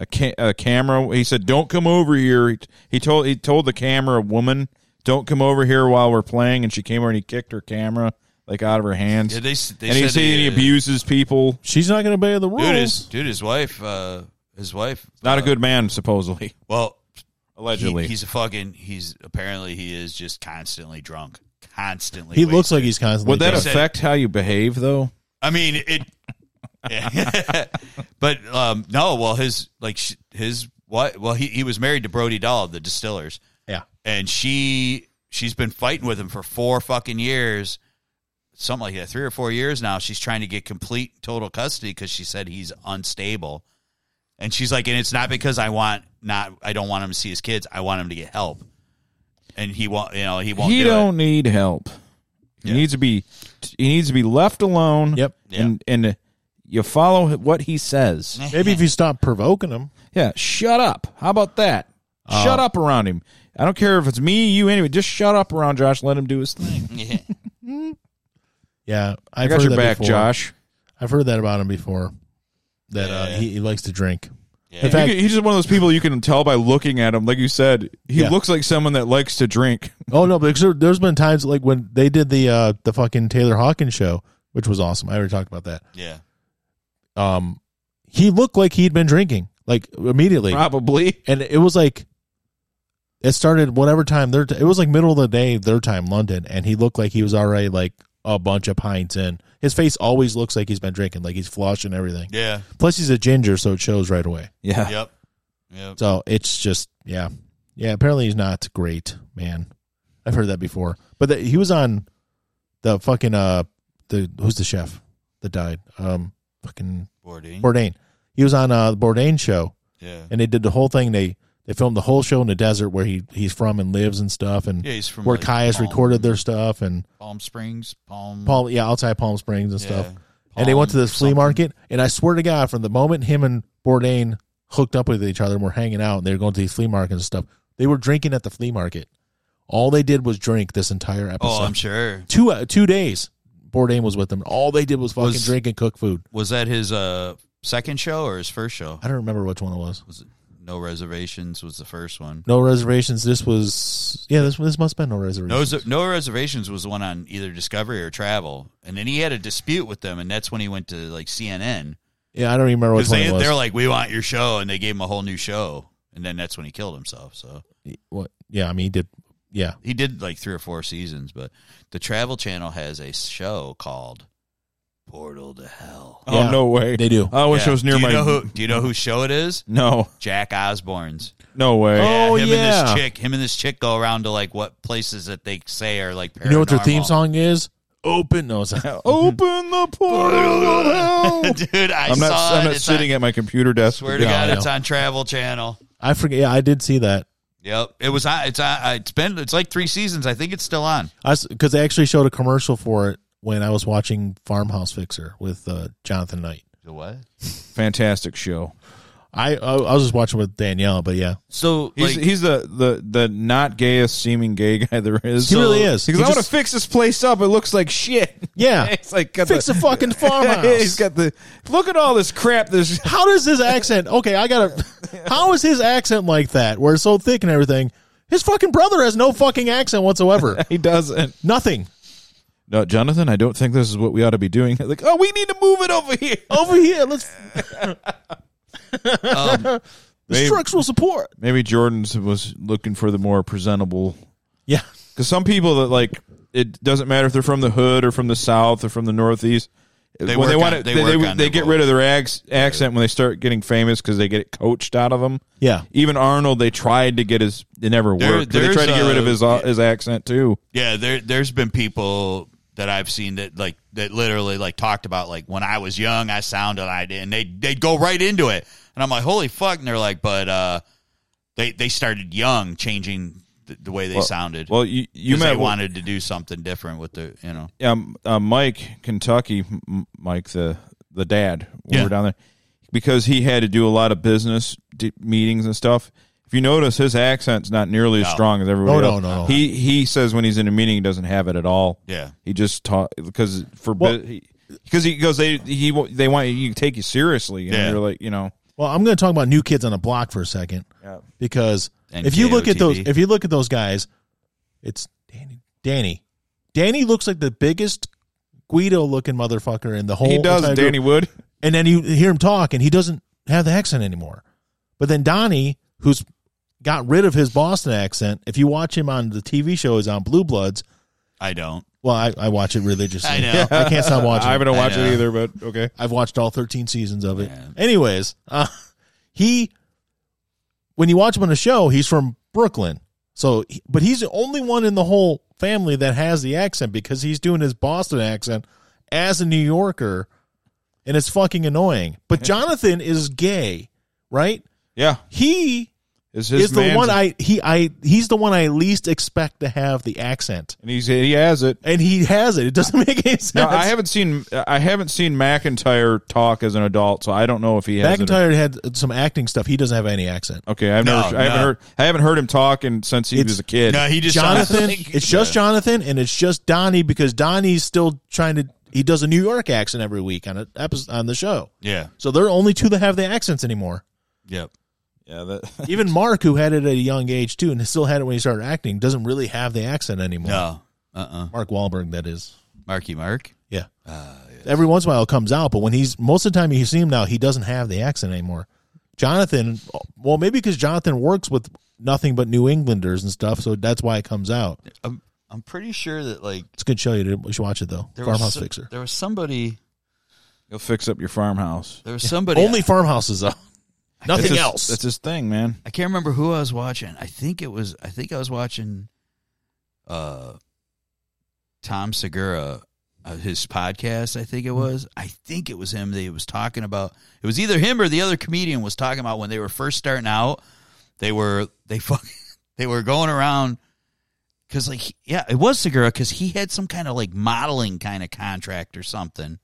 a, ca- a camera. He said, "Don't come over here." He, he told he told the camera woman, "Don't come over here while we're playing." And she came over and he kicked her camera like out of her hands.
Yeah, they, s- they
and he
said
said he
uh,
abuses people.
She's not going to obey the rules.
Dude, his, dude, his wife, uh, his wife.
Not a
uh,
good man, supposedly.
Well,
Allegedly,
he- he's a fucking, he's apparently, he is just constantly drunk. Constantly.
he looks
wasted.
like he's constantly.
would that
drunk.
said-
affect how you behave, though?
I mean, it. but um, no, well, his like sh- his what? Well, he he was married to Brody Dahl, of the distillers,
yeah.
and she she's been fighting with him for four fucking years, something like that, three or four years now. She's trying to get complete total custody because she said he's unstable, and she's like, and it's not because I want not I don't want him to see his kids. I want him to get help, and he won't. You know, he won't.
he
do
don't
It.
need help. He
Yeah.
needs to be he needs to be left alone.
Yep.
And and you follow what he says.
Maybe if you stop provoking him.
Yeah, shut up. How about that? shut up around him. I don't care if it's me, you, anyway. Just shut up around Josh. Let him do his thing.
Yeah.
Yeah,
I
I've
got
heard
your
that
back,
before.
Josh.
I've heard that about him before. That uh,
Yeah.
he, he likes to drink.
Yeah.
In fact-
You can- he's just one of those people you can tell by looking at him. Like you said, he
Yeah.
looks like someone that likes to drink.
Oh no, because there, there's been times like when they did the uh, the fucking Taylor Hawkins show, which was awesome. I already talked about that.
yeah.
Um, he looked like he'd been drinking like immediately,
Probably.
and it was like it started whatever time their t- it was like middle of the day their time London, and he looked like he was already like a bunch of pints in. His face always looks like he's been drinking, like he's flush and everything.
Yeah.
Plus, he's a ginger, so it shows right away.
Yeah.
Yep. Yep.
So it's just yeah, yeah. Apparently he's not great, man. I've heard that before. But the, he was on the fucking uh the who's the chef that died? Um, fucking
Bourdain.
Bourdain. He was on uh the Bourdain show,
yeah.
and they did the whole thing. They they filmed the whole show in the desert where he he's from and lives and stuff, and
Yeah, he's from
where
like,
Caius
Palm-
recorded their stuff and
Palm Springs, Palm
Palm yeah outside Palm Springs and
yeah,
stuff. and they went to
Palm
this flea
something.
market, and I swear to God, from the moment him and Bourdain hooked up with each other and were hanging out, and they were going to these flea markets and stuff, they were drinking at the flea market. All they did was drink this entire episode.
Oh, I'm sure.
Two uh, two days, Bourdain was with them. All they did was fucking
Was-
drink and cook food.
Was that his uh second show or his first show?
I don't remember which one it was.
Was it No Reservations was the first one.
No reservations. This was yeah. This this must have been no
No,
reservations.
no reservations was the one on either Discovery or Travel, and then he had a dispute with them, and that's when he went to like CNN
yeah, I don't remember which
because
one
they
it was.
they're like, "We want your show," and they gave him a whole new show, and then that's when he killed himself. So
what? Yeah, I mean he did. Yeah,
he did like three or four seasons, but the Travel Channel has a show called Portal to Hell.
Oh
Yeah.
no way.
they do.
I wish
Yeah.
I was near
do you
my.
Know who, do you know whose show it is?
no,
Jack Osborne's.
no way.
Oh,
him and
yeah.
this chick. Him and this chick go around to like what places that they say are like. Paranormal.
You know what their theme song is? Open. No, it's not.
Open the portal. of hell.
Dude, I
I'm not.
saw
I'm
it.
not
It's
sitting
On,
at my computer desk.
swear to
Yeah,
God,
I
it's
know.
on Travel Channel.
I forget. Yeah, I did see that.
Yep, it was on. It's on. It's been. It's like three seasons. I think it's still on.
I because they actually showed a commercial for it when I was watching Farmhouse Fixer with uh, Jonathan Knight.
The what?
Fantastic show.
I, I I was just watching with Danielle, but yeah,
So
He's
like,
he's the, the the not gayest seeming gay guy there is.
he really is.
Because
He
I want
just-
to fix this place up. It looks like shit.
yeah,
it's like got
fix the fucking farmhouse.
he's got the look at all this crap. There's
how does his accent? Okay, I gotta. How is his accent like that? Where it's so thick and everything. His fucking brother has no fucking accent whatsoever.
he doesn't.
Nothing
No, Jonathan, I don't think this is what we ought to be doing. Like, oh, we need to move it over here.
over here. Let's
um,
the
Maybe-
structural support.
Maybe Jordan's was looking for the more presentable.
Yeah,
Because some people that like it doesn't matter if they're from the hood or from the south or from the northeast.
They
when they
work
want
on-
it,
they
they, they,
work on
they
their
get
vote.
rid of their ac- accent when they start getting famous because they get it coached out of them.
yeah.
Even Arnold, they tried to get his. It never
There-
worked. They
there's
tried to get rid of
a-
his uh, his accent too.
yeah, there there's been people that I've seen that like that literally like talked about like when I was young I sounded I did and they they'd go right into it and I'm like holy fuck and they're like but uh they they started young changing the, the way they sounded
Well, you you
'Cause
met
they wanted to do something different with the you know
um, uh, Mike Kentucky, M- Mike the the dad when we
Yeah.
were down there, because he had to do a lot of business d- meetings and stuff. If you notice, his accent's not nearly as
No.
strong as everybody
Oh, No, no,
else.
no, no.
He he says when he's in a meeting, he doesn't have it at all.
yeah
He just talk because for
Well-
because he goes they he wa- they want you to take you seriously and
Yeah.
you're like you know
Well, I'm going to talk about new kids on the block for a second.
Yeah.
Because
And
if you look at those,
KOTB.
if you look at those guys, it's Danny. Danny. Danny looks like the biggest Guido looking motherfucker in the whole.
he does
entire
Danny
group.
Wood
And then you hear him talk, and he doesn't have the accent anymore. But then Donnie, who's got rid of his Boston accent, if you watch him on the TV show, he's on Blue Bloods.
I don't
Well, I, I watch it religiously.
I know.
I can't stop watching.
I
it.
haven't
I
watched it
know.
either but okay
I've watched all 13 seasons of it.
Yeah.
Anyways, uh, he, when you watch him on the show, he's from Brooklyn. So, he- but he's the only one in the whole family that has the accent because he's doing his Boston accent as a New Yorker, and it's fucking annoying. But Jonathan is gay, right?
yeah
He
Is his
Is the
man's-
one I he I he's the one I least expect to have the accent,
and he's he has it.
and he has it. It doesn't make any sense.
Now, I haven't seen I haven't seen McIntyre talk as an adult, so I don't know if he has. it.
McIntyre had some acting stuff. He doesn't have any accent.
Okay, I've
No,
never I haven't
no.
heard I haven't heard him talking since he
It's-
was a kid.
No, he just
Jonathan,
sounds like-
it's just Jonathan, and it's just Donnie because Donnie's still trying to. He does a New York accent every week on a episode on the show.
yeah,
So they're only two that have the accents anymore.
yep.
yeah, that,
Even Mark, who had it at a young age too, and still had it when he started acting, doesn't really have the accent anymore.
No, uh, uh
Mark Wahlberg, that is.
Marky Mark.
Yeah.
Uh, yeah.
Every once in a while it comes out, but when he's most of the time you see him now, he doesn't have the accent anymore. Jonathan, well, maybe because Jonathan works with nothing but New Englanders and stuff, so that's why it comes out.
I'm, I'm pretty sure that like
It's a good show. You, did- you should watch it though.
there was
Farmhouse
so-
Fixer.
There was somebody.
he'll fix up your farmhouse.
There was somebody.
Only farmhouses though.
That's
Nothing
his-
else.
That's his thing, man.
I can't remember who I was watching. I think it was I think I was watching uh Tom Segura uh, his podcast, I think it was. I think it was him that he was talking about. It was either him or the other comedian was talking about when they were first starting out, they were they fuck they were going around cuz like yeah, it was Segura cuz he had some kind of like modeling kind of contract or something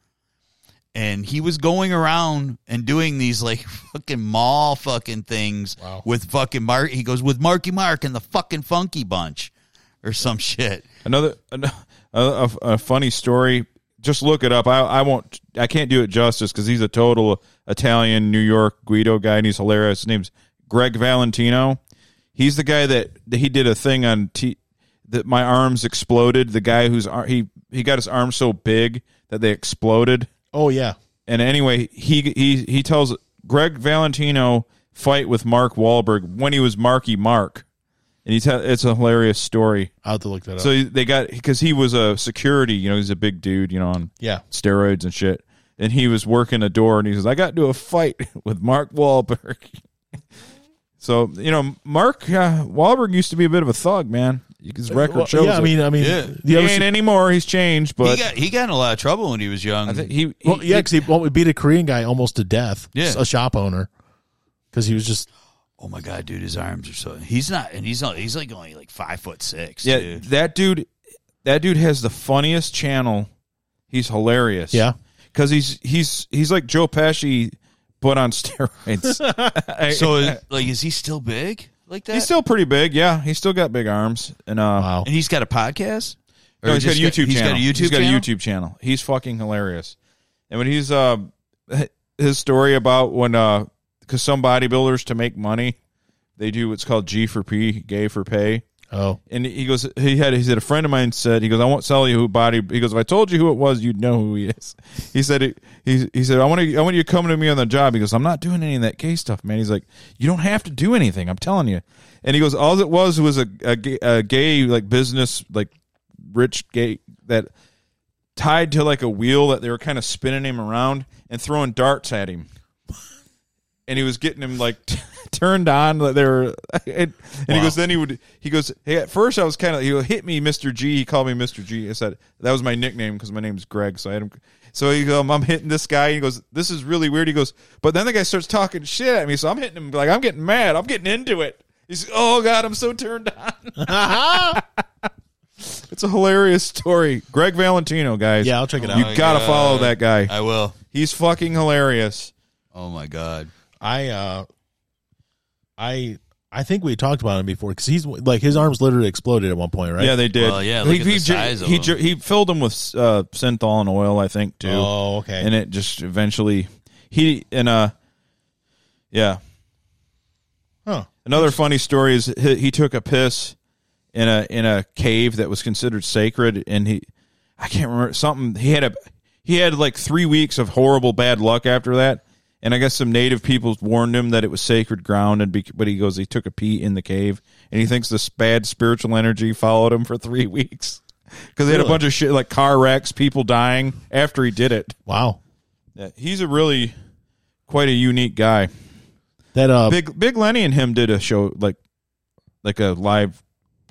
and he was going around and doing these like fucking mall fucking things
Wow.
with fucking Mark. He goes with Marky Mark and the fucking Funky Bunch or some shit.
Another an- a, a, a funny story. Just look it up. I, I won't. I can't do it justice because he's a total Italian New York Guido guy, and he's hilarious. His name's Greg Valentino. He's the guy that that he did a thing on t- that my arms exploded. The guy whose ar- he he got his arms so big that they exploded.
Oh yeah.
And anyway, he he he tells Greg Valentino fight with Mark Wahlberg when he was Marky Mark, and he tell it's a hilarious story.
I'll have to look that up.
So they got because he was a security, you know, he's a big dude, you know, on
yeah.
steroids and shit. And he was working a door, and he says, "I got into a fight with Mark Wahlberg." so you know, Mark uh, Wahlberg used to be a bit of a thug, man. His record
Uh, Well,
shows.
yeah, I
it.
mean I mean
Yeah.
the
he
other
ain't anymore. He's changed, but
he got he got in a lot of trouble when he was young.
I think he, he-
Well, yeah, because he well, we beat a Korean guy almost to death.
Yeah.
a shop owner, because he was just
oh my god, dude, his arms are so. He's not, and he's not. He's like only like five foot six.
Yeah,
dude.
that dude, that dude has the funniest channel. He's hilarious.
yeah.
because he's he's he's like Joe Pesci, but on steroids. I-
So is- like, is he still big like that?
he's still pretty big. Yeah, he's still got big arms. And uh,
Wow.
and he's got a podcast.
no,
Or
he's got a
just
YouTube
he's
channel.
got a YouTube.
He's got
channel?
a YouTube channel. He's fucking hilarious. And when he's uh, his story about when uh, because some bodybuilders to make money, they do what's called G for P, gay for pay.
Oh,
and he goes he had he said a friend of mine said he goes I won't sell you who body he goes if I told you who it was you'd know who he is he said he he, he said I want to I want you to come to me on the job he goes I'm not doing any of that gay stuff man he's like you don't have to do anything I'm telling you and he goes all it was was a a, ga- a gay like business like rich gay that tied to like a wheel that they were kind of spinning him around and throwing darts at him and he was getting him like turned on. Like they were, and, and he goes. Then he would. He goes. Hey, at first I was kind of. He would hit me, Mister G. He called me Mister G. I said that was my nickname because my name's Greg. So I had him. So he goes, I'm hitting this guy. He goes, this is really weird. He goes, but then the guy starts talking shit at me. So I'm hitting him like I'm getting mad. I'm getting into it. He's oh god, I'm so turned on. it's a hilarious story. Greg Valentino, guys.
Yeah, I'll check it out.
You
my
gotta
God.
follow that guy.
I will.
He's fucking hilarious.
Oh my god.
I uh, I I think we talked about him before because he's like his arms literally exploded at one point, right?
Yeah, they did.
Well, yeah, look at the
ju-
size of
he,
them.
ju- he filled them with uh, synthol and oil, I think, too.
Oh, okay.
And it just eventually he and uh, yeah.
huh.
Another funny story is he, he took a piss in a in a cave that was considered sacred, and he I can't remember something he had a he had like three weeks of horrible bad luck after that, and I guess some native people warned him that it was sacred ground, and be, but he goes he took a pee in the cave, and he thinks this bad spiritual energy followed him for three weeks because they had a
Really?
bunch of shit like car wrecks, people dying after he did it.
Wow.
Yeah, he's a really quite a unique guy.
That uh,
Big Big Lenny and him did a show like like a live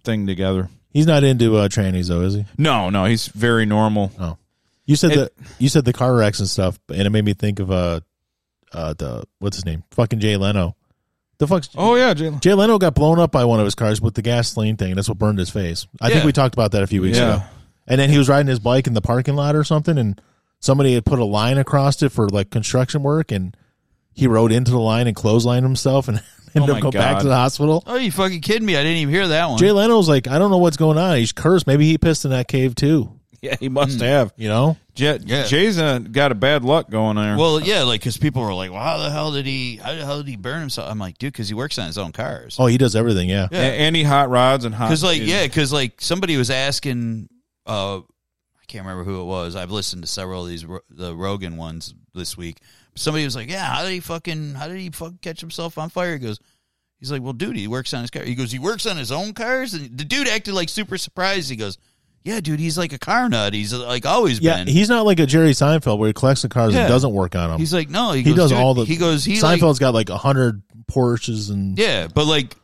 thing together.
he's not into uh, trannies though, is he?
No, no, he's very normal.
Oh, you said
It-
the you said the car wrecks and stuff, and it made me think of uh, uh, the what's his name? Fucking Jay Leno. The fuck's
Oh yeah, Jalen.
Jay Leno got blown up by one of his cars with the gasoline thing. That's what burned his face. I think
Yeah.
we talked about that a few weeks
Yeah.
ago. And then he was riding his bike in the parking lot or something, and somebody had put a line across it for like construction work, and he rode into the line and clotheslined himself and ended
Oh my
up going back
God.
to the hospital.
Oh, you fucking kidding me? I didn't even hear that one.
Jay Leno's like, I don't know what's going on. He's cursed. Maybe he pissed in that cave too. Hmm.
Yeah, he must have.
You know?
J-
Yeah.
Jay's uh, got a bad luck going there.
Well, yeah, like because people were like, "Well, how the hell did he? How the hell did he burn himself?" I'm like, dude, because he works on his own cars.
Oh, uh, he does everything. Yeah.
A- and he hot rods and hot.
Because like
is-
yeah, because like somebody was asking, uh, I can't remember who it was. I've listened to several of these Ro- the Rogan ones this week. Somebody was like, "Yeah, how did he fucking? How did he fucking catch himself on fire?" He goes, "He's like, well, dude, he works on his car." He goes, "He works on his own cars," and the dude acted like super surprised. He goes, "Yeah, dude, he's like a car nut. He's like always
Yeah.
been."
He's not like a Jerry Seinfeld where he collects the cars
Yeah.
and doesn't work on them.
he's like, no, he,
he does
goes, "Dude,"
all the.
He goes, he like,
Seinfeld's got like a hundred Porsches and
Yeah, but like,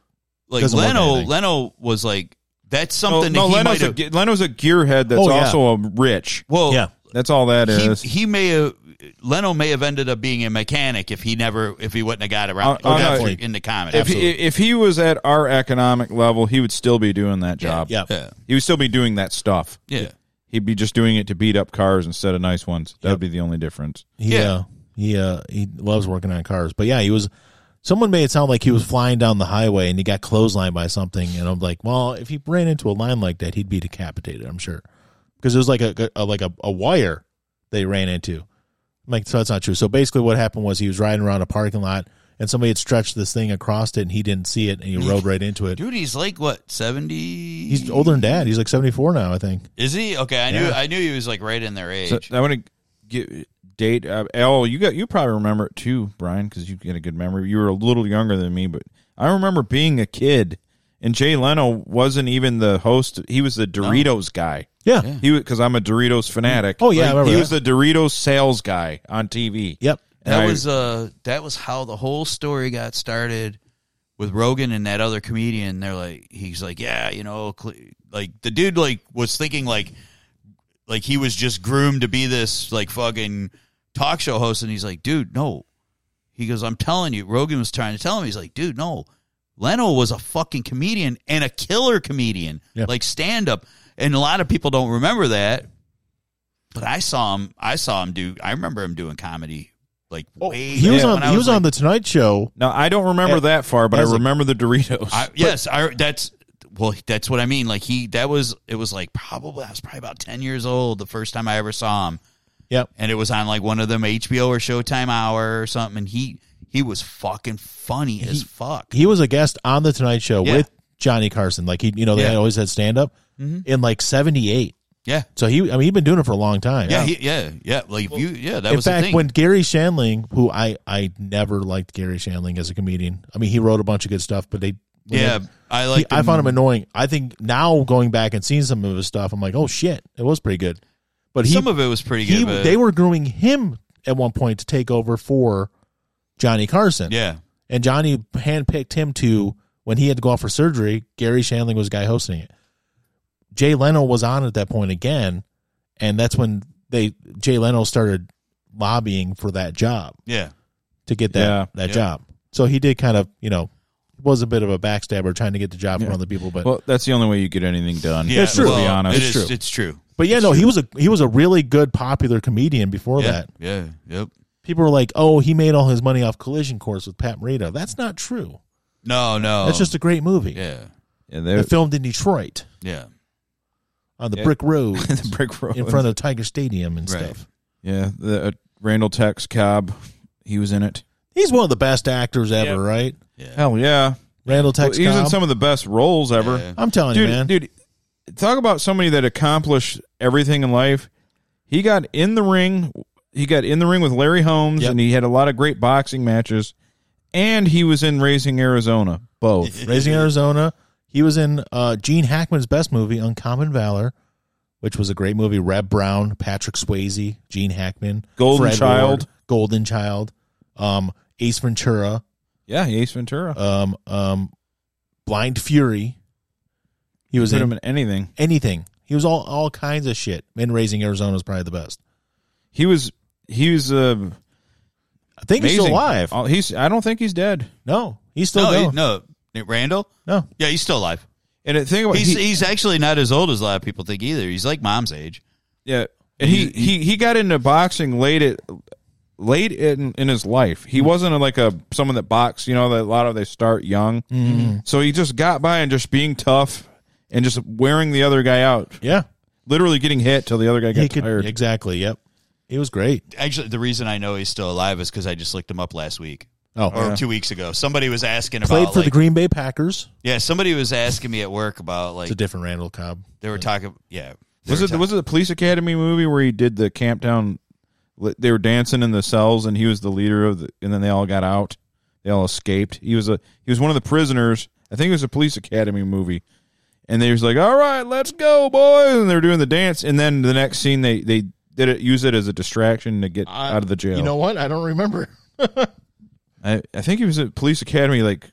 like
Doesn't want
Leno,
anything.
Leno was like, that's
Oh,
something
no,
that he might
Leno's a,
have.
ge- Leno's a gearhead that's
Oh, yeah.
also a rich.
Well,
yeah.
That's all that
he,
is.
he may have Leno may have ended up being a mechanic if he never if he wouldn't have got around
Oh, oh, no,
after-
he-
into comedy.
if, he, if he was at our economic level, he would still be doing that job.
Yeah.
yeah,
He would still be doing that stuff.
yeah,
He'd be just doing it to beat up cars instead of nice ones. That would be the only difference.
He,
Yeah.
uh, he uh, he loves working on cars. But yeah, he was. Someone made it sound like he was flying down the highway and he got clotheslined by something. And I'm like, well, if he ran into a line like that, he'd be decapitated. I'm sure because it was like a, a like a, a wire they ran into. I'm like, so that's not true. So basically, what happened was he was riding around a parking lot and somebody had stretched this thing across it and he didn't see it and he rode right into it.
dude, he's like what seventy?
He's older than dad. He's like 74 now, I think.
Is he okay? I knew
Yeah.
I knew he was like right in their age.
So I want to get date. Uh, L, you got you probably remember it too, Brian, because you get a good memory. You were a little younger than me, but I remember being a kid, and Jay Leno wasn't even the host. He was the Doritos guy.
Yeah.
He because I'm a Doritos fanatic.
Oh, yeah, I remember
he
that.
was the Doritos sales guy on TV.
Yep.
that
I-
was uh that was how the whole story got started with Rogan and that other comedian. They're like, he's like, yeah, you know, cl-, like the dude like was thinking like, like he was just groomed to be this like fucking talk show host, and he's like, dude, no. He goes, I'm telling you, Rogan was trying to tell him. He's like, dude, no. Leno was a fucking comedian and a killer comedian,
Yeah.
like stand up. And a lot of people don't remember that, but I saw him. I saw him do. I remember him doing comedy. Like way
Oh, He was
back
on.
when
He
I
was,
like,
on the Tonight Show.
Now I don't remember
Yeah.
that far, but I
As a-
remember the Doritos.
I, yes, I. That's well. That's what I mean. Like he. That was. It was like probably. I was probably about ten years old the first time I ever saw him,
Yep.
and it was on like one of them HBO or Showtime hour or something. And he he was fucking funny as fuck.
he was a guest on the Tonight Show
Yeah.
with Johnny Carson. Like he, you know, they
Yeah. Mm-hmm.
always had stand up in like '78.
yeah.
So he, I mean, he'd been doing it for a long time.
Yeah, he, yeah, yeah. Like you, yeah. That
In
was the
fact,
thing.
when Gary Shandling, who I I never liked Gary Shandling as a comedian. I mean, he wrote a bunch of good stuff, but they when
yeah,
they-
I
he-
like.
I found him annoying. I think now going back and seeing some of his stuff, I'm like, oh shit, it was pretty good. But he,
some of it was pretty good.
he
but,
they were grooming him at one point to take over for Johnny Carson.
yeah,
and Johnny handpicked him to when he had to go off for surgery. Gary Shandling was the guy hosting it. Jay Leno was on at that point again, and that's when they Jay Leno started lobbying for that job
yeah.
to get that
Yeah.
that
Yeah.
job. So he did kind of you know was a bit of a backstabber trying to get the job from other people, but
well, that's the only way you get anything done.
Yeah,
It's true.
To be
well,
honest,
it is- It's true.
but yeah, no, he was a he was a really good popular comedian before
Yeah,
that.
yeah, yep.
People were like, oh, he made all his money off Collision Course with Pat Morita. That's not true.
No, no.
That's just a great movie.
yeah,
Oh. Yeah,
It
they're-
filmed in Detroit
yeah.
on the
Yeah.
brick road.
the brick road
in front of Tiger Stadium and
Right.
stuff.
Yeah, the uh, Randall Tex Cobb, he was in it.
He's one of the best actors ever, right?
Hell yeah,
Randall
Well,
Tex.
he was in
Cobb.
some of the best roles ever.
Yeah.
I'm telling
Dude,
you, man.
dude, talk about somebody that accomplished everything in life. He got in the ring. He got in the ring with Larry Holmes,
Yep.
and he had a lot of great boxing matches. And he was in Raising Arizona. Both.
Raising Arizona. He was in uh, Gene Hackman's best movie, Uncommon Valor, which was a great movie. Reb Brown, Patrick Swayze, Gene Hackman,
Golden
Fred
Child.
Ward, Golden Child, um, Ace Ventura,
yeah, Ace Ventura.
um, um, Blind Fury. He was
Put him
in
in anything.
anything. He was all all kinds of shit. And Raising Arizona is probably the best.
He was. He was. Uh,
I think he's
amazing. Uh,
still alive.
Oh, He's. I don't think he's dead.
No, He's still
No, he-
going.
no, Randall.
no.
Yeah, he's still alive.
And the thing about
He's
he,
he's actually not as old as a lot of people think either. He's like mom's age.
yeah, and he, he he got into boxing late at late in in his life. He wasn't like a someone that boxed. You know, that a lot of they start young. So he just got by and just being tough and just wearing the other guy out,
Yeah.
literally getting hit till the other guy
He
got
could
tired.
exactly. Yep. He was great.
Actually, the reason I know he's still alive is because I just looked him up last week
Oh,
or two weeks ago. Somebody was asking
played
uh,
about
for the
like-
Green Bay Packers.
yeah. Somebody was asking me at work about
It's a
like
different Randall Cobb.
they were talking. Yeah, they
was
were
it
ta-
was it the police academy movie where he did the camp down? li- They were dancing in the cells, and he was the leader of the. And then they all got out. They all escaped. He was a he was one of the prisoners. I think it was a police academy movie. And they was like, "All right, let's go, boys!" And they're doing the dance. And then the next scene, they they did it use it as a distraction to get out of the jail.
You know what? I don't remember.
I, I think he was at police academy like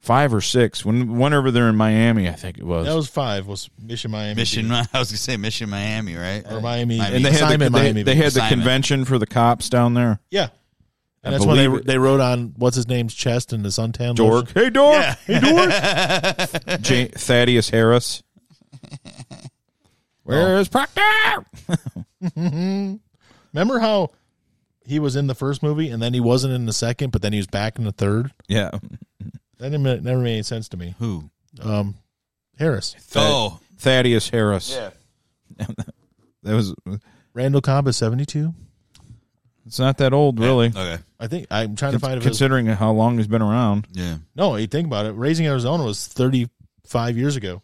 five or six when whenever they're in Miami. I think it was.
That was five. Was Mission Miami
Mission. I was gonna say Mission Miami, right?
or Miami?
and they had
Simon
the, they-
Miami.
they, had the
Simon.
convention for the cops down there.
yeah. And
I
that's when they
believe it-
they wrote on what's his name's chest and the suntan
Dork.
lotion.
Hey, Dork. Hey, Dork. J- Thaddeus Harris. Oh. Where is Proctor?
Remember how he was in the first movie and then he wasn't in the second, but then he was back in the third.
Yeah.
That didn't, ma- never made any sense to me.
Who?
Um, Harris,
Oh,
Thaddeus Harris. Yeah. that was.
Randall Cobb is seventy two.
It's not that old, really.
okay.
I think I'm trying to find if it was-
Considering how long he's been around.
Yeah,
no. You think about it. Raising Arizona was thirty five years ago.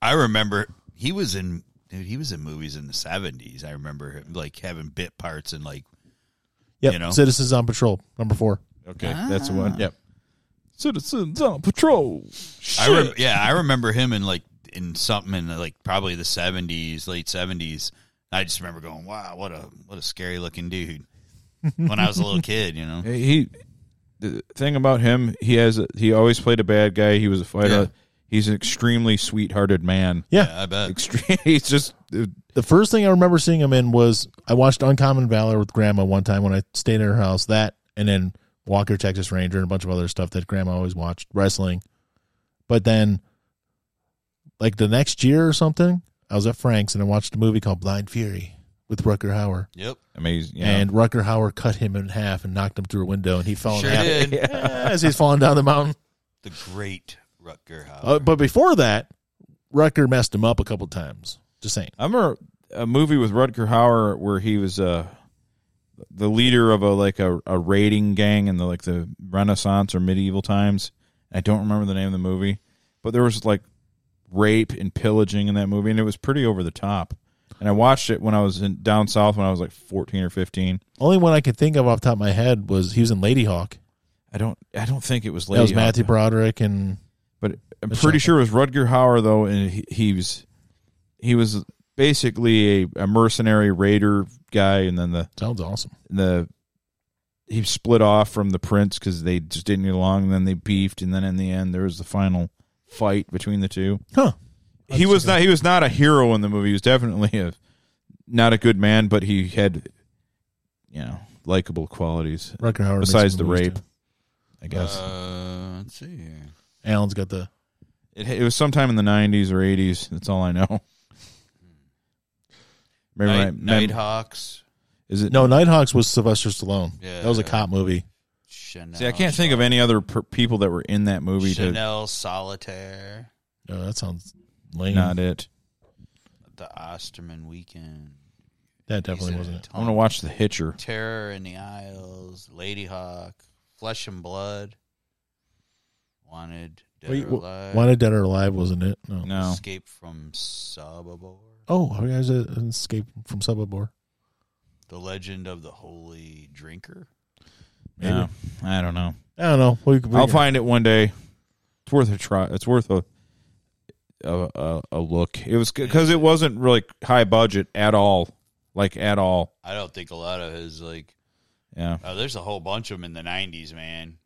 I remember he was in. Dude, he was in movies in the seventies. I remember him like having bit parts and like
Yep.
You know?
Citizens on Patrol number four.
Okay. That's the one.
Yep.
Ah. Citizens on patrol.
I rem- yeah, I remember him in like in something in like probably the seventies, late seventies. I just remember going, "Wow, what a what a scary looking dude." when I was a little kid, you know.
He. The thing about him, he has he always played a bad guy. He was a fighter.
Yeah.
He's an extremely sweet-hearted man.
Yeah.
Yeah, I bet.
Extreme. He's just
The first thing I remember seeing him in was I watched Uncommon Valor with Grandma one time when I stayed at her house. That and then Walker Texas Ranger and a bunch of other stuff that Grandma always watched wrestling. But then, like the next year or something, I was at Frank's and I watched a movie called Blind Fury with Rucker Hauer.
Yep.
amazing. Yeah.
And Rucker Hauer cut him in half and knocked him through a window, and he
Oh,
fell
Sure
in half
did.
as he's falling down the mountain.
The great Rutger Hauer.
Oh,
Uh, but before that, Rucker messed him up a couple times. Just saying.
I remember a movie with Rutger Hauer where he was uh, the leader of a like a, a raiding gang in the like the Renaissance or medieval times. I don't remember the name of the movie, but there was like rape and pillaging in that movie, and it was pretty over the top. And I watched it when I was in down south when I was like fourteen or fifteen.
Only one I could think of off the top of my head was he was in Lady Hawk.
I don't I don't think it was Lady
That was
Hawk,
Matthew Broderick and
but I'm
That's
pretty
right.
sure it was Rutger Hauer though, and he, he was he was basically a, a mercenary raider guy, and then the
sounds awesome.
the he split off from the prince because they just didn't get along. And then they beefed, and then in the end, there was the final fight between the two.
Huh.
he was not he was not a hero in the movie. He was definitely a not a good man, but he had you know likable qualities
Rucker Howard.
besides the rape. I guess
Uh, let's see here.
Alan's got the
it, it was sometime in the '90s or '80s. That's all I know. Maybe my-
Night,
mem-
Nighthawks.
is it
No, Nighthawks was Sylvester Stallone.
Yeah.
That was a cop movie.
Chanel.
See, I can't think of any other per- people that were in that movie. To,
Chanel Solitaire.
Oh, that sounds lame.
not it.
The Osterman Weekend.
that definitely
He's in
wasn't
a
it.
I'm gonna
ton.
watch The Hitcher.
Terror in the Isles, Lady Hawk, Flesh and Blood, Wanted, Dead
Wait,
or
wh-
Alive,
Wanted Dead or Alive wasn't it? No.
No,
Escape from Sababor,
Oh, how guys uh, an escape from Subbabor?
The Legend of the Holy Drinker.
Maybe.
No, I don't know.
I don't know. We could
I'll find it one day. It's worth a try. It's worth a a, a, a look. It was because it wasn't really high budget at all, like at all.
I don't think a lot of his like.
Yeah.
Oh, there's a whole bunch of them in the '90s, man.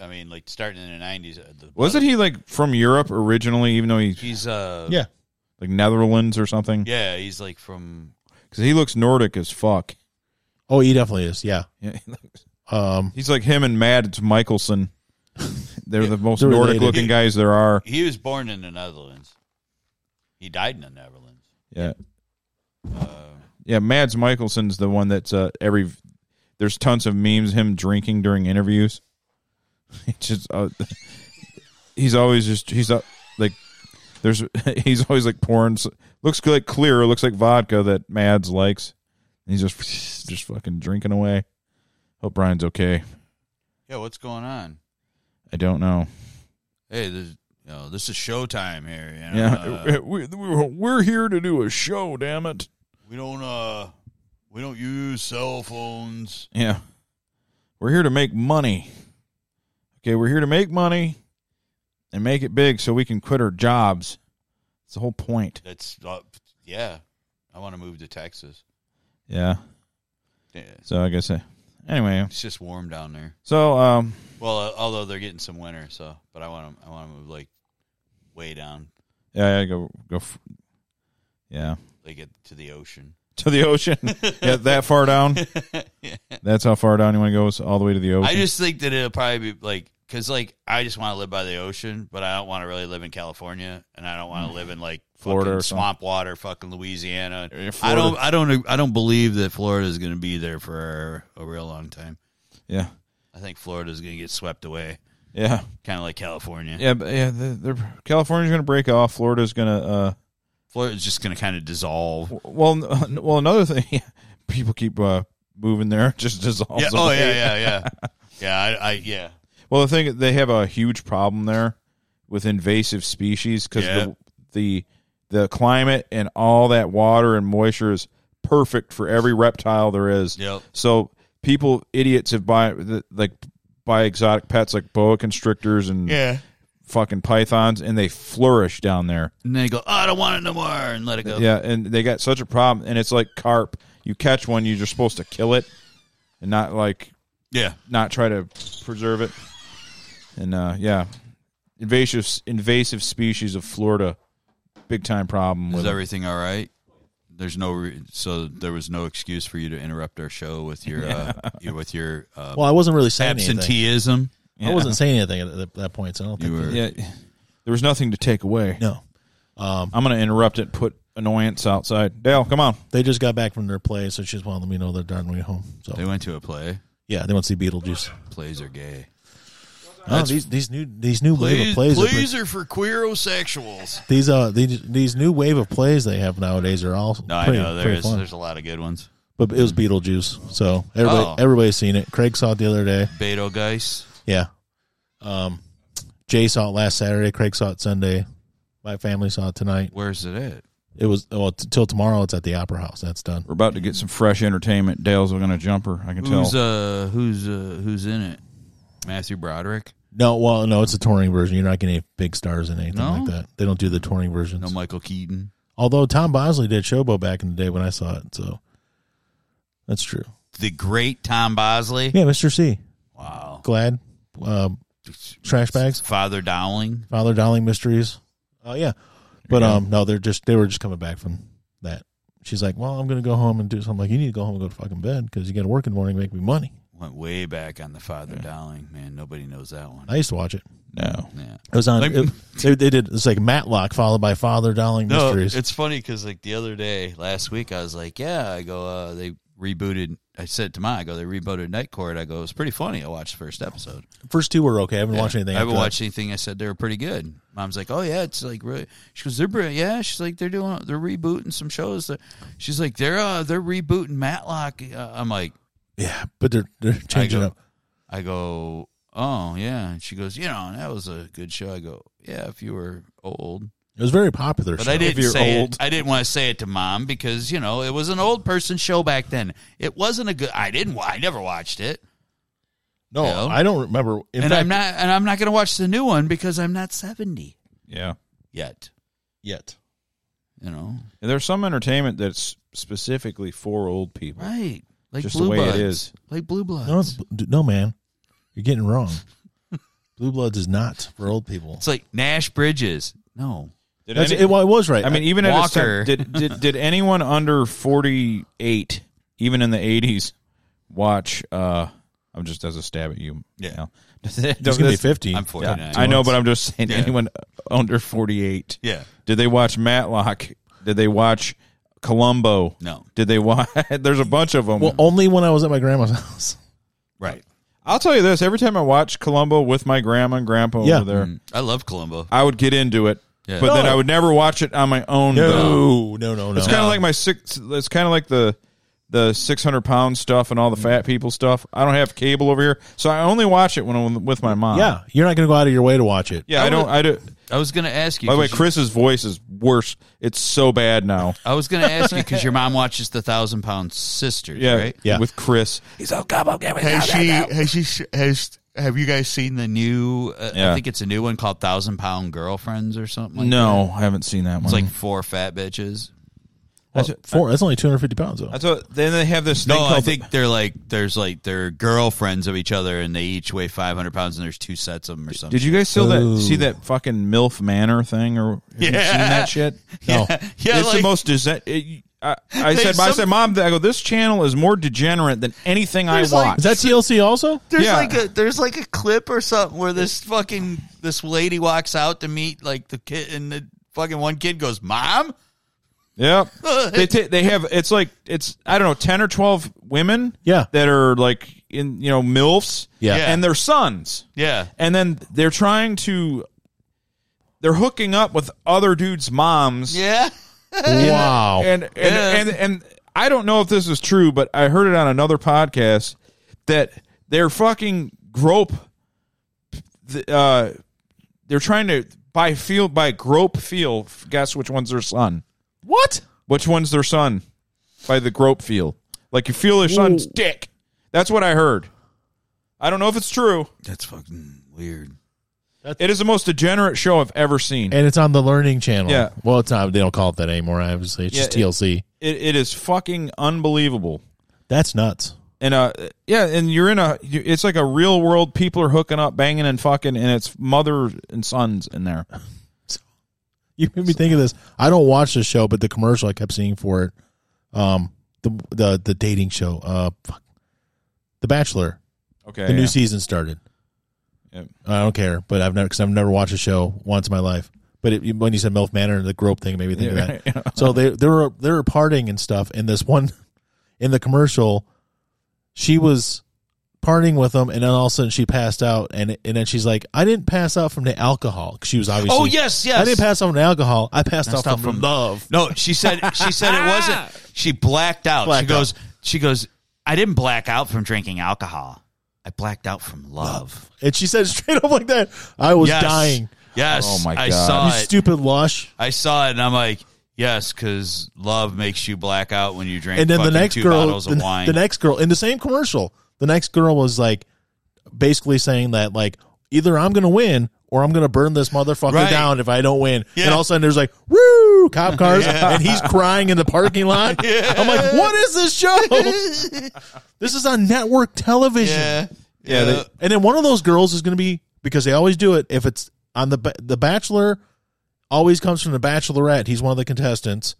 I mean, like starting in the '90s. uh, The,
Wasn't he like from Europe originally? Even though he's
He's uh.
Yeah.
like Netherlands or something,
Yeah, he's like from.
because he looks Nordic as fuck.
Oh, he definitely is. Yeah.
Yeah, he looks-
Um
he's like him and Mads Mikkelsen. They're the most
They're related.
Nordic looking guys there are.
He was born in the Netherlands. He died in the Netherlands.
Yeah.
Uh,
Yeah, Mads Michelson's the one that's uh, every. There's tons of memes him drinking during interviews. He just uh, he's always just he's uh, like there's he's always like pouring s- looks like clear looks like vodka that Mads likes. And he's just just fucking drinking away. Hope Brian's okay.
yeah, what's going on?
I don't know.
Hey, this, you know, this is showtime here. You know,
Yeah,
uh,
we, we- we're here to do a show. Damn it.
we don't uh, we don't use cell phones.
Yeah. We're here to make money. Okay, we're here to make money and make it big so we can quit our jobs. It's the whole point.
That's uh, yeah. I want to move to Texas.
Yeah.
Yeah,
So I guess I, anyway.
It's just warm down there.
So um
Well, uh, although they're getting some winter, so but I want to I want to move like way down,
yeah, yeah go go f- yeah,
like it- to the ocean.
to the ocean. yeah, that far down.
Yeah.
That's how far down you want to go is all the way to the ocean.
I just think that it'll probably be like because like I just want to live by the ocean, but I don't want to really live in California, and I don't want to live in like
Mm. Florida
fucking
or something.
swamp water, fucking Louisiana.
Yeah, Florida.
I don't, I don't, I don't believe that Florida is going to be there for a real long time.
yeah.
I think Florida is going to get swept away,
Yeah.
kind of like California.
Yeah, but yeah, they're, they're, California's going to break off. Florida's going to uh
Florida's just going to kind of dissolve.
Well, n- well, another thing, yeah, people keep uh, moving there, just dissolves.
Yeah. Oh
away.
yeah, yeah, yeah, yeah. I, I yeah.
Well, the thing they have a huge problem there with invasive species because
Yeah.
the, the the climate and all that water and moisture is perfect for every reptile there is.
Yep.
So people, idiots, have buy th- like buy exotic pets like boa constrictors and
Yeah.
fucking pythons, and they flourish down there.
And then you go, oh, I don't want it no more, and let it go.
Yeah, and they got such a problem, and it's like carp. You catch one, you're just supposed to kill it, and not like
yeah.
not try to preserve it. And uh, yeah, invasive invasive species of Florida, big time problem with
Is
it.
everything all right? There's no re- so there was no excuse for you to interrupt our show with your uh, your with your uh,
Well, I wasn't really saying anything.
absenteeism.
I wasn't saying anything at that- that point. So I don't think
You were
Yeah, there was nothing to take away.
no.
I'm gonna interrupt it. Put annoyance outside. Dale, come on.
They just got back from their play, so she just wanted to let me know they're done when we get home. So
they went to a play.
yeah, they want to see Beetlejuice.
Plays are gay.
Oh, these these new these new wave of plays. are
are for queerosexuals.
these uh these, these new wave of plays they have nowadays are all
No,
pretty,
I know
pretty
there's
fun.
there's a lot of good ones.
But it was Beetlejuice, so everybody
Oh.
everybody's seen it. Craig saw it the other day.
Beto guys.
Yeah, um, Jay saw it last Saturday. Craig saw it Sunday. My family saw it tonight.
Where's it at?
It was well t- till tomorrow. It's at the Opera House. That's done.
We're about to get some fresh entertainment. Dale's gonna jumper. I can
Who's
tell.
uh who's uh who's in it? Matthew Broderick.
No, well, no, it's a touring version. You're not getting any big stars and anything
No?
like that. They don't do the touring versions.
No, Michael Keaton.
Although Tom Bosley did Showbo back in the day when I saw it, so that's true.
The great Tom Bosley.
Yeah, Mr. C.
Wow.
Glad, uh, trash bags,
Father Dowling.
Father Dowling mysteries. Oh yeah, but um, no, they're just they were just coming back from that. She's like, well, I'm gonna go home and do something. I'm like, you need to go home and go to fucking bed because you got to work in the morning, and make me money.
Went way back on the Father Dowling. Man, nobody knows that one.
I used to watch it.
no.
Yeah.
It was on.
Like-
it- they, they did. It's like Matlock followed by Father Dowling
No,
mysteries.
it's funny because like the other day, last week, I was like, "Yeah," I go, uh, "They rebooted." I said to mine, "I go, they rebooted Night Court." I go, "It's pretty funny." I watched the first episode.
First two were okay. I haven't watched anything.
I haven't
after that.
watched anything. I said they were pretty good. Mom's like, "Oh yeah, it's like really." She goes, "They're pretty, yeah." She's like, "They're doing they're rebooting some shows." That, she's like, "They're uh, they're rebooting Matlock." Uh, I'm like,
Yeah, but they're they're changing
go-
up.
I go, "Oh yeah." And she goes, "You know, that was a good show." I go, "Yeah, if you were old."
It was very popular.
But
show.
I didn't
you're
say
old.
it. I didn't want to say it to mom because you know it was an old person show back then. It wasn't a good. I didn't. wa- I never watched it,
No,
you know?
I don't remember. In
and
fact,
I'm not. And I'm not going to watch the new one because I'm not seventy
Yeah.
yet.
yet.
You know,
And there's some entertainment that's specifically for old people.
right? Like
Just the
blue
way it
bloods.
is.
Like blue bloods.
No, it's,
it's,
no, man, you're getting it wrong. Blue Bloods is not for old people.
like Nash Bridges. No,
Did
That's,
any-
it, well, it was right.
I mean, even at its time,
Walker.
did, did did anyone under forty eight, even in the eighties, watch? uh I'm just as a stab at you.
Yeah.
Al.
He's gonna be fifty.
I'm 49.
Yeah, I know, but I'm just saying
Yeah.
anyone under 48.
yeah.
Did they watch Matlock? Did they watch Columbo?
No.
Did they watch? There's a bunch of them.
well, only when I was at my grandma's house.
Right.
I'll tell you this: every time I watch Columbo with my grandma and grandpa
Yeah.
over there,
I love Columbo.
I would get into it,
Mm. Yeah.
but then I would never watch it on my own. though.
No, no, no, no.
It's
Um,
kind of like my six. It's kind of like the the six hundred pound stuff and all the fat people stuff. I don't have cable over here, so I only watch it when I'm with my mom.
yeah, you're not gonna go out of your way to watch it.
yeah. I, don't. I do.
I was going to ask you.
By the way,
'cause you-
Chris's voice is worse. It's so bad now.
I was going to ask you because your mom watches the Thousand Pound Sisters,
Yeah,
right?
Yeah.
With Chris,
Has she? Has she? Has? Have you guys seen the new? Uh,
Yeah.
I think it's a new one called Thousand Pound Girlfriends or something. Like that.
no, I haven't seen that one.
it's like four fat bitches.
Well, four. That's only two hundred fifty pounds though.
I thought. Then they have this thing
No,
called
I
the-
think they're like there's like they're girlfriends of each other, and they each weigh five hundred pounds, and there's two sets of them or something.
Did you guys still
Ooh.
that see that fucking MILF Manor thing or have you seen
Yeah.
that shit?
No.
yeah,
it's
like-
the most desen- it, I, I
They-
said, I
some-
said, Mom, I go. This channel is more degenerate than anything I watch.
There's like-
Is that TLC also?
There's
Yeah.
like a there's like a clip or something where this fucking this lady walks out to meet like the kid and the fucking one kid goes, "Mom."
yep. they ta they have it's like it's I don't know ten or twelve women.
Yeah.
That are like in you know milfs.
Yeah.
Yeah.
And their sons,
Yeah.
and then they're trying to. They're hooking up with other dudes' moms.
Yeah.
Wow.
and and,
Yeah.
and and I don't know if this is true, but I heard it on another podcast that they're fucking grope. th- Uh, they're trying to by feel by grope feel. Guess which one's their son?
what?
Which one's their son? By the grope feel, like you feel their son's dick. That's what I heard. I don't know if it's true.
That's fucking weird.
It is the most degenerate show I've ever seen.
And it's on the Learning Channel.
Yeah.
Well, it's not. They don't call it that anymore. Obviously, it's
Yeah,
just
it-
TLC.
It, it is fucking unbelievable.
That's nuts.
and uh yeah and you're in a you, it's like a real world people are hooking up banging and fucking and it's mother and sons in there
You made me think of this. I don't watch this show, but the commercial I kept seeing for it, um, the the the dating show, uh, fuck, The Bachelor.
okay
The
yeah.
new season started.
Yep.
I don't care, but I've never because I've never watched a show once in my life. But it, when you said MILF Manor and the grope thing, it made me think
Yeah,
of that. So they they were they were partying and stuff, and this one in the commercial, she was partying with him, and then all of a sudden she passed out, and and then she's like, "I didn't pass out from the alcohol." 'cause she was obviously.
Oh yes, yes.
I didn't pass out from the alcohol. I passed out from, love.
No, she said she said it wasn't. She blacked out.
Blacked
she goes she goes, I didn't black out from drinking alcohol. I blacked out from love.
And she said straight up like that, "I was
Yes.
dying."
Yes.
Oh, my
I
God.
saw
You
it.
stupid lush.
I saw it and I'm like, yes, because love makes you black out when you drink
and then the
fucking
next
two
girl,
bottles
the,
of wine.
the next girl in the same commercial, the next girl was like basically saying that like either I'm gonna win or I'm gonna burn this motherfucker
Right.
down if I don't win.
Yeah.
And all of a sudden there's like woo cop cars and he's crying in the parking lot. I'm like, what is this show? this is on network television.
yeah.
Yeah, they-
Uh, And then one of those girls is gonna be because they always do it. If it's on the Ba- the Bachelor, always comes from the Bachelorette. He's one of the contestants.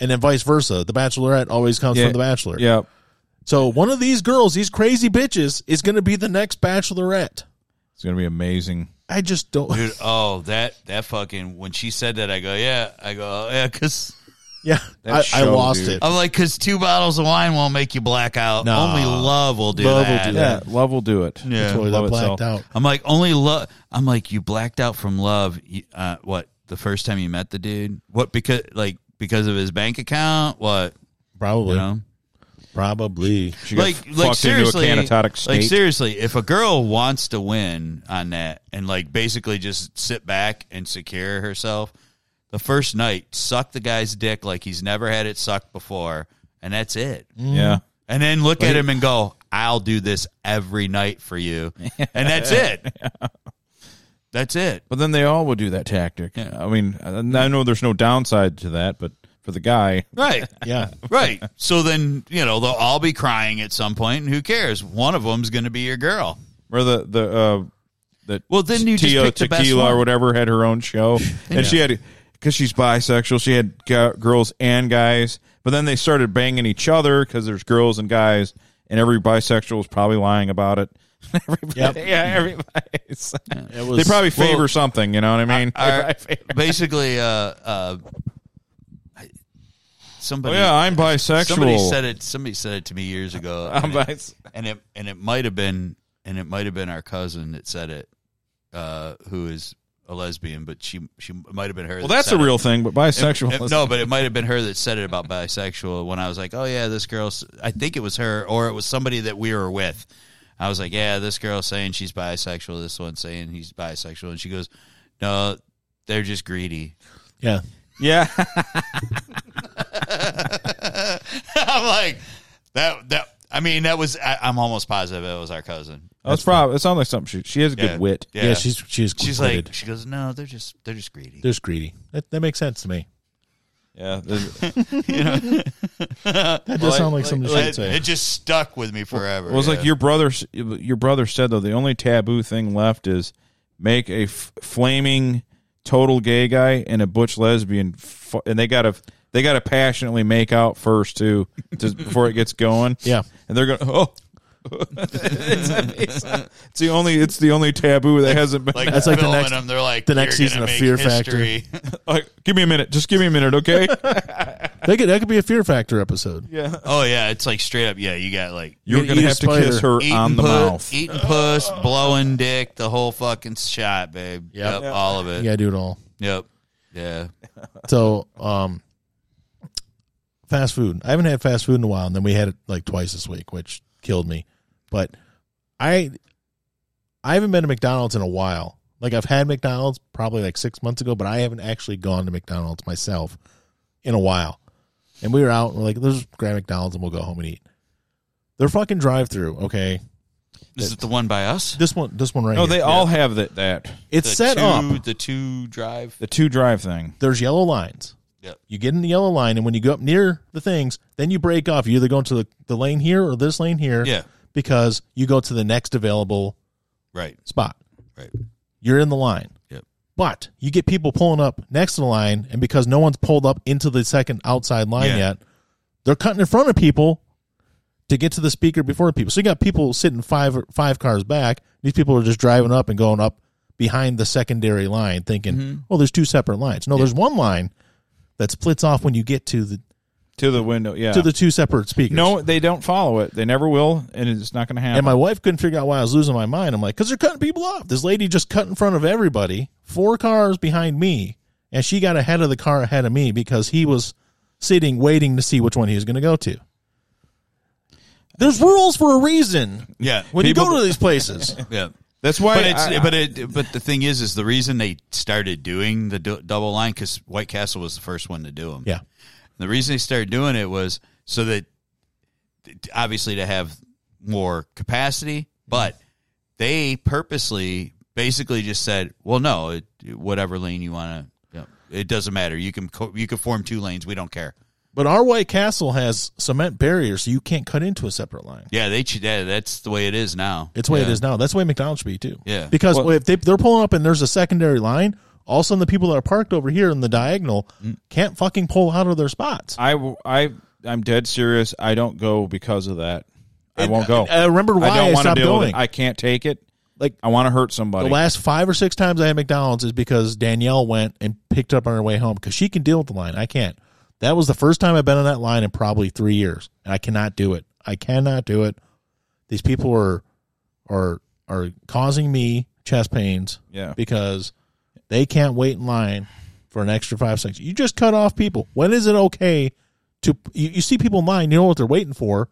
And then vice versa. The Bachelorette always comes
Yeah.
from the Bachelor.
yeah
So one of these girls, these crazy bitches, is going to be the next Bachelorette.
it's gonna be amazing
I just don't.
Dude, oh that that fucking when she said that, I go, yeah, I go, oh, yeah, because
yeah,
That
I, I
show,
lost
dude.
it.
I'm like, because two bottles of wine won't make you black out.
Nah.
Only love will do
Love will
that.
do
yeah,
Yeah.
love will do it
Yeah.
Totally
Love
that
it,
blacked
so.
out.
I'm like, only love. I'm like, you blacked out from love. You- Uh, what the first time you met the dude? What because like because of his bank account? What
Probably,
you know?
probably.
she got
like
fucked
like seriously,
into a canatotic state
like seriously, if a girl wants to win on that and like basically just sit back and secure herself, the first night suck the guy's dick like he's never had it sucked before, and that's it.
yeah
And then look at him and go, "I'll do this every night for you," and that's it. That's it.
but then they all would do that tactic i mean and i know there's no downside to that but for the guy
Right.
Yeah,
Right. So then, you know, they'll all be crying at some point, and who cares? One of them's going to be your girl.
or the the uh the
Well, then you just
Tio
pick the best
Tequila or
one.
whatever had her own show, and she had because she's bisexual. She had g- girls and guys, but then they started banging each other because there's girls and guys, and every bisexual is probably lying about it.
everybody,
Yep.
yeah, everybody. So
It was
They probably favor
well,
something, you know what I mean?
I- basically, uh, uh, I-
oh,
somebody.
yeah, I'm bisexual.
Somebody said it. Somebody said it to me years ago,
I'm
and, it,
bis-
and it and it might have been and it might have been our cousin that said it, uh, who is a lesbian, but she she it might have been her.
well,
that
that's
said
a
it.
real thing, but bisexual.
It-
is-
no, but it might have been her that said it about bisexual when I was like, oh, yeah, this girl's, I think it was her, or it was somebody that we were with. I was like, yeah, this girl's saying she's bisexual, this one's saying he's bisexual. And she goes, no, they're just greedy.
yeah.
yeah.
I'm like, that, that, I mean, that was, I, I'm almost positive it was our cousin.
That's probably. It sounds like something she. She has a good
Yeah.
wit.
yeah, She's she's
she's
quick-witted.
like, she goes, no, they're just, they're just greedy.
There's greedy. That, that makes sense to me.
Yeah.
That does sound like, something
it, it just stuck with me forever.
It was
yeah.
like your brother. Your brother said though the only taboo thing left is make a f- flaming total gay guy and a butch lesbian, f- and they gotta they gotta passionately make out first too, to, before it gets going.
Yeah.
and they're going oh. it's, amazing. It's the only it's the only taboo that hasn't been
like
That's like the
filming
next-
them. They're like
the next
"You're
season
gonna
of Fear
make history."
like, give me a minute just give me a minute okay
That could that could be a Fear Factor episode.
yeah
oh yeah, it's like straight up. Yeah, you got like
you're
You-
gonna
you
have to
spider.
kiss her
eating
on the
pu-
mouth
eating puss, blowing dick, the whole fucking shot, babe. Yep, all of it.
Yeah, do it all.
Yep, yeah.
So, um, fast food. I haven't had fast food in a while, and then we had it like twice this week, which killed me. But I, I haven't been to McDonald's in a while. Like I've had McDonald's probably like six months ago, but I haven't actually gone to McDonald's myself in a while. And we were out, and we're like, "Let's just grab McDonald's and we'll go home and eat." Their fucking drive-through. Okay,
This is the one by us.
this one, this one right
no
here.
they all have that that
it's
the
set
two,
up.
the two drive.
the two drive thing
There's yellow lines.
Yep.
You get in the yellow line, and when you go up near the things, then you break off. You either go into the, the lane here or this lane here.
Yeah,
Because you go to the next available
right,
spot.
right.
You're in the line.
Yep.
But you get people pulling up next to the line, and because no one's pulled up into the second outside line
Yeah.
yet, they're cutting in front of people to get to the speaker before people. So you got people sitting five or five cars back. These people are just driving up and going up behind the secondary line, thinking,
Mm-hmm.
"Oh, there's two separate lines." No, there's one line that splits off when you get to the
to the window. Yeah.
to the two separate speakers.
no, they don't follow it. They never will, and it's not going to happen.
And my wife couldn't figure out why I was losing my mind. I'm like, because they're cutting people off. This lady just cut in front of everybody, four cars behind me, and she got ahead of the car ahead of me because he was sitting waiting to see which one he was going to go to. There's rules for a reason
Yeah,
when you
People-
go to these places.
yeah.
That's why.
But it's
I-
but it but the thing is is the reason they started doing the du- double line because White Castle was the first one to do them.
yeah,
The reason they started doing it was so that obviously to have more capacity, but they purposely basically just said, "Well, no, it, whatever lane you want to, it doesn't matter. You can co- you can form two lanes. We don't care."
but our White Castle has cement barriers, so you can't cut into a separate line.
Yeah, they ch- yeah, that's the way it is now.
It's the way
Yeah.
it is now. That's the way McDonald's should be too.
Yeah.
Because
Well-
if they, they're pulling up and there's a secondary line, all of a sudden the people that are parked over here in the diagonal
Mm.
can't fucking pull out of their spots.
I, I, am dead serious. I don't go because of that. I won't go.
I remember uh, why I,
don't wanna
stopped
deal with
going.
it. I can't take it.
Like-
I want to hurt somebody.
the last five or six times I had McDonald's is because Danielle went and picked up on her way home because she can deal with the line. I can't. That was the first time I've been on that line in probably three years, and I cannot do it. I cannot do it. These people are are are causing me chest pains
yeah.
because they can't wait in line for an extra five seconds. You just cut off people. When is it okay to you, you see people in line? You know what they're waiting for.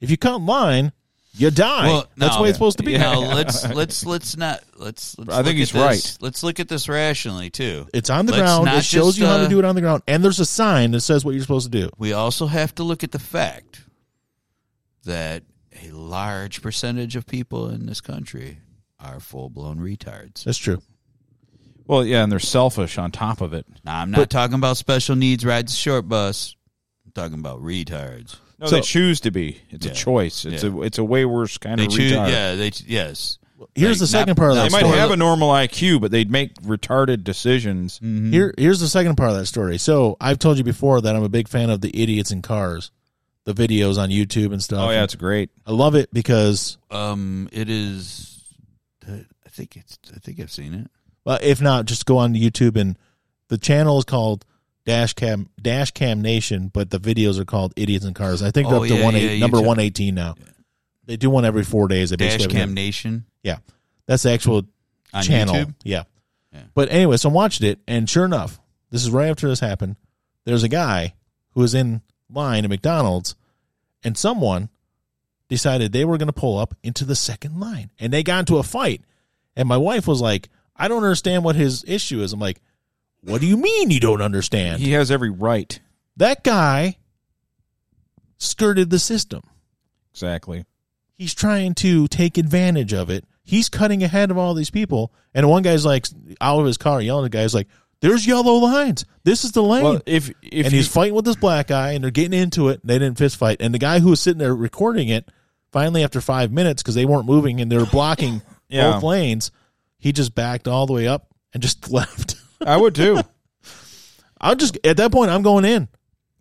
If you cut in line, you die.
Well,
That's
no.
the way it's supposed to be.
Now let's let's let's not let's. let's
I think
look
he's
at this-
right.
Let's look at this rationally too.
It's on the
Let's
ground.
not
It shows
just,
you how
uh,
to do it on the ground, and there's a sign that says what you're supposed to do.
we also have to look at the fact that a large percentage of people in this country are full blown retards.
That's true.
Well, yeah, and they're selfish on top of it.
Now, I'm not talking about special needs rides the short bus. I'm talking about retards.
No,
So-
they choose to be. It's
Yeah.
a choice. It's
Yeah.
a it's a way worse kind
They
of
choose,
retard.
yeah, they yes.
Here's
Like,
the second
not-
part of
They
that
might
story.
have a normal IQ, but they'd make retarded decisions. Oh,
Here, here's the second part of that story. So I've told you before that I'm a big fan of the idiots in cars. the videos on YouTube and stuff.
Oh yeah, it's great.
I love it because
Um, it is. I think it's. I think I've seen it.
well, if not, just go on YouTube and the channel is called Dash Cam Dash Cam Nation, but the videos are called Idiots and Cars. I think they're
Oh,
up to
yeah,
one
yeah,
eight,
you
number
tell-
one eighteen now. They do one every four days. They
Dash
basically have-
Cam Nation
That's the actual
on
channel.
YouTube.
Yeah.
Yeah.
But anyway, so I watched it, and sure enough, this is right after this happened. There's a guy who was in line at McDonald's, and someone decided they were going to pull up into the second line, and they got into a fight. And my wife was like, "I don't understand what his issue is." I'm like, "What do you mean you don't understand?
He has every right.
that guy skirted the system."
Exactly.
he's trying to take advantage of it. He's cutting ahead of all these people, and one guy's like out of his car yelling at the guy's like, "There's yellow lines. This is the lane."
Well, if if
and
you-
he's fighting with this black guy, and they're getting into it. And they didn't fist fight, and the guy who was sitting there recording it, finally after five minutes, because they weren't moving and they were blocking
Yeah.
both lanes, he just backed all the way up and just left.
I would too.
I'm just at that point, I'm going in.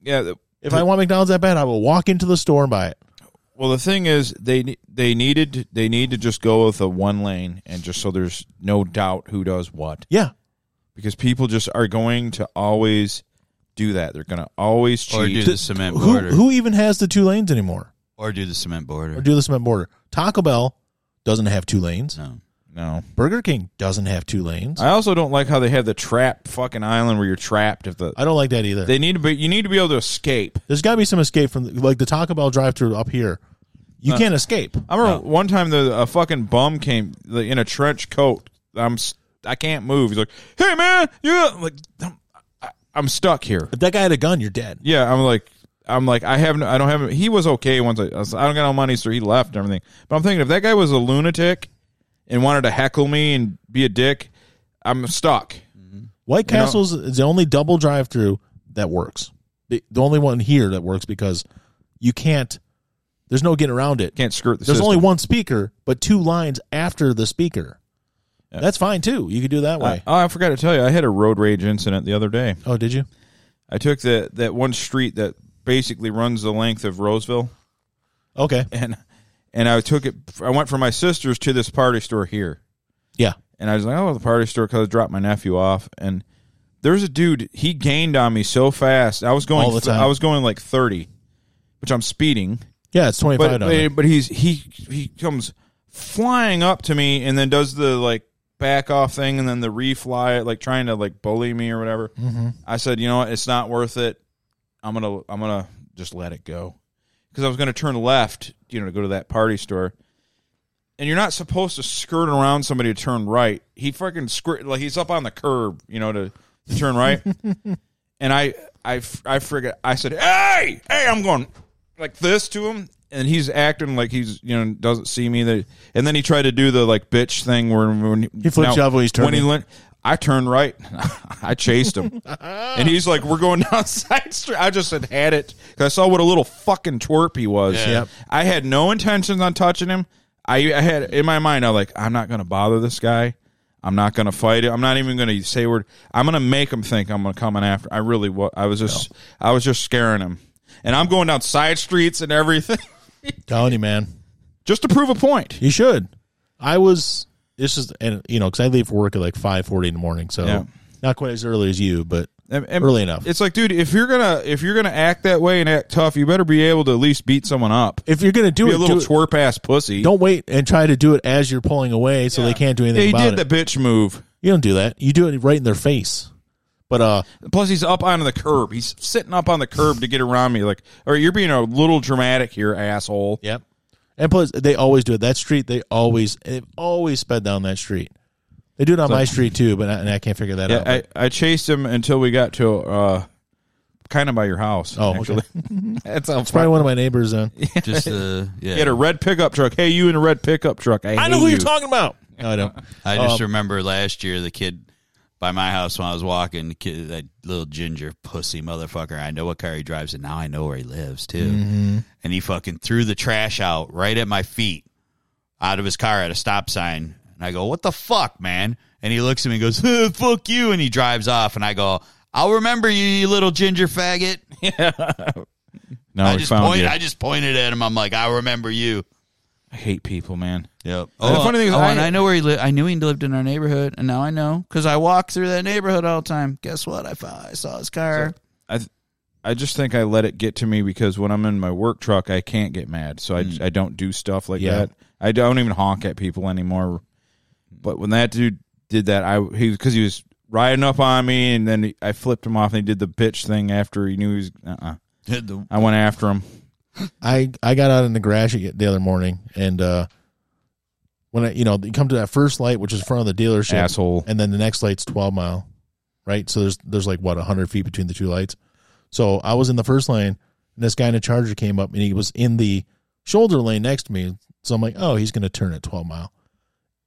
Yeah. the-
If I want McDonald's that bad, I will walk into the store and buy it.
Well, the thing is, they ne- they needed they need to just go with a one lane and just so there's no doubt who does what
Yeah,
because people just are going to always do that. They're going to always
Or
cheat.
do the cement
who
border.
who even has the two lanes anymore?
Or do the cement border.
or do the cement border. Taco Bell doesn't have two lanes.
no.
no,
Burger King doesn't have two lanes. I,
I also don't like how they have the trap fucking island where you're trapped. If the
don't like that either.
they need to be, you need to be able to escape.
There's got to be some escape from like the Taco Bell drive-through up here. You can't escape.
I remember one time the a fucking bum came the- in a trench coat. I'm s- I can't move. He's like, "Hey man, you I'm like I'm, I- I'm stuck here."
If that guy had a gun, you're dead.
Yeah, I'm like, I'm like, I haven't, I don't have. He was okay once. I, I, was, I don't got no money, so he left and everything. But I'm thinking if that guy was a lunatic and wanted to heckle me and be a dick, I'm stuck.
White
know-
Castle's is the only double drive-through that works. The, the only one here that works because you can't. There's no getting around it.
Can't skirt the
There's
system.
only one speaker, but two lines after the speaker. That's fine too. You could do that
I,
way.
oh, I forgot to tell you, I had a road rage incident the other day.
oh, did you?
I took the that one street that basically runs the length of Roseville,
Okay.
and and I took it. I went from my sister's to this party store here.
Yeah.
and I was like, "Oh, the party store," because I dropped my nephew off, and there's a dude. He gained on me so fast. I was going.
All the time.
I was going like thirty, which I'm speeding.
Yeah, it's 25
But
down there.
but he's he he comes flying up to me and then does the like back off thing and then the refly it like trying to like bully me or whatever.
Mm-hmm.
I said, you know what, it's not worth it. I'm gonna I'm gonna just let it go because I was gonna turn left, you know, to go to that party store. And you're not supposed to skirt around somebody to turn right. He fucking skirt like he's up on the curb, you know, to, to turn right. and I I f- I forget. I said, hey hey, I'm going like this to him. And he's acting like he's you know doesn't see me. That and then he tried to do the like bitch thing where when
He flips you off when he's
When he
turning.
went- I turned right. I chased him. and he's like, we're going down side street. I just had had it because I saw what a little fucking twerp he was.
Yep.
I had no intentions on touching him. I, I had in my mind, I'm like, I'm not going to bother this guy. I'm not going to fight it. I'm not even going to say a word. I'm going to make him think I'm going to come in after. I really was. I was just, I was just scaring him. And I'm going down side streets and everything
Telling you, man.
just to prove a point.
You should. I was. This is and you know because I leave for work at like five forty in the morning, so
Yeah.
not quite as early as you, but
And- and
Early enough.
It's like, dude, if you're gonna if you're gonna act that way and act tough, you better be able to at least beat someone up.
if you're gonna do
Be
it,
a little
do it-
twerp ass pussy.
don't wait and try to do it as you're pulling away, so they can't do anything
They
about
did
it.
the bitch move.
you don't do that. You do it right in their face. But uh,
Plus, he's up on the curb. He's sitting up on the curb to get around me. Like, all right, you're being a little dramatic here, asshole.
yep. And plus, they always do it. That street, they always they've always sped down that street. They do it on my street too, but I, and I can't figure that out.
Yeah, I, I chased him until we got to uh, kind of by your house.
Oh, okay.
actually, that's how
it's probably one of my neighbors. uh, Then
Just the yeah.
He had a red pickup truck. Hey, you in a red pickup truck? I,
I know
hate
who
you.
you're talking about. No, I don't.
I just
Um,
remember last year the kid by my house when I was walking, the kid, that little ginger pussy motherfucker. I know what car he drives, and now I know where he lives too.
Mm-hmm.
And he fucking threw the trash out right at my feet, out of his car at a stop sign. And I go, "What the fuck, man?" And he looks at me and goes, "Huh, "Fuck you!" And he drives off. And I go, "I'll remember you, you little ginger faggot."
Now
I
we
just
Oh, found
point,
you.
I just pointed at him. I'm like, I remember you.
I hate people, man.
Yep.
And the funny thing is
oh,
I-
and I know where he lived. I knew he lived in our neighborhood, and now I know because I walk through that neighborhood all the time. Guess what? I, found, I saw his car.
I th- I just think I let it get to me because when I'm in my work truck, I can't get mad, so I, I don't do stuff like
Hmm. Yeah.
that. I don't even honk at people anymore. But when that dude did that, I he because he was riding up on me, and then he, I flipped him off, and he did the bitch thing after he knew he was. Uh-uh.
The-
I went after him.
I I got out in the garage the other morning, and uh, when I you know you come to that first light, which is in front of the dealership,
Asshole.
and then the next light's twelve mile, right? So there's there's like what hundred feet between the two lights. So I was in the first lane, and this guy in a Charger came up, and he was in the shoulder lane next to me. So I'm like, oh, he's gonna turn at twelve mile,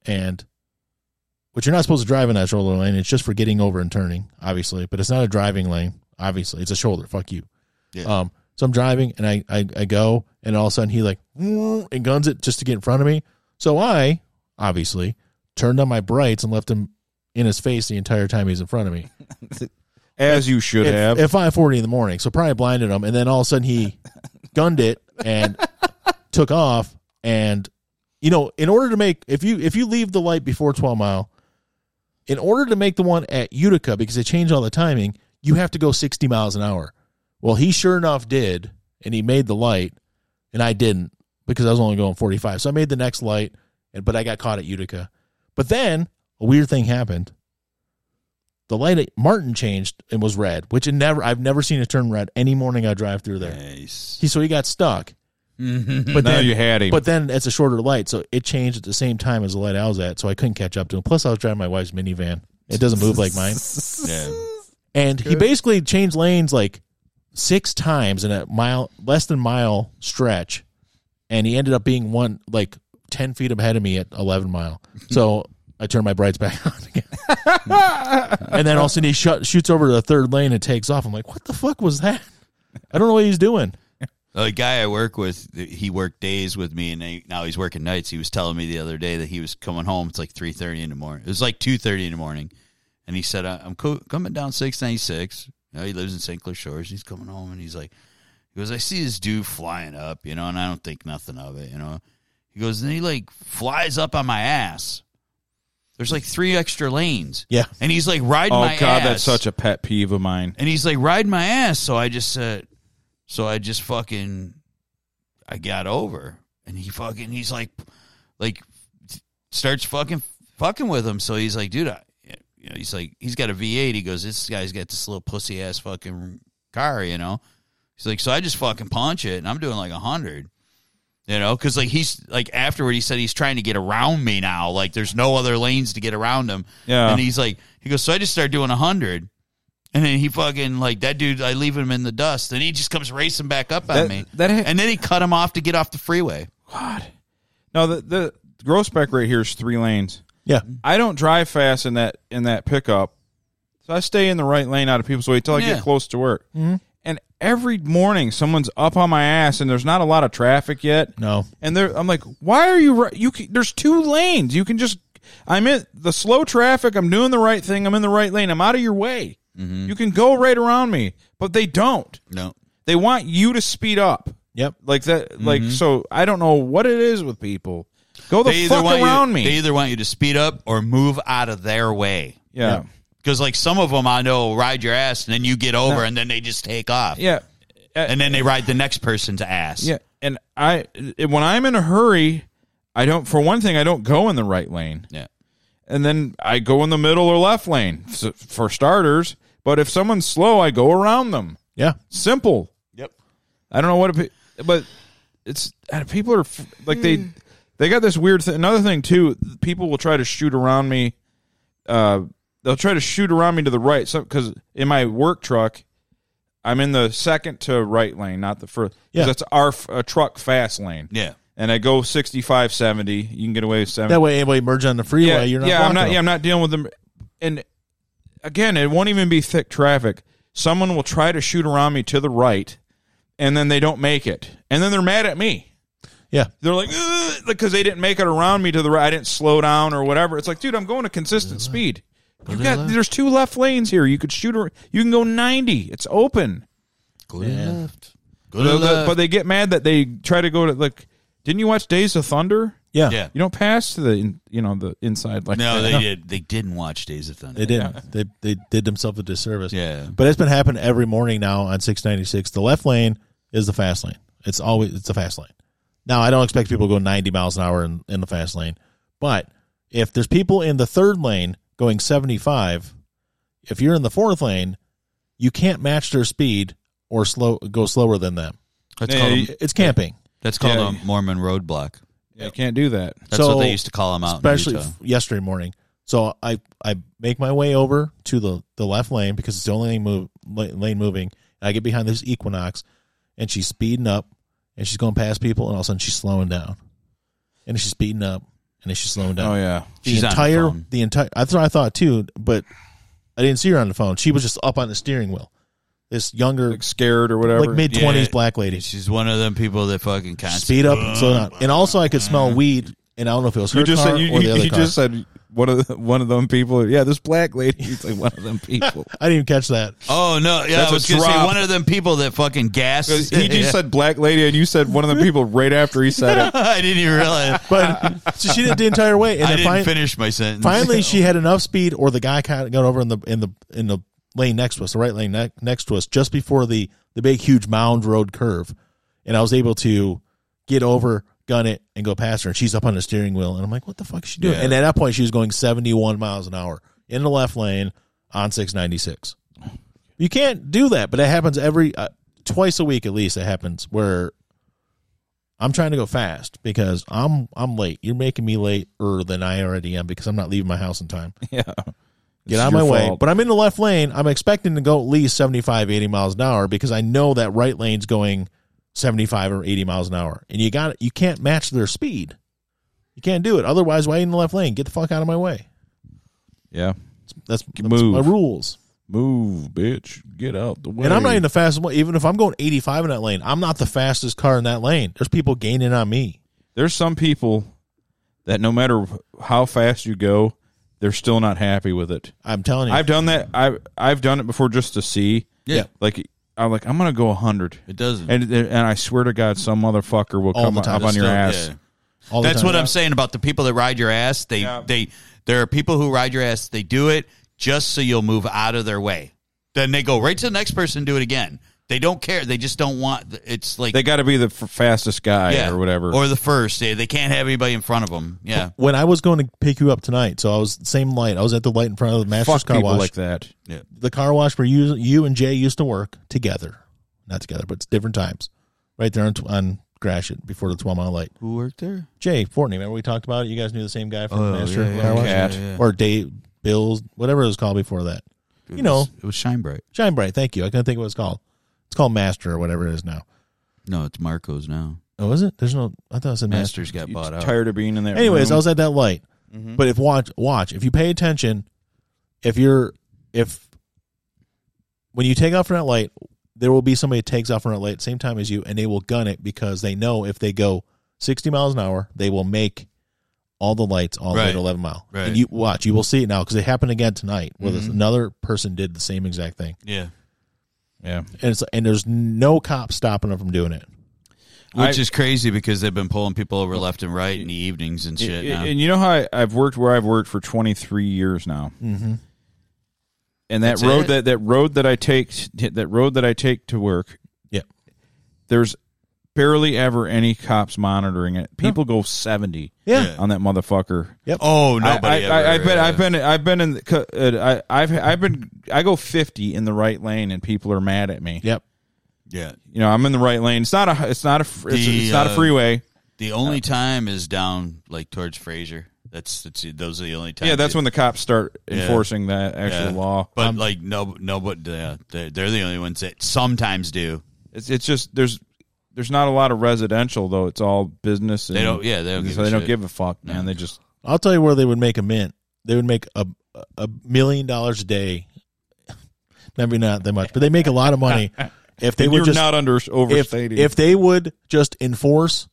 and which you're not supposed to drive in that shoulder lane. It's just for getting over and turning, obviously, but it's not a driving lane. Obviously, it's a shoulder. Fuck you.
Yeah.
Um, so I'm driving and I, I I go and all of a sudden he like and guns it just to get in front of me. So I obviously turned on my brights and left him in his face the entire time he's in front of me
As you should
at,
have.
at five forty in the morning. So probably blinded him, and then all of a sudden he gunned it and took off. And you know, in order to make if you if you leave the light before twelve mile, in order to make the one at Utica because they change all the timing, you have to go sixty miles an hour. Well, he sure enough did, and he made the light, and I didn't because I was only going forty five. So I made the next light, and but I got caught at Utica. But then a weird thing happened the light at Martin changed and was red, which it never I've never seen it turn red any morning I drive through there.
Nice.
He so he got stuck. But
now
then
you had him.
but then it's a shorter light, so it changed at the same time as the light I was at, so I couldn't catch up to him. Plus I was driving my wife's minivan. It doesn't move like mine.
Yeah.
And he basically changed lanes like six times in a mile less than mile stretch. And he ended up being one like ten feet ahead of me at eleven mile. So I turned my brights back on again. and then all of a sudden he shut, shoots over to the third lane and takes off. I'm like, what the fuck was that? I don't know what he's doing.
A guy I work with, he worked days with me, and they- now he's working nights. He was telling me the other day that he was coming home. It's like three thirty in the morning. It was like two thirty in the morning, and he said, "I- "I'm co- coming down six ninety six. You know, he lives in St. Clair Shores. He's coming home, and he's like, he goes, I see this dude flying up, you know, and I don't think nothing of it, you know. He goes, and he like flies up on my ass. There's like three extra lanes,
Yeah.
and he's like riding.
oh
my
god, that's
ass.
such a pet peeve of mine.
And he's like, riding my ass. So I just said, so I just fucking, I got over. And he fucking, he's like, like, starts fucking, fucking with him. So he's like, dude, I, you know, he's like, he's got a V8. He goes, this guy's got this little pussy ass fucking car, you know? He's like, so I just fucking punch it and I'm doing like a hundred. You know, because like he's like afterward, he said he's trying to get around me now. Like there's no other lanes to get around him.
Yeah.
And he's like, he goes, so I just started doing a hundred. And then he fucking like that dude. I leave him in the dust, and he just comes racing back up
That-
at me.
that ha-
and then he cut him off to get off the freeway.
God. No, the the Grossbeck right here is three lanes.
Yeah.
I don't drive fast in that in that pickup, so I stay in the right lane out of people's way until I
Yeah.
get close to work. Mm-hmm. And every morning, someone's up on my ass, and there's not a lot of traffic yet.
No.
and they're, I'm like, why are you? ri- You can, there's two lanes. You can just. I'm in the slow traffic. I'm doing the right thing. I'm in the right lane. I'm out of your way.
Mm-hmm.
You can go right around me, but they don't.
No,
They want you to speed up
Yep.
like that. Like so, I don't know what it is with people. Go the fuck
want
around
you,
me.
Mm-hmm. They either want you to speed up or move out of their way.
yeah.
Because like some of them I know will ride your ass, and then you get over, and then they just take off.
Yeah. Uh,
and then they ride the next person's ass.
Yeah, and I when I'm in a hurry, I don't. For one thing, I don't go in the right lane,
yeah.
and then I go in the middle or left lane s- for starters. But if someone's slow, I go around them.
Yeah.
Simple.
Yep.
I don't know what, it, pe- but it's uh, people are f- like they they got this weird thing. Another thing too, people will try to shoot around me. Uh, they'll try to shoot around me to the right. So because in my work truck, I'm in the second to right lane, not the first.
Yeah.
that's our f- a truck fast lane.
Yeah.
and I go 65, 70. You can get away with 70.
That way anybody merge on the freeway,
yeah,
you're not
yeah, I'm
blocking
not.
them.
Yeah, I'm not dealing with them. And again, it won't even be thick traffic. Someone will try to shoot around me to the right, and then they don't make it, and then they're mad at me.
Yeah.
They're like, because they didn't make it around me to the right. I didn't slow down or whatever. It's like, dude, I'm going to consistent speed. You got there's two left lanes here. You could shoot. ar- You can go 90. It's open.
Go
Yeah.
left. Good
But-
luck.
but they get mad that they try to go to like. Didn't you watch Days of Thunder?
Yeah,
yeah.
You don't pass to the in- you know the inside like
No,
that.
they did. They didn't watch Days of Thunder.
they didn't. They they did themselves a disservice.
Yeah.
but it's been happening every morning now on 696. The left lane is the fast lane. It's always it's the fast lane. Now I don't expect people to go 90 miles an hour in, in the fast lane, but if there's people in the third lane going 75, if you're in the fourth lane, you can't match their speed or slow go slower than them.
That's
Yeah,
called,
you-
a,
It's camping.
that's called
yeah.
a Mormon roadblock.
You can't do that.
That's
So-
what they used to call them out.
especially
in Utah.
f- yesterday morning. So I I make my way over to the the left lane because it's the only lane, move, la- lane moving. I get behind this Equinox, and she's speeding up, and she's going past people, and all of a sudden she's slowing down, and she's speeding up, and then she's slowing down.
Oh yeah.
The
She's on the
entire the,
phone.
entire that's what I thought too, but I didn't see her on the phone. She was just up on the steering wheel. This younger,
Like scared or whatever.
like mid twenties
Yeah.
black lady,
She's one of them people that fucking constantly.
speed up and slow down. And also, I could smell weed, and I don't know if it was her
you just
car
said you,
or the
you-
other
you
car.
just said one of the, one of them people. Yeah, this black lady. He's like one of them people.
I didn't even catch that.
Oh no! Yeah,
That's
I was
a
gonna say
drop.
one of them people that fucking gas.
he just said black lady, and you said one of them people right after he said it.
I didn't even realize.
But so she did the entire way, and then
I didn't
fin-
finish my sentence.
finally she had enough speed, or the guy kind of got over in the in the in the lane next to us, the right lane ne- next to us, just before the the big huge mound road curve, and I was able to get over, gun it, and go past her, and she's up on the steering wheel, and I'm like, what the fuck is she doing?
Yeah.
And at that point, she was going 71 miles an hour in the left lane on 696. You can't do that, but it happens every uh, twice a week at least. It happens where I'm trying to go fast because I'm I'm late. You're making me later than I already am because I'm not leaving my house in time.
Yeah.
Get out of my way. But I'm in the left lane. I'm expecting to go at least 75, 80 miles an hour because I know that right lane's going 75 or 80 miles an hour. And you got you can't match their speed. You can't do it. Otherwise, why are you in the left lane? Get the fuck out of my way.
yeah.
That's, that's
Move.
my rules.
Move, bitch. Get out the way.
And I'm not in the fastest one. Even if I'm going 85 in that lane, I'm not the fastest car in that lane. There's people gaining on me.
There's some people that no matter how fast you go, they're still not happy with it.
I'm telling you.
I've done that. I've I've done it before just to see.
Yeah.
Like I'm like I'm gonna go hundred,
it doesn't.
and and I swear to God, some motherfucker will
All
come
the
up
time.
on your
Still-
ass.
yeah.
all the
That's
time.
what I'm saying about the people that ride your ass. They
Yeah.
they there are people who ride your ass. They do it just so you'll move out of their way. Then they go right to the next person and do it again. They don't care. They just don't want. It's like
They got to be the f- fastest guy
yeah
or whatever.
or the first. They, they can't have anybody in front of them. Yeah,
when I was going to pick you up tonight, so I was same light. I was at the light in front of the master's
Fuck
car
people
wash,
like that.
the car wash where you you and Jay used to work together, not together, but it's different times. Right there on tw- on Gratiot before the twelve mile light.
who worked there?
Jay Fortney, remember we talked about it? You guys knew the same guy from the master car wash
Oh, yeah,
or Dave Bills, whatever it was called before that. you know,
it was Shine Bright.
Shine Bright. Thank you. I couldn't think of what it's called. It's called Master or whatever it is now.
No, it's Marco's now.
Oh, is it? There's no. I thought it said Master.
Masters got
You
bought out.
tired of being in that.
Anyways,
Mm-hmm.
room?
I was at that light. But if watch watch, if you pay attention, if you're if when you take off from that light, there will be somebody that takes off from that light same time as you and they will gun it because they know if they go 60 miles an hour, they will make all the lights all the way
Right.
to 11 mile.
Right. Mm-hmm.
And you watch, you will see it now because it happened again tonight where this, another person did the same exact thing.
Yeah,
yeah.
And it's and there's no cop stopping them from doing it.
which
I-
is crazy because they've been pulling people over left and right in the evenings and shit.
And-
now.
And you know how I, I've worked where I've worked for 23 years now. Mm-hmm. And that
That's
road
it.
that that road that I take that road that I take to work,
Yeah.
there's barely ever any cops monitoring it. People go 70
Yeah.
Yeah.
on that motherfucker.
oh,
I, I,
nobody. ever,
I, I've been,
uh,
I've been, I've been in, the, co- uh, I, I've, I've been, I go 50 in the right lane and people are mad at me.
Yep.
Yeah,
You know, I'm in the right lane. It's not a, it's not a, fr- it's,
The,
it's not a
uh,
freeway.
The
Uh,
only time is down like towards Fraser. That's that's those are the only times.
Yeah. That's
it-
when the cops start
Yeah.
enforcing that
yeah.
actual law. Um,
But like no no but yeah, they're, they're the only ones that sometimes do.
It's it's just there's there's not a lot of residential though. It's all business. And,
They don't- yeah, they don't
and
give
so
a
they don't
shit.
give a fuck, man. They just
I'll tell you where they would make a mint. They would make a a million dollars a day. Maybe not that much, but they make a lot of money if they
and
would
you're
just
not under
if,
overstating.
if they would just enforce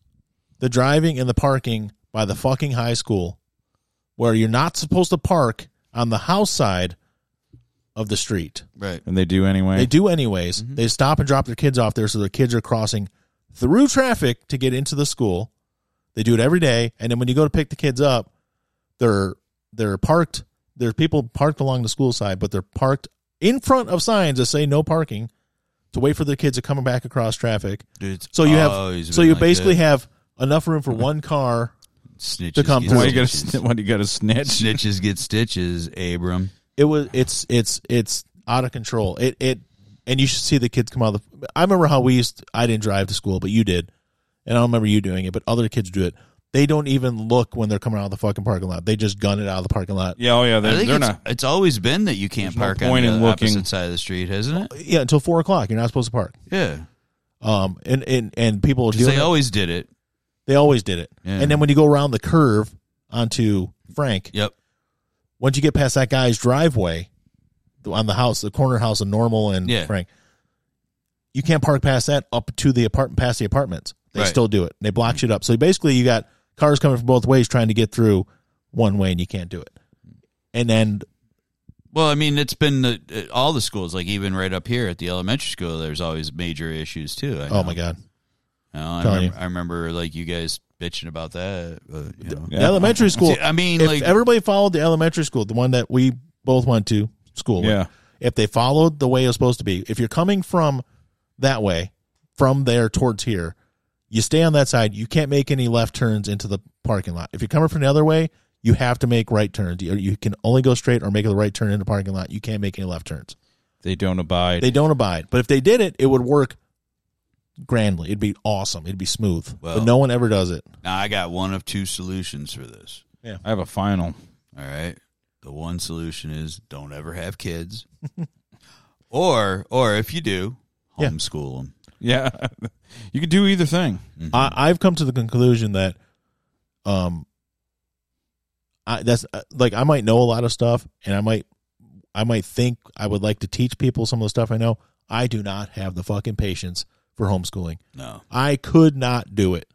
the driving and the parking by the fucking high school, where you're not supposed to park on the house side of the street.
Right. Mm-hmm.
And they do anyway.
They do anyways. They stop and drop their kids off there so their kids are crossing through traffic to get into the school. They do it every day. And then when you go to pick the kids up, they're they're parked there are people parked along the school side, but they're parked in front of signs that say no parking to wait for their kids to come back across traffic.
Dude, it's
So you
always
have so
Oh, been
you
like
basically
that.
have enough room for one car.
snitches
to come
get
through.
Why you got
stitches.
to why you got to snitch?
snitches get stitches, Abram.
It was it's it's it's out of control. It it and you should see the kids come out of the I remember how we used I didn't drive to school, but you did. And I don't remember you doing it, but other kids do it. They don't even look when they're coming out of the fucking parking lot. They just gun it out of the parking lot.
Yeah, oh yeah, they're,
I think
they're
it's,
not.
it's always been that you can't
There's no
park
point
on
in Oh,
the
looking.
opposite side of the street, hasn't it?
Yeah, until four o'clock. You're not supposed to park.
Yeah,
Um and and, and people do
because they
it.
always did it.
They always did it.
"Oh." Yeah.
And then when you go around the curve onto Frank,
Yep.
once you get past that guy's driveway on the house, the corner house of Normal and
Yeah.
Frank, you can't park past that up to the apartment, past the apartments. They
Right.
still do it. They block shit up. So basically, you got cars coming from both ways trying to get through one way, and you can't do it. And then
Well, I mean, it's been the, uh, all the schools, like even right up here at the elementary school. There's always major issues too. I
oh
know.
my god,
You know, I,
Telling
remember, I remember like you guys bitching about that. Uh, you know.
the elementary school.
See, I mean,
if
like
everybody followed the elementary school, the one that we both went to school, with,
Yeah.
if they followed the way it was supposed to be, if you're coming from that way, from there towards here, you stay on that side. You can't make any left turns into the parking lot. If you're coming from the other way, you have to make right turns. You, you can only go straight or make a right turn in the parking lot. You can't make any left turns.
They don't abide.
They don't abide. But if they did it, it would work grandly. It'd be awesome. It'd be smooth.
Well-
but no one ever does it.
now I got one of two solutions for this.
I have a final.
All right. The one solution is don't ever have kids, or or if you do,
Yeah.
homeschool them.
Yeah, you could do either thing.
I, I've come to the conclusion that, um, I that's uh, like I might know a lot of stuff, and I might, I might think I would like to teach people some of the stuff I know. I do not have the fucking patience for homeschooling.
No.
I could not do it.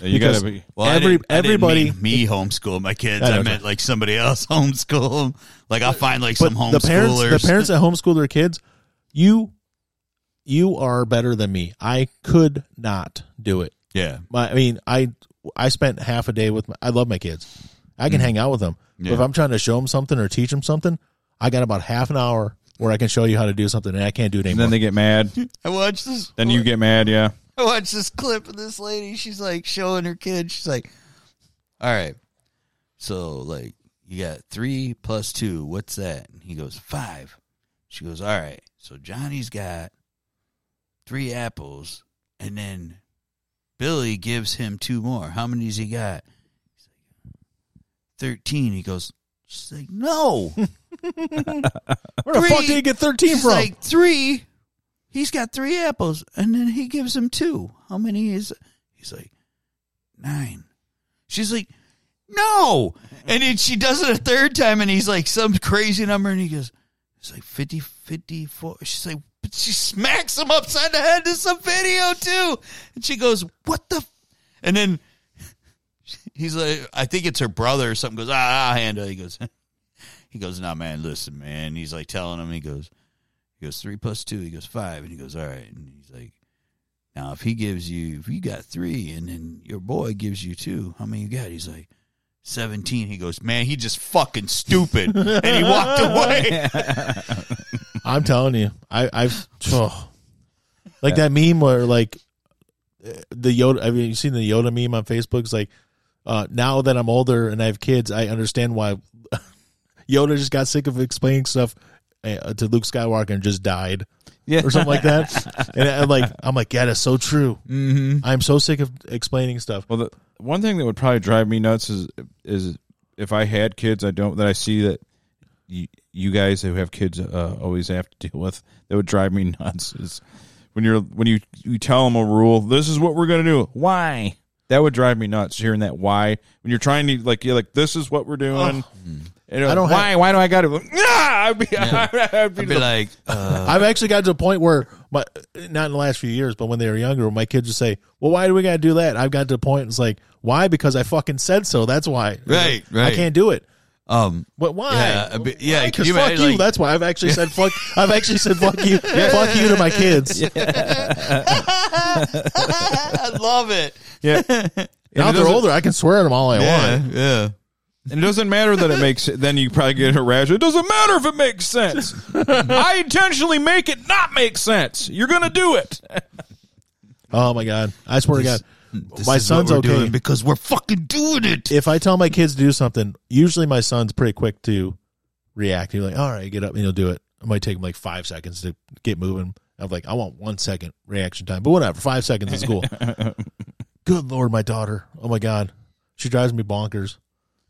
You got
Because-
to be.
Well, I
Every-
didn't- I didn't
everybody-
mean me homeschool my kids.
I know,
I,
sir.
meant like somebody else homeschool 'em. Like I'll find like
But
some homeschoolers.
the parents, the parents that homeschool their kids, you, you are better than me. I could not do it.
yeah,
my I mean I I spent half a day with my, I love my kids. I can hang out with them. But if I'm trying to show them something or teach them something, I got about half an hour where I can show you how to do something and I can't do it
And
anymore.
then they get mad.
I watched this.
Then you get mad. Yeah.
I watched this clip of this lady. She's like showing her kid. She's like, "All right, so like you got three plus two. What's that?" And he goes five. She goes, "All right, so Johnny's got three apples, and then Billy gives him two more. How many's he got?" He's like, Thirteen. He goes. She's like, "No."
where the fuck
three-
did you get 13
She's
from?
like three. He's got three apples, and then he gives him two. How many is? He's like nine. She's like, no. And then she does it a third time, and he's like some crazy number, and he goes, it's like 50, 54. She's like, but she smacks him upside the head. There's some video too, and she goes, what the? f-" And then he's like, I think it's her brother or something. Goes, ah, I'll handle. it." He goes. He goes, nah, man, listen, man. He's like telling him, he goes, he goes, three plus two. He goes, five. And he goes, all right. And he's like, now, if he gives you, if you got three and then your boy gives you two, how many you got? He's like, 17. He goes, man, he just fucking stupid. and he walked away.
I'm telling you. I I've oh. like that meme where like uh, the Yoda have you seen the Yoda meme on Facebook? It's like uh, now that I'm older and I have kids, I understand why Yoda just got sick of explaining stuff uh, to Luke Skywalker and just died.
Yeah.
or something like that. And I'm like, I'm like, yeah, that's so true. Mm-hmm. I'm so sick of explaining stuff.
Well, the one thing that would probably drive me nuts is is if I had kids, I don't that I see that you, you guys who have kids uh, always have to deal with. That would drive me nuts. Is when you're when you you tell them a rule. This is what we're gonna do. Why? That would drive me nuts hearing that. Why? When you're trying to like you're like this is what we're doing. And I
I
don't
don't
why? why do I got to? Ah! I'd be, I'd be,
I'd be like, uh,
I've actually got to a point where my not in the last few years, but when they were younger, my kids would say, "Well, why do we got to do that?" I've got to a point. It's like, why? Because I fucking said so. That's why.
Right,
I
right.
can't do it.
Um,
But why?
Yeah, a bit- yeah,
Why? 'Cause
you
fuck
might,
you.
like-
That's why I've actually said fuck. I've actually said fuck you, fuck you to my kids.
I love it.
Now
And it
they're
doesn't-
older, I can swear at them all I
Yeah,
want.
yeah.
And it doesn't matter that it makes then you probably get a rash. It doesn't matter if it makes sense. I intentionally make it not make sense. You're gonna do it.
Oh my god, I swear to God,
This
my
is what
son's
we're
okay.
doing because we're fucking doing it.
if I tell my kids to do something, usually my son's pretty quick to react. He's like, "All right, get up," and he'll do it. It might take him like five seconds to get moving. I'm like, I want one second reaction time, but whatever. Five seconds is cool. Good lord, my daughter! Oh my god, she drives me bonkers.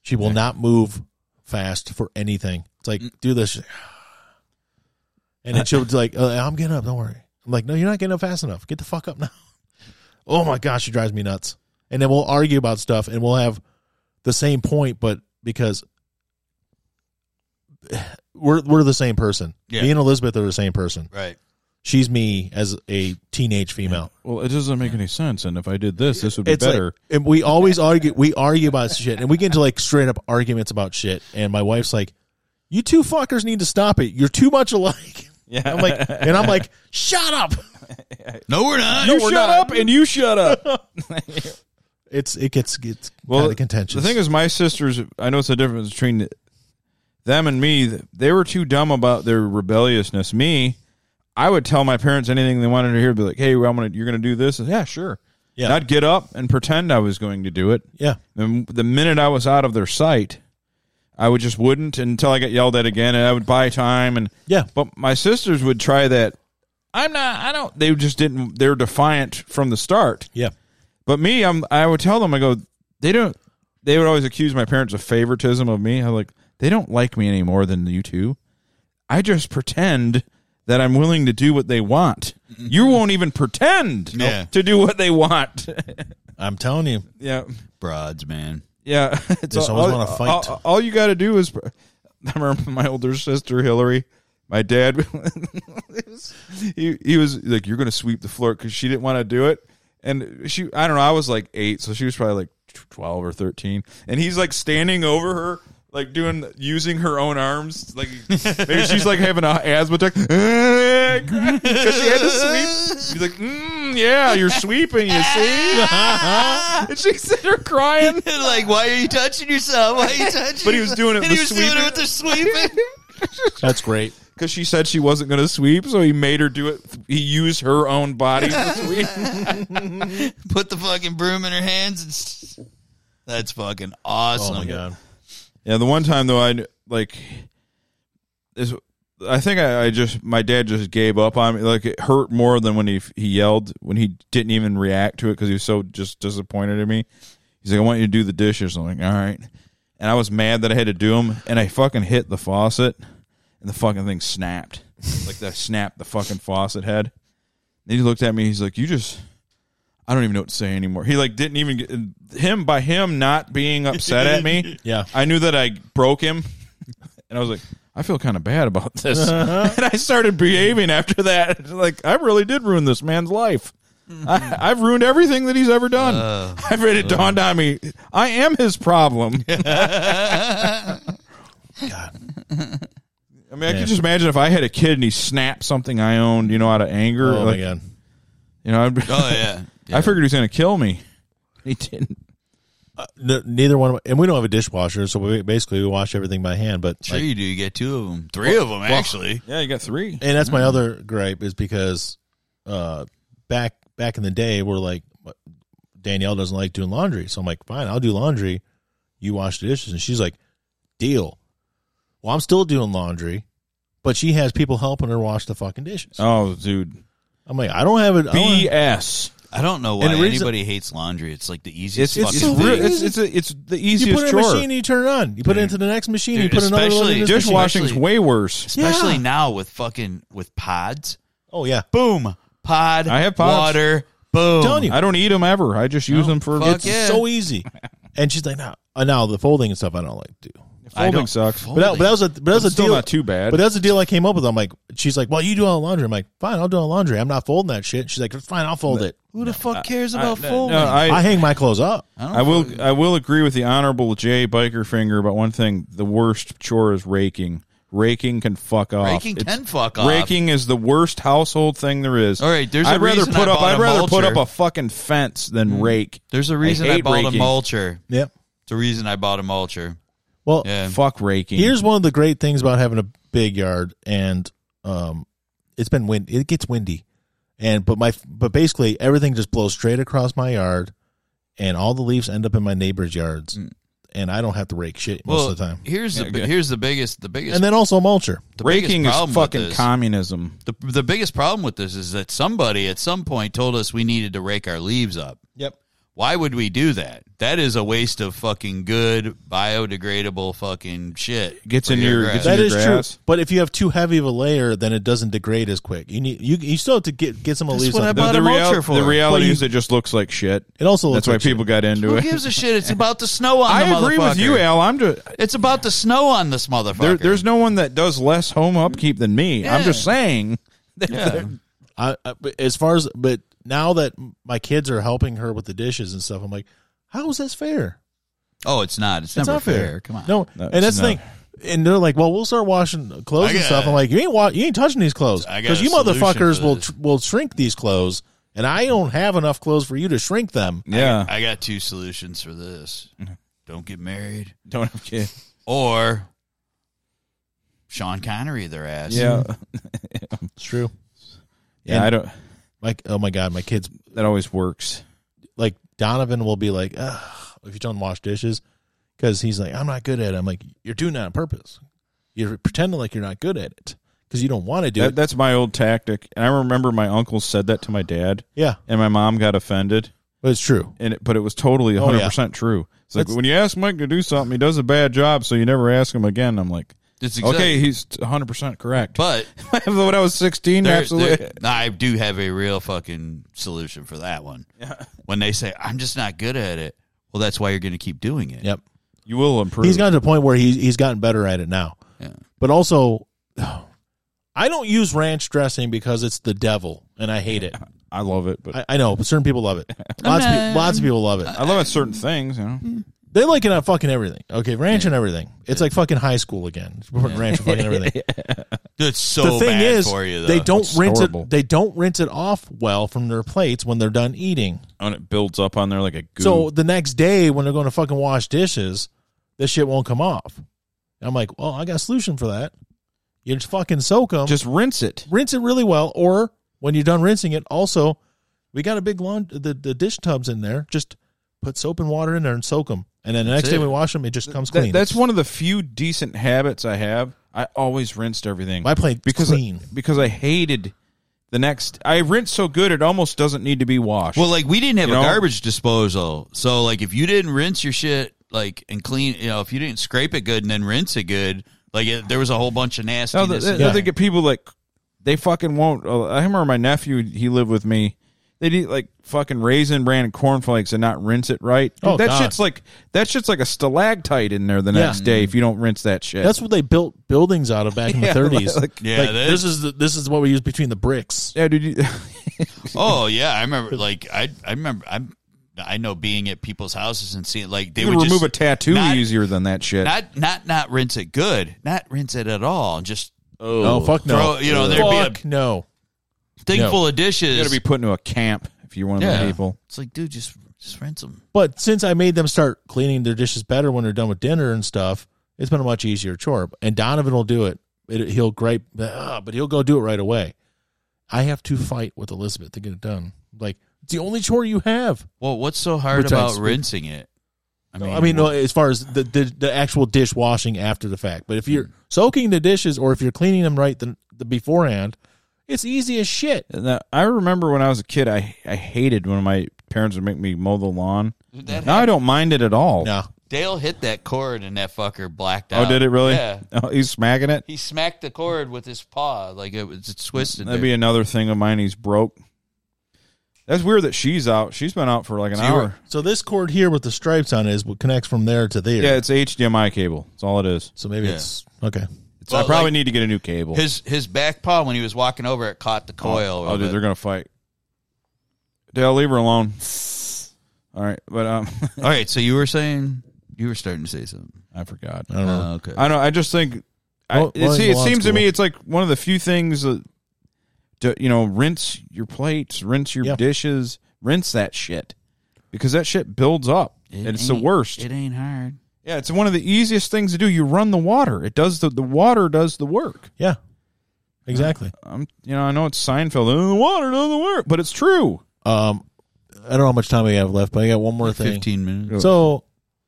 She will not move fast for anything. It's like do this, and then she'll be like, "Uh, "I'm getting up. Don't worry." I'm like, "No, you're not getting up fast enough. Get the fuck up now." Oh my gosh, she drives me nuts. And then we'll argue about stuff, and we'll have the same point, but because we're we're the same person.
Yeah.
Me and Elizabeth are the same person.
Right.
She's me as a teenage female.
Well, it doesn't make any sense. And if I did this, this would
It's like, and we always argue. We argue about shit, and we get into like straight up arguments about shit. And my wife's like, "You two fuckers need to stop it. You're too much alike."
yeah,
I'm like, and I'm like, "Shut up."
No, we're not.
you shut up and you shut up.
It's it gets it's
Well,
kind of contentious.
the thing is, my sisters. I know it's the difference between them and me. They were too dumb about their rebelliousness. Me, I would tell my parents anything they wanted to hear. Be like, "Hey, well, I'm gonna, you're gonna do this." And, yeah, sure.
Yeah.
And I'd get up and pretend I was going to do it.
yeah,
And the minute I was out of their sight, I would just wouldn't until I got yelled at again, and I would buy time. And
yeah,
but my sisters would try that. I'm not. I don't. They just didn't. They're defiant from the start.
yeah,
But me, I'm. I would tell them. I go. They don't. They would always accuse my parents of favoritism of me. I'm like, they don't like me any more than you two. I just pretend that I'm willing to do what they want. You won't even pretend
Yeah.
to do what they want.
I'm telling you,
yeah.
Broads, man.
Yeah, it's
Just always wanna fight.
All, all you got to do is. I remember my older sister Hillary. My dad, he he was like, "You're gonna sweep the floor" because she didn't want to do it, and she, I don't know, I was like eight, so she was probably like twelve or thirteen, and he's like standing over her, like doing using her own arms, like maybe she's like having an asthma attack because she had to sweep. She's like, mm, "Yeah, you're sweeping, you see," and she said her crying.
like, why are you touching yourself? Why are you touching?
But he was doing it with
and
the
he was doing
sweeping.
it with the sweeping.
that's great.
because she said she wasn't going to sweep, so he made her do it. He used her own body to sweep.
Put the fucking broom in her hands and. s- That's fucking awesome.
Oh my god,
yeah, the one time though, I kn- like is I think I, I just my dad just gave up on me. Like it hurt more than when he he yelled when he didn't even react to it because he was so just disappointed in me. He's like, "I want you to do the dishes." I'm like, "All right," and I was mad that I had to do them, and I fucking hit the faucet, and the fucking thing snapped. like that snapped the fucking faucet head. And he looked at me. He's like, "You just." I don't even know what to say anymore. He like didn't even get, him by him not being upset at me.
Yeah.
I knew that I broke him, and I was like, I feel kind of bad about this. and I started behaving after that. Like I really did ruin this man's life. I, I've ruined everything that he's ever done. I've read it dawned on me. I am his problem. I
god.
mean, I
Yeah.
can just imagine if I had a kid and he snapped something I owned, you know, out of anger.
Oh
like,
my god.
You know, I'd be,
Oh yeah.
I figured he was going to kill me. He didn't.
N- neither one, of, and we don't have a dishwasher, so we basically we wash everything by hand. But
Sure,
like-
you do. You get two of them, three of them actually.
Yeah, you got three.
and that's my other gripe is because uh, back back in the day, we're like Danielle doesn't like doing laundry, so I'm like, fine, I'll do laundry. You wash the dishes, and she's like, deal. Well, I'm still doing laundry, but she has people helping her wash the fucking dishes.
Oh, dude.
I'm like, I don't have it. I don't have-
BS.
I don't know why
And the reason-
anybody hates laundry. It's like the
It's
easiest
it's,
fucking
it's, real-
thing.
it's, it's, a- it's the
you
easiest
put it in a
chore.
machine, and you turn it on. You put it into the next machine,
Dude,
you put another one
especially
in this machine.
Dishwashing's
Especially-
way worse.
especially
Yeah.
now with fucking with pods.
Oh yeah,
Boom, pod.
I have pods.
Water. Boom.
Telling you.
I don't eat them ever. I just use them for
fuck
it's,
yeah.
it's so easy. And she's like, no, uh, no, the folding and stuff I don't like to do.
I
folding
don't-
sucks.
But that, but that was a but that was a
It's still
deal.
not too bad.
But that's the deal I came up with. I'm like, she's like, well, you do all the laundry. I'm like, fine, I'll do all the laundry. I'm not folding that shit. She's like, fine, I'll fold it.
Who the fuck cares
I,
about
no,
full?
no,
man?
I,
I hang my clothes up.
don't
I will.
fucking-
I will agree with the honorable Jay Bikerfinger about one thing: the worst chore is raking. Raking can fuck off.
Raking
It's-
can fuck off.
Raking is the worst household thing there is.
All right, there's a
I'd rather
reason
put
I
up.
bought
I'd
a
rather put
mulcher. Hmm.
up a fucking fence than rake.
There's a reason I,
hate
bought
raking.
a mulcher.
Yep.
It's a reason I bought a mulcher.
Well,
Yeah.
Fuck raking.
here's one of the great things about having a big yard, and um, it's been wind. It gets windy, and but my but basically everything just blows straight across my yard, and all the leaves end up in my neighbors' yards,
Mm.
and I don't have to rake shit most
Well,
of the time.
here's the
Yeah,
bi-
good.
here's the biggest the biggest
And then also mulcher.
the biggest
raking is
problem with
fucking
this-
communism.
the the biggest problem with this is that somebody at some point told us we needed to rake our leaves up.
Yep.
Why would we do that? That is a waste of fucking good biodegradable fucking shit.
Gets
for
in your-
grass.
gets in
That
your
is
grass.
true, but if you have too heavy of a layer, then it doesn't degrade as quick. You need you you still have to get get some of the
That's
leaves.
what
on
I
the-
bought a
real-
mulcher for.
the reality
Well, you-
is, it just looks like shit.
It also looks
That's why
like shit.
people got into
Who
it.
gives a shit? It's about the snow on the
I
motherfucker.
agree with you, Al. I'm just.
It's about the snow on this motherfucker.
There, there's no one that does less home upkeep than me. I'm
Yeah.
just saying.
yeah.
I, I but as far as but now that my kids are helping her with the dishes and stuff, I'm like, how is this fair?
Oh, it's not. It's,
It's
never
not fair.
Come on.
No,
No,
and that's
it's
the thing. And they're like, well, we'll start washing clothes
I
and
got-
stuff. I'm like, you ain't wa- you ain't touching these clothes
I got
because
a
you
solution
motherfuckers
for
will
this.
tr- will shrink these clothes, and I don't have enough clothes for you to shrink them.
Yeah.
I got two solutions for this.
Mm-hmm.
Don't get married
don't have kids.
or Sean Connery their ass.
Yeah.
It's true.
Yeah.
And-
I don't.
Like, oh my god, my kids
That always works.
like Donovan will be like, Ugh, if you don't wash dishes, because he's like, I'm not good at it. I'm like, you're doing that on purpose. You're pretending like you're not good at it because you don't want to do
That,
it.
that's my old tactic. And I remember my uncle said that to my dad,
yeah,
and my mom got offended.
but it's true.
And it, but it was totally
Oh,
100
yeah.
percent true. It's like
That's-
when you ask Mike to do something, he does a bad job, so you never ask him again. I'm like,
It's exact-
okay, he's 100 percent correct.
But
when I was 16,
there-
absolutely.
there- I do have a real fucking solution for that one. When they say, I'm just not good at it, well, that's why you're going to keep doing it.
Yep.
you will improve.
He's gotten to a point where he, he's gotten better at it now.
Yeah.
But also, I don't use ranch dressing because it's the devil and I hate it.
I love it, but I,
I, I know, but certain people love it. Lots, of, pe- lots of people love it.
love it at certain things. You know,
Hmm. They like it on fucking everything. Okay, ranch and everything. It's like fucking high school again. We're putting Ranch on fucking everything.
It's so
the thing
bad
is,
for you, though.
they don't
It's
rinse
horrible.
it. They don't rinse it off well from their plates when they're done eating.
and it builds up on there like a goo.
So the next day when they're going to fucking wash dishes, this shit won't come off. I'm like, well, I got a solution for that. You just fucking soak them,
just rinse it.
rinse it really well, or when you're done rinsing it, also, we got a big lawn the the dish tubs in there. Just put soap and water in there and soak them, and then the next
That's
day
it.
we wash them, it just comes
That-
clean.
that's one of the few decent habits I have. I always rinsed everything.
my plate
because
clean.
I, because I hated the next. I rinsed so good it almost doesn't need to be washed.
Well, like we didn't have
You
a
know?
garbage disposal, so like if you didn't rinse your shit like and clean, you know, if you didn't scrape it good and then rinse it good, like it, there was a whole bunch of
no,
nastiness.
the,
in
the,
Yeah.
they get people like they fucking won't. Uh, I remember my nephew. He lived with me. They'd eat like fucking raisin bran and cornflakes and not rinse it right. Dude,
Oh,
that
God.
shit's like that shit's like a stalactite in there the
Yeah.
next day if you don't rinse that shit.
That's what they built buildings out of back in the
Yeah,
30s.
like-
Yeah,
Like,
that-
this is the, this is what we use between the bricks.
yeah, dude. You,
Oh yeah, I remember. Like I, I remember. I, I know being at people's houses and seeing like they
you
would
can remove
just,
a tattoo
not-
easier than that shit.
Not not not rinse it good, not rinse it at all. Just
Oh, fuck no!
Throw- you know, there'd be a-
fuck no.
thing
No.
full of
you
dishes.
got to be put into a camp if you're one of
Yeah.
the people.
it's like, dude, just just rinse them.
But since I made them start cleaning their dishes better when they're done with dinner and stuff, it's been a much easier chore. And Donovan will do it. it he'll gripe, "Ah," but he'll go do it right away. I have to fight with Elizabeth to get it done. Like it's the only chore you have.
Well, what's so hard
Which I
about
speak-
rinsing it? I
I mean,
what-
no, as far as the, the the actual dish washing after the fact, but if you're soaking the dishes or if you're cleaning them right the, the beforehand, it's easy as shit.
Now, I remember when I was a kid, I I hated when my parents would make me mow the lawn.
that
Now I don't mind it at all.
No,
Dale hit that cord and that fucker blacked
Oh,
out.
did it really?
Yeah.
Oh, he's smacking it.
He smacked the cord with his paw like it was it's twisted.
That'd
there.
be another thing of mine. He's broke. That's weird that she's out. She's been out for like an hour.
So this cord here with the stripes on it is what connects from there to there.
Yeah, it's HDMI cable. That's all it is.
So maybe
Yeah.
it's okay.
It's,
Well,
I probably
like-
need to get a new cable.
his his back paw when he was walking over it caught the coil.
oh,
of
dude,
it.
they're gonna fight. Dale, leave her alone. All right, but um,
All right, so you were saying you were starting to say something.
I forgot.
I don't know.
Uh, okay.
Oh. I don't. I just think. I,
Well,
it,
well,
see, it
well,
seems to me
cool.
it's like one of the few things that d- you know, rinse your plates, rinse your
Yeah.
dishes, rinse that shit because that shit builds up and it's the worst.
It ain't hard.
yeah, it's one of the easiest things to do. You run the water; it does the the water does the work.
Yeah, exactly.
I'm you know I know it's Seinfeld. "Oh, The water does the work, but it's true.
Um, I don't know how much time we have left, but I got one more thing.
Fifteen minutes.
So,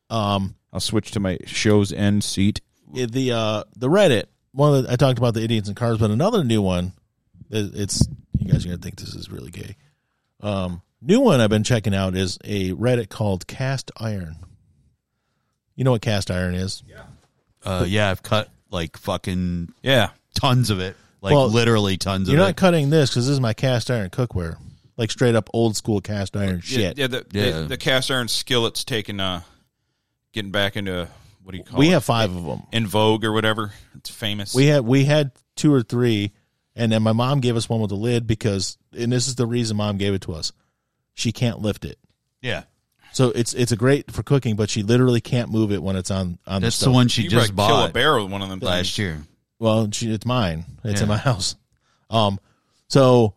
um,
I'll switch to my show's end seat.
it- the uh the Reddit one of the, I talked about the idiots and cars, but another new one. it- It's you guys are gonna think this is really gay. Um, new one I've been checking out is a Reddit called Cast Iron. You know what cast iron is?
Uh, yeah, I've cut like fucking
Yeah,
tons of it. Like
Well,
literally tons
You're
of
not
it.
cutting this because this is my cast iron cookware, like straight up old school cast iron shit.
Yeah, the,
Yeah.
The, the cast iron skillet's taking uh, getting back into what do you call
we
it?
have five of them.
in Vogue or whatever. It's famous.
We had we had two or three, and then my mom gave us one with a lid because, and this is the reason mom gave it to us. She can't lift it,
yeah.
so it's it's a great for cooking, but she literally can't move it when it's on on
That's
the
the
stove.
one she
you
just
just kill a
bought
bear with one of them
last
last
year.
Well, she, it's mine. It's in
Yeah.
my house. Um, so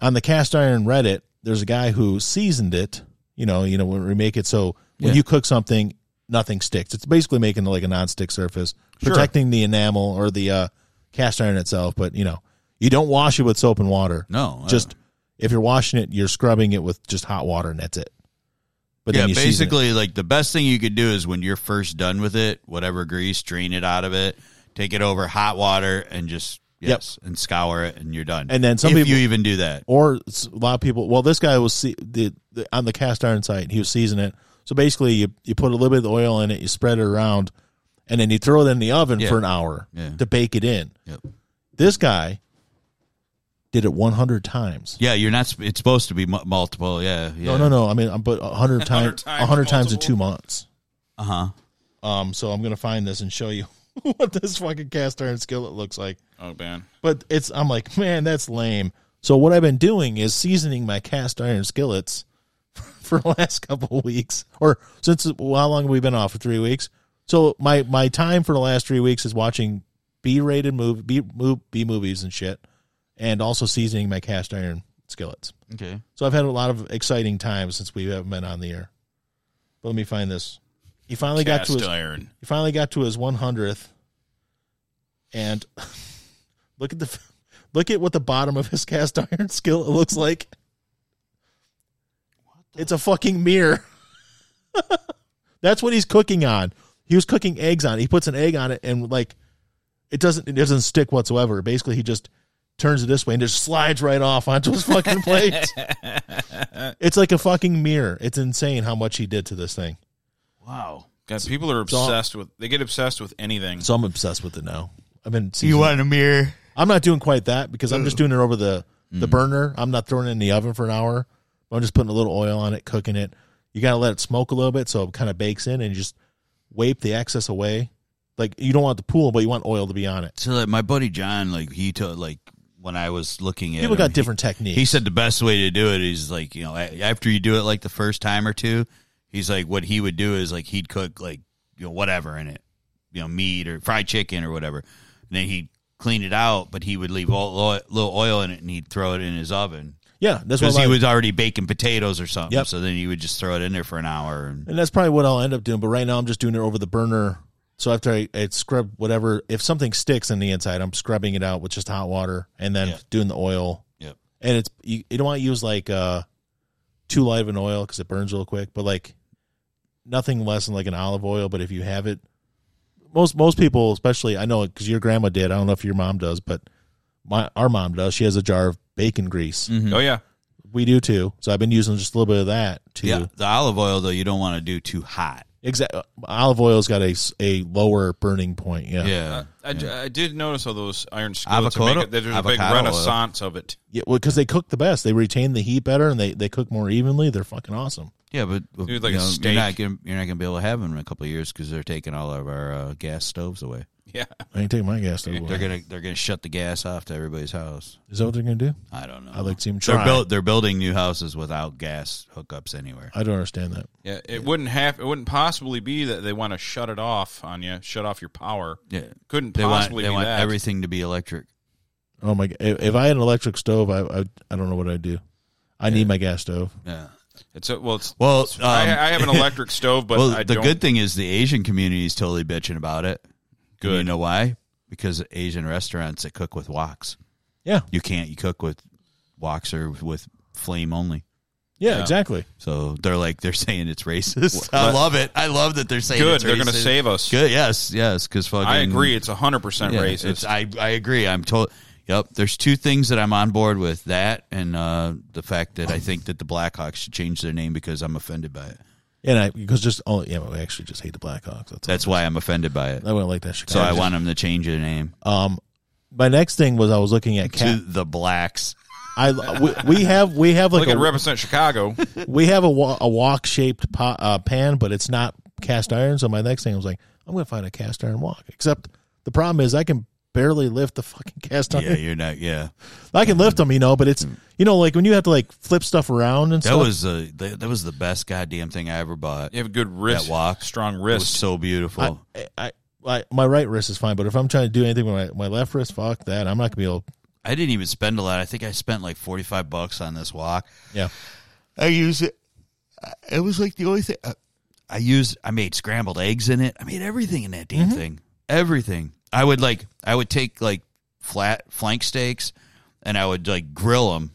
on the cast iron Reddit, there's a guy who seasoned it. You know, you know when we make it so when
Yeah.
you cook something, nothing sticks. It's basically making like a non-stick surface,
Sure.
protecting the enamel or the uh, cast iron itself. But you know, you don't wash it with soap and water.
No, uh, I
just if you're washing it, you're scrubbing it with just hot water, and that's it. But
yeah,
then you season it.
basically, like the best thing you could do is when you're first done with it, whatever grease, drain it out of it, take it over hot water, and just
Yep.
yes, and scour it, and you're done.
And then some
if
people-
you even do that,
or s- a lot of people. Well, this guy was se- the, the on the cast iron site. He was seasoning it. So basically, you you put a little bit of oil in it, you spread it around, and then you throw it in the oven
Yeah.
for an hour
Yeah.
to bake it in.
Yep.
This guy did it 100 times.
yeah, you're not. sp- It's supposed to be mu- multiple. Yeah, yeah.
No, no, no. I mean, um, but 100
100
times,
times
100 times in
multiple.
two months.
Uh huh.
Um, so I'm gonna find this and show you what this fucking cast iron skillet looks like.
Oh man,
but it's I'm like, man, that's lame. So what I've been doing is seasoning my cast iron skillets for the last couple of weeks, or since well, how long have we been off for three weeks? So my my time for the last three weeks is watching B rated movie B, mo- B movies and shit, and also seasoning my cast iron skillets.
Okay.
So I've had a lot of exciting times since we haven't been on the air. But let me find this. He finally got to
cast
his
iron.
he finally got to his 100th and look at the look at what the bottom of his cast iron skillet looks like it's a fucking mirror that's what he's cooking on he was cooking eggs on it. he puts an egg on it and like it doesn't it doesn't stick whatsoever basically he just turns it this way and just slides right off onto his fucking plate it's like a fucking mirror it's insane how much he did to this thing
Wow.
God, people are obsessed with. They get obsessed with anything.
so i'm obsessed with it now i've been
You
seasoning-
want a mirror?
I'm not doing quite that because I'm just
Mm.
doing it over the the burner. I'm not throwing it in the oven for an hour. I'm just putting a little oil on it, cooking it. You got to let it smoke a little bit so it kind of bakes in and you just wipe the excess away. Like you don't want the pool, but you want oil to be on it.
So like my buddy John, like he took like when I was looking at
People
him,
got
he-
different techniques.
He said the best way to do it is like you know a- after you do it like the first time or two, he's like what he would do is like he'd cook like you know whatever in it, you know meat or fried chicken or whatever, and then he'd clean it out, but he would leave all, lo- little oil in it and he'd throw it in his oven
"Yeah, that's what
because
I
he
like.
was already baking potatoes or something.
Yep.
So then he would just throw it in there for an hour. And,
and that's probably what I'll end up doing." But right now, I'm just doing it over the burner. So after I, I scrub whatever, if something sticks in the inside, I'm scrubbing it out with just hot water and then
Yeah.
doing the oil
yep.
and it's you, you don't want to use like uh too light of an oil because it burns real quick but like nothing less than like an olive oil but if you have it most most people especially i know because your grandma did i don't know if your mom does but my our mom does she has a jar of bacon grease
Mm-hmm.
Oh yeah,
we do too so i've been using just a little bit of that too
Yeah. The olive oil though you don't want to do too hot.
exactly olive oil's got a, s- a lower burning point yeah.
Uh, Yeah.
I, j- I did notice all those iron skillets. are
Avocado-
making- There's a big
avocado oil.
renaissance of it.
yeah well because they cook the best they retain the heat better and they, they cook more evenly they're fucking awesome
Yeah, but but,
Dude, like
you
a
know,
steak.
You're not gonna, you're not gonna be able to have them in a couple of years because they're taking all of our uh, gas stoves away.
Yeah.
I ain't taking my gas stove.
They're
away.
gonna they're gonna shut the gas off to everybody's house.
Is that what they're gonna do?
I don't know.
I'd like to see them try.
they're built they're building new houses without gas hookups anywhere.
I don't understand that.
Yeah, it wouldn't have. It wouldn't possibly be that they want to shut it off on you, shut off your power.
Yeah,
Couldn't
they want
possibly
they
be
want
that.
everything to be electric.
Oh my! g- If if I had an electric stove, I I, I don't know what I'd do. I need my gas stove.
Yeah.
It's a, well, it's,
Well,
I,
um,
I have an electric stove, but
well,
I
the
don't.
good thing is the Asian community is totally bitching about it. And You
Good.
know why? Because Asian restaurants that cook with woks.
Yeah.
You can't you cook with woks or with flame only.
Yeah,
Yeah.
exactly.
So they're like they're saying it's racist.
Well,
I love it. I love that they're saying
good.
It's
They're going to
racist.
save us.
Good. Yes. Yes. Because fucking.
I agree. It's hundred percent
Yeah,
racist.
it's- I I agree. I'm told. Yep. There's two things that I'm on board with that, and uh, the fact that I think that the Blackhawks should change their name because I'm offended by it.
And I because just all yeah, well, I actually just hate the Blackhawks. That's,
That's why I'm offended by it.
all. I wouldn't like that. Chicago.
So I want them to change their name
Um, my next thing was I was looking at
to
cat.
the Blacks.
I we, we have we have
Look at
like a,
represent Chicago.
we have a, wa- a wok shaped pot, uh, pan, but it's not cast iron. So my next thing was like, I'm gonna find a cast iron wok. Except the problem is I can barely lift the fucking cast
Yeah,
iron.
you're not. Yeah,
I can lift them, you know, but it's you know like when you have to like flip stuff around and
that
stuff.
was uh, that, that was the best goddamn thing I ever bought.
You have a good wrist,
That walk.
strong
It was
wrist.
so beautiful.
I, I, I, my right wrist is fine, but if I'm trying to do anything with my, my left wrist, fuck that. I'm not gonna be able.
I didn't even spend a lot. I think I spent like 45 bucks on this walk.
Yeah.
I used it. It was like the only thing uh, I, I used. I made scrambled eggs in it. I made everything in that damn thing. Everything. I would like, I would take like flat flank steaks and I would like grill them.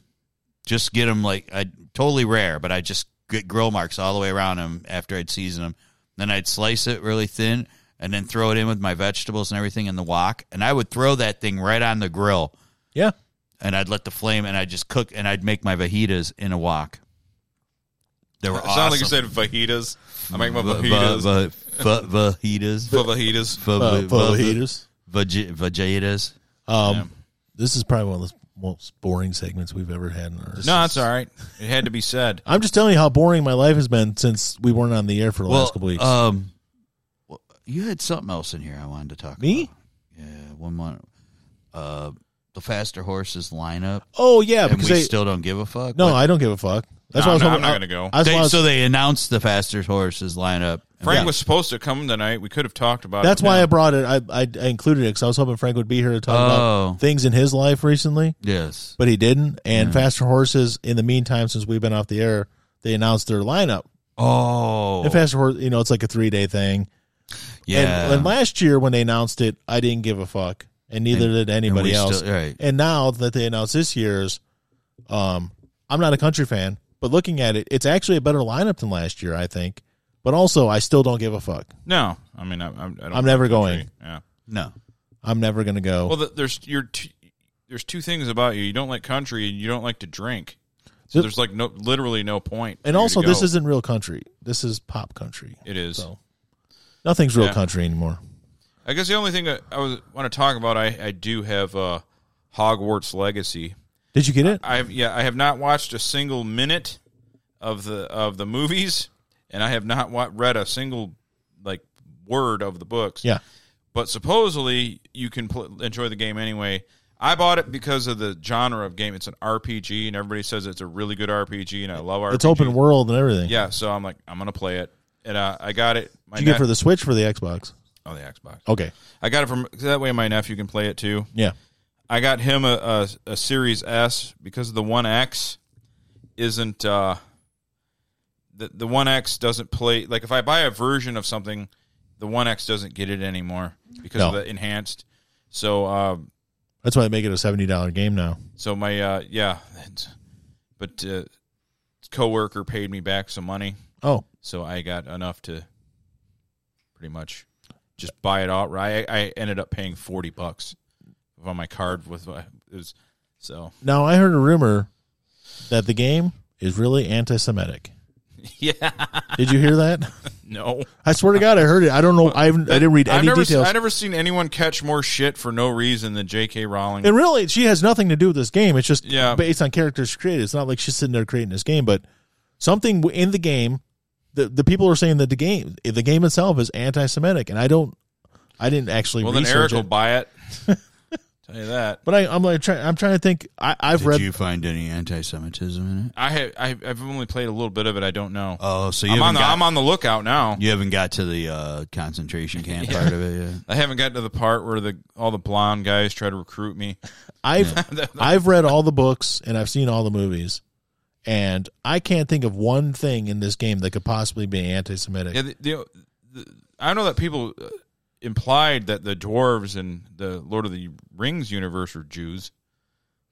Just get them like, I totally rare, but I just get grill marks all the way around them after I'd season them. Then I'd slice it really thin and then throw it in with my vegetables and everything in the wok. And I would throw that thing right on the grill
Yeah,
and I'd let the flame and I'd just cook and I'd make my fajitas in a wok. They were
It
awesome.
sounds like you said fajitas. I make my
Va-
fajitas.
va- va- va- Fajitas. Va-
Fajitas.
uh,
va-
full
va-
of haters.
vaji- Vajitas.
Um,
Yeah.
this is probably one of the most boring segments we've ever had in our.
No, it's all right. It had to be said.
I'm just telling you how boring my life has been since we weren't on the air for the
Well,
last couple weeks.
um, well, you had something else in here I wanted to talk
Me?
about. Yeah, one more. Uh, the faster horses lineup,
oh yeah,
and
because
we
they,
still don't give a fuck.
no,
What-
I don't give a fuck. That's
No,
why I was
I'm
hoping.
not- I'm not gonna go.
I was,
they,
I was-
so they announced the faster horses lineup.
Frank
Yeah.
was supposed to come tonight. We could have talked about
that's
it.
why I brought it. I, I, I included it because I was hoping Frank would be here to talk
Oh.
about things in his life recently,
yes,
but he didn't. And faster horses. In the meantime, since we've been off the air, they announced their lineup.
oh,
And faster horse, you know, it's like a three day thing.
yeah,
And, and last year when they announced it, I didn't give a fuck, and neither did
And we
anybody
still-
else.
right.
And now that they announced this year's, um, I'm not a country fan, but looking at it, it's actually a better lineup than last year, I think. But also, I still don't give a fuck.
No, I mean I, I, I don't
I'm never going.
Yeah.
No,
I'm never gonna go.
Well, the, there's your t- there's two things about you. You don't like country, and you don't like to drink. So
Yep.
there's like no literally no point. for
and
you
also,
to
this
go.
isn't real country. This is pop country.
it is.
So nothing's real
Yeah.
country anymore.
I guess the only thing I, I was want to talk about. I I do have uh, Hogwarts Legacy.
Did you get it?
I've yeah, I have not watched a single minute of the of the movies, and I have not wa- read a single like word of the books.
Yeah.
but supposedly you can pl- enjoy the game anyway. I bought it because of the genre of game. It's an RPG, and everybody says it's a really good RPG, and I love RPG.
It's open world and everything.
Yeah, so I'm like, I'm gonna play it, and uh, I got it. My
Did you get it
ne-
for the Switch for the Xbox?
oh the Xbox.
Okay.
I got it from 'cause that way my nephew can play it too.
Yeah.
I got him a, a, a Series S because the One X isn't uh, the the One X doesn't play like if I buy a version of something, the One X doesn't get it anymore because of
No.
the enhanced. So um,
That's why they make it a seventy dollar game now.
so my uh, yeah, it's- but uh, coworker paid me back some money,
Oh,
so I got enough to pretty much just buy it outright. I, I ended up paying forty bucks on my card with my, it was so.
Now I heard a rumor that the game is really anti-Semitic.
Yeah.
Did you hear that?
No.
I swear to God, I heard it. I don't know. I, haven't, I didn't read
I've
any
never,
details.
I've never seen anyone catch more shit for no reason than J.K. Rowling.
and really, she has nothing to do with this game. It's just
Yeah.
based on characters created. It's not like she's sitting there creating this game, but something w- in the game. The, the people are saying that the game the game itself is anti-Semitic, and I don't I didn't actually
Well, then Eric
research
will
it.
buy it. Tell you that.
But I, I'm like trying. I'm trying to think. I, I've
Did
read.
you find any anti-Semitism in it?
I have, I- I've only played a little bit of it. I don't know.
Uh,
Oh, so you
I'm
haven't
on the
got
I'm on the lookout now.
you haven't got to the uh, concentration camp part of it yet.
I haven't gotten to the part where the all the blonde guys try to recruit me.
I've I've read all the books and I've seen all the movies, and I can't think of one thing in this game that could possibly be anti-Semitic.
Yeah, the, the, the, I know that people uh, implied that the dwarves in the Lord of the Rings universe are Jews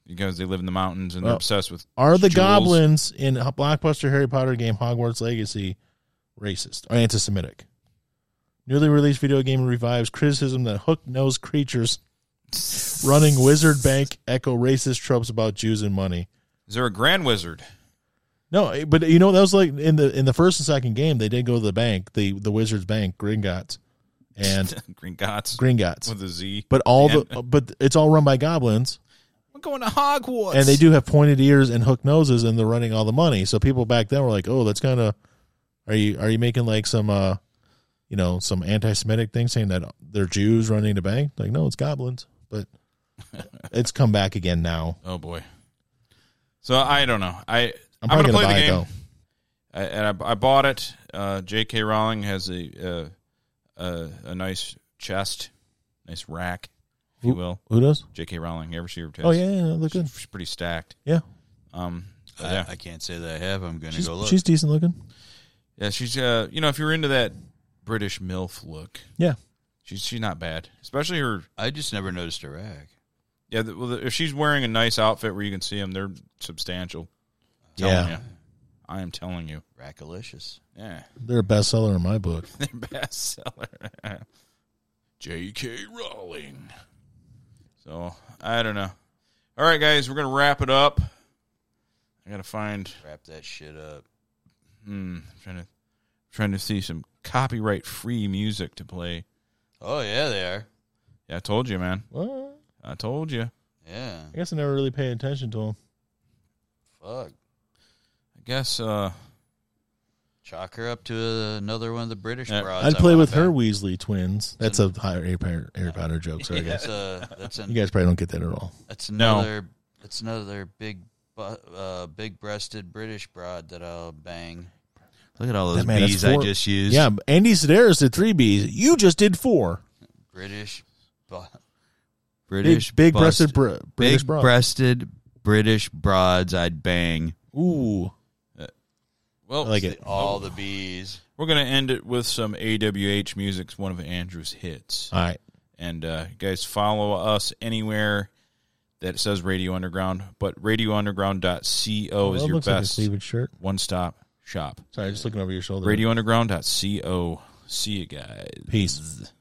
because they live in the mountains and they're
Well,
obsessed with
Are the
jewels.
goblins in a blockbuster Harry Potter game Hogwarts Legacy racist or anti-Semitic? Newly released video game revives criticism that hook-nosed creatures running wizard bank echo racist tropes about Jews and money.
Is there a grand wizard?
No, eh, but you know that was like in the in the first and second game they did go to the bank, the the wizard's bank, Gringotts, and
Green Gots
Gringotts.
with a Z.
But all the but it's all run by goblins,
We're going to Hogwarts.
and they do have pointed ears and hook noses, and they're running all the money. So people back then were like, "Oh, that's kind of are you are you making like some uh, you know, some anti-Semitic thing saying that they're Jews running the bank?" Like, no, it's goblins, but it's come back again now.
Oh boy. So I don't know. I
I'm
I'm,
probably
gonna,
gonna
play
buy
the
it,
game.
though.
I, and I, I bought it. Uh, J.K. Rowling has a uh, uh, a nice chest, nice rack, if you will.
Who does?
J.K. Rowling, you ever see her tits?
Oh yeah, yeah, look good.
she's pretty stacked.
Yeah,
Um, but
I,
yeah,
I can't say that I have. I'm gonna
she's
go look.
she's decent looking.
yeah, she's uh, you know, if you're into that British milf look,
Yeah.
she's she's not bad. Especially her,
I just never noticed a rag.
yeah. The, well, the, if she's wearing a nice outfit where you can see them, they're substantial. Telling
Yeah.
you. I am telling you.
Rackalicious.
Yeah.
They're a bestseller in my book.
their bestseller. J.K. Rowling. So I don't know. All right, guys, we're gonna wrap it up. I gotta find.
Wrap that shit up.
Hmm, I'm trying to trying to see some copyright free music to play.
Oh yeah, they are.
Yeah, I told you, man.
Well,
I told you.
Yeah.
I guess I never really paid attention to them.
Fuck.
I guess. uh
Chalk her up to another one of the British
Yeah.
broads.
I'd
I
play
wanna
with her
bang.
Weasley twins. That's a higher Harry Potter, Harry Potter joke, sorry guys.
That's a that's an,
You guys probably don't get that at all.
that's
No.
another that's another big bu- uh, big breasted British broad that I'll bang. Look at all
those man, that's bees I four- just
used.
Yeah, Andy Sedaris did three Bs. You just did four.
British, bu-
Big,
British,
big
bust-
breasted br- British
big
broad.
breasted British broads. I'd bang
Ooh,
Well,
I like it.
all the bees.
we're gonna end it with some AWH music. It's one of Andrew's hits.
All right,
And uh, you guys follow us anywhere that says Radio Underground, but radiounderground.co is
Well, it
your
looks like a
best
Cleveland shirt.
one stop shop.
Sorry, just looking over your shoulder.
Radiounderground.co. See you guys.
Peace.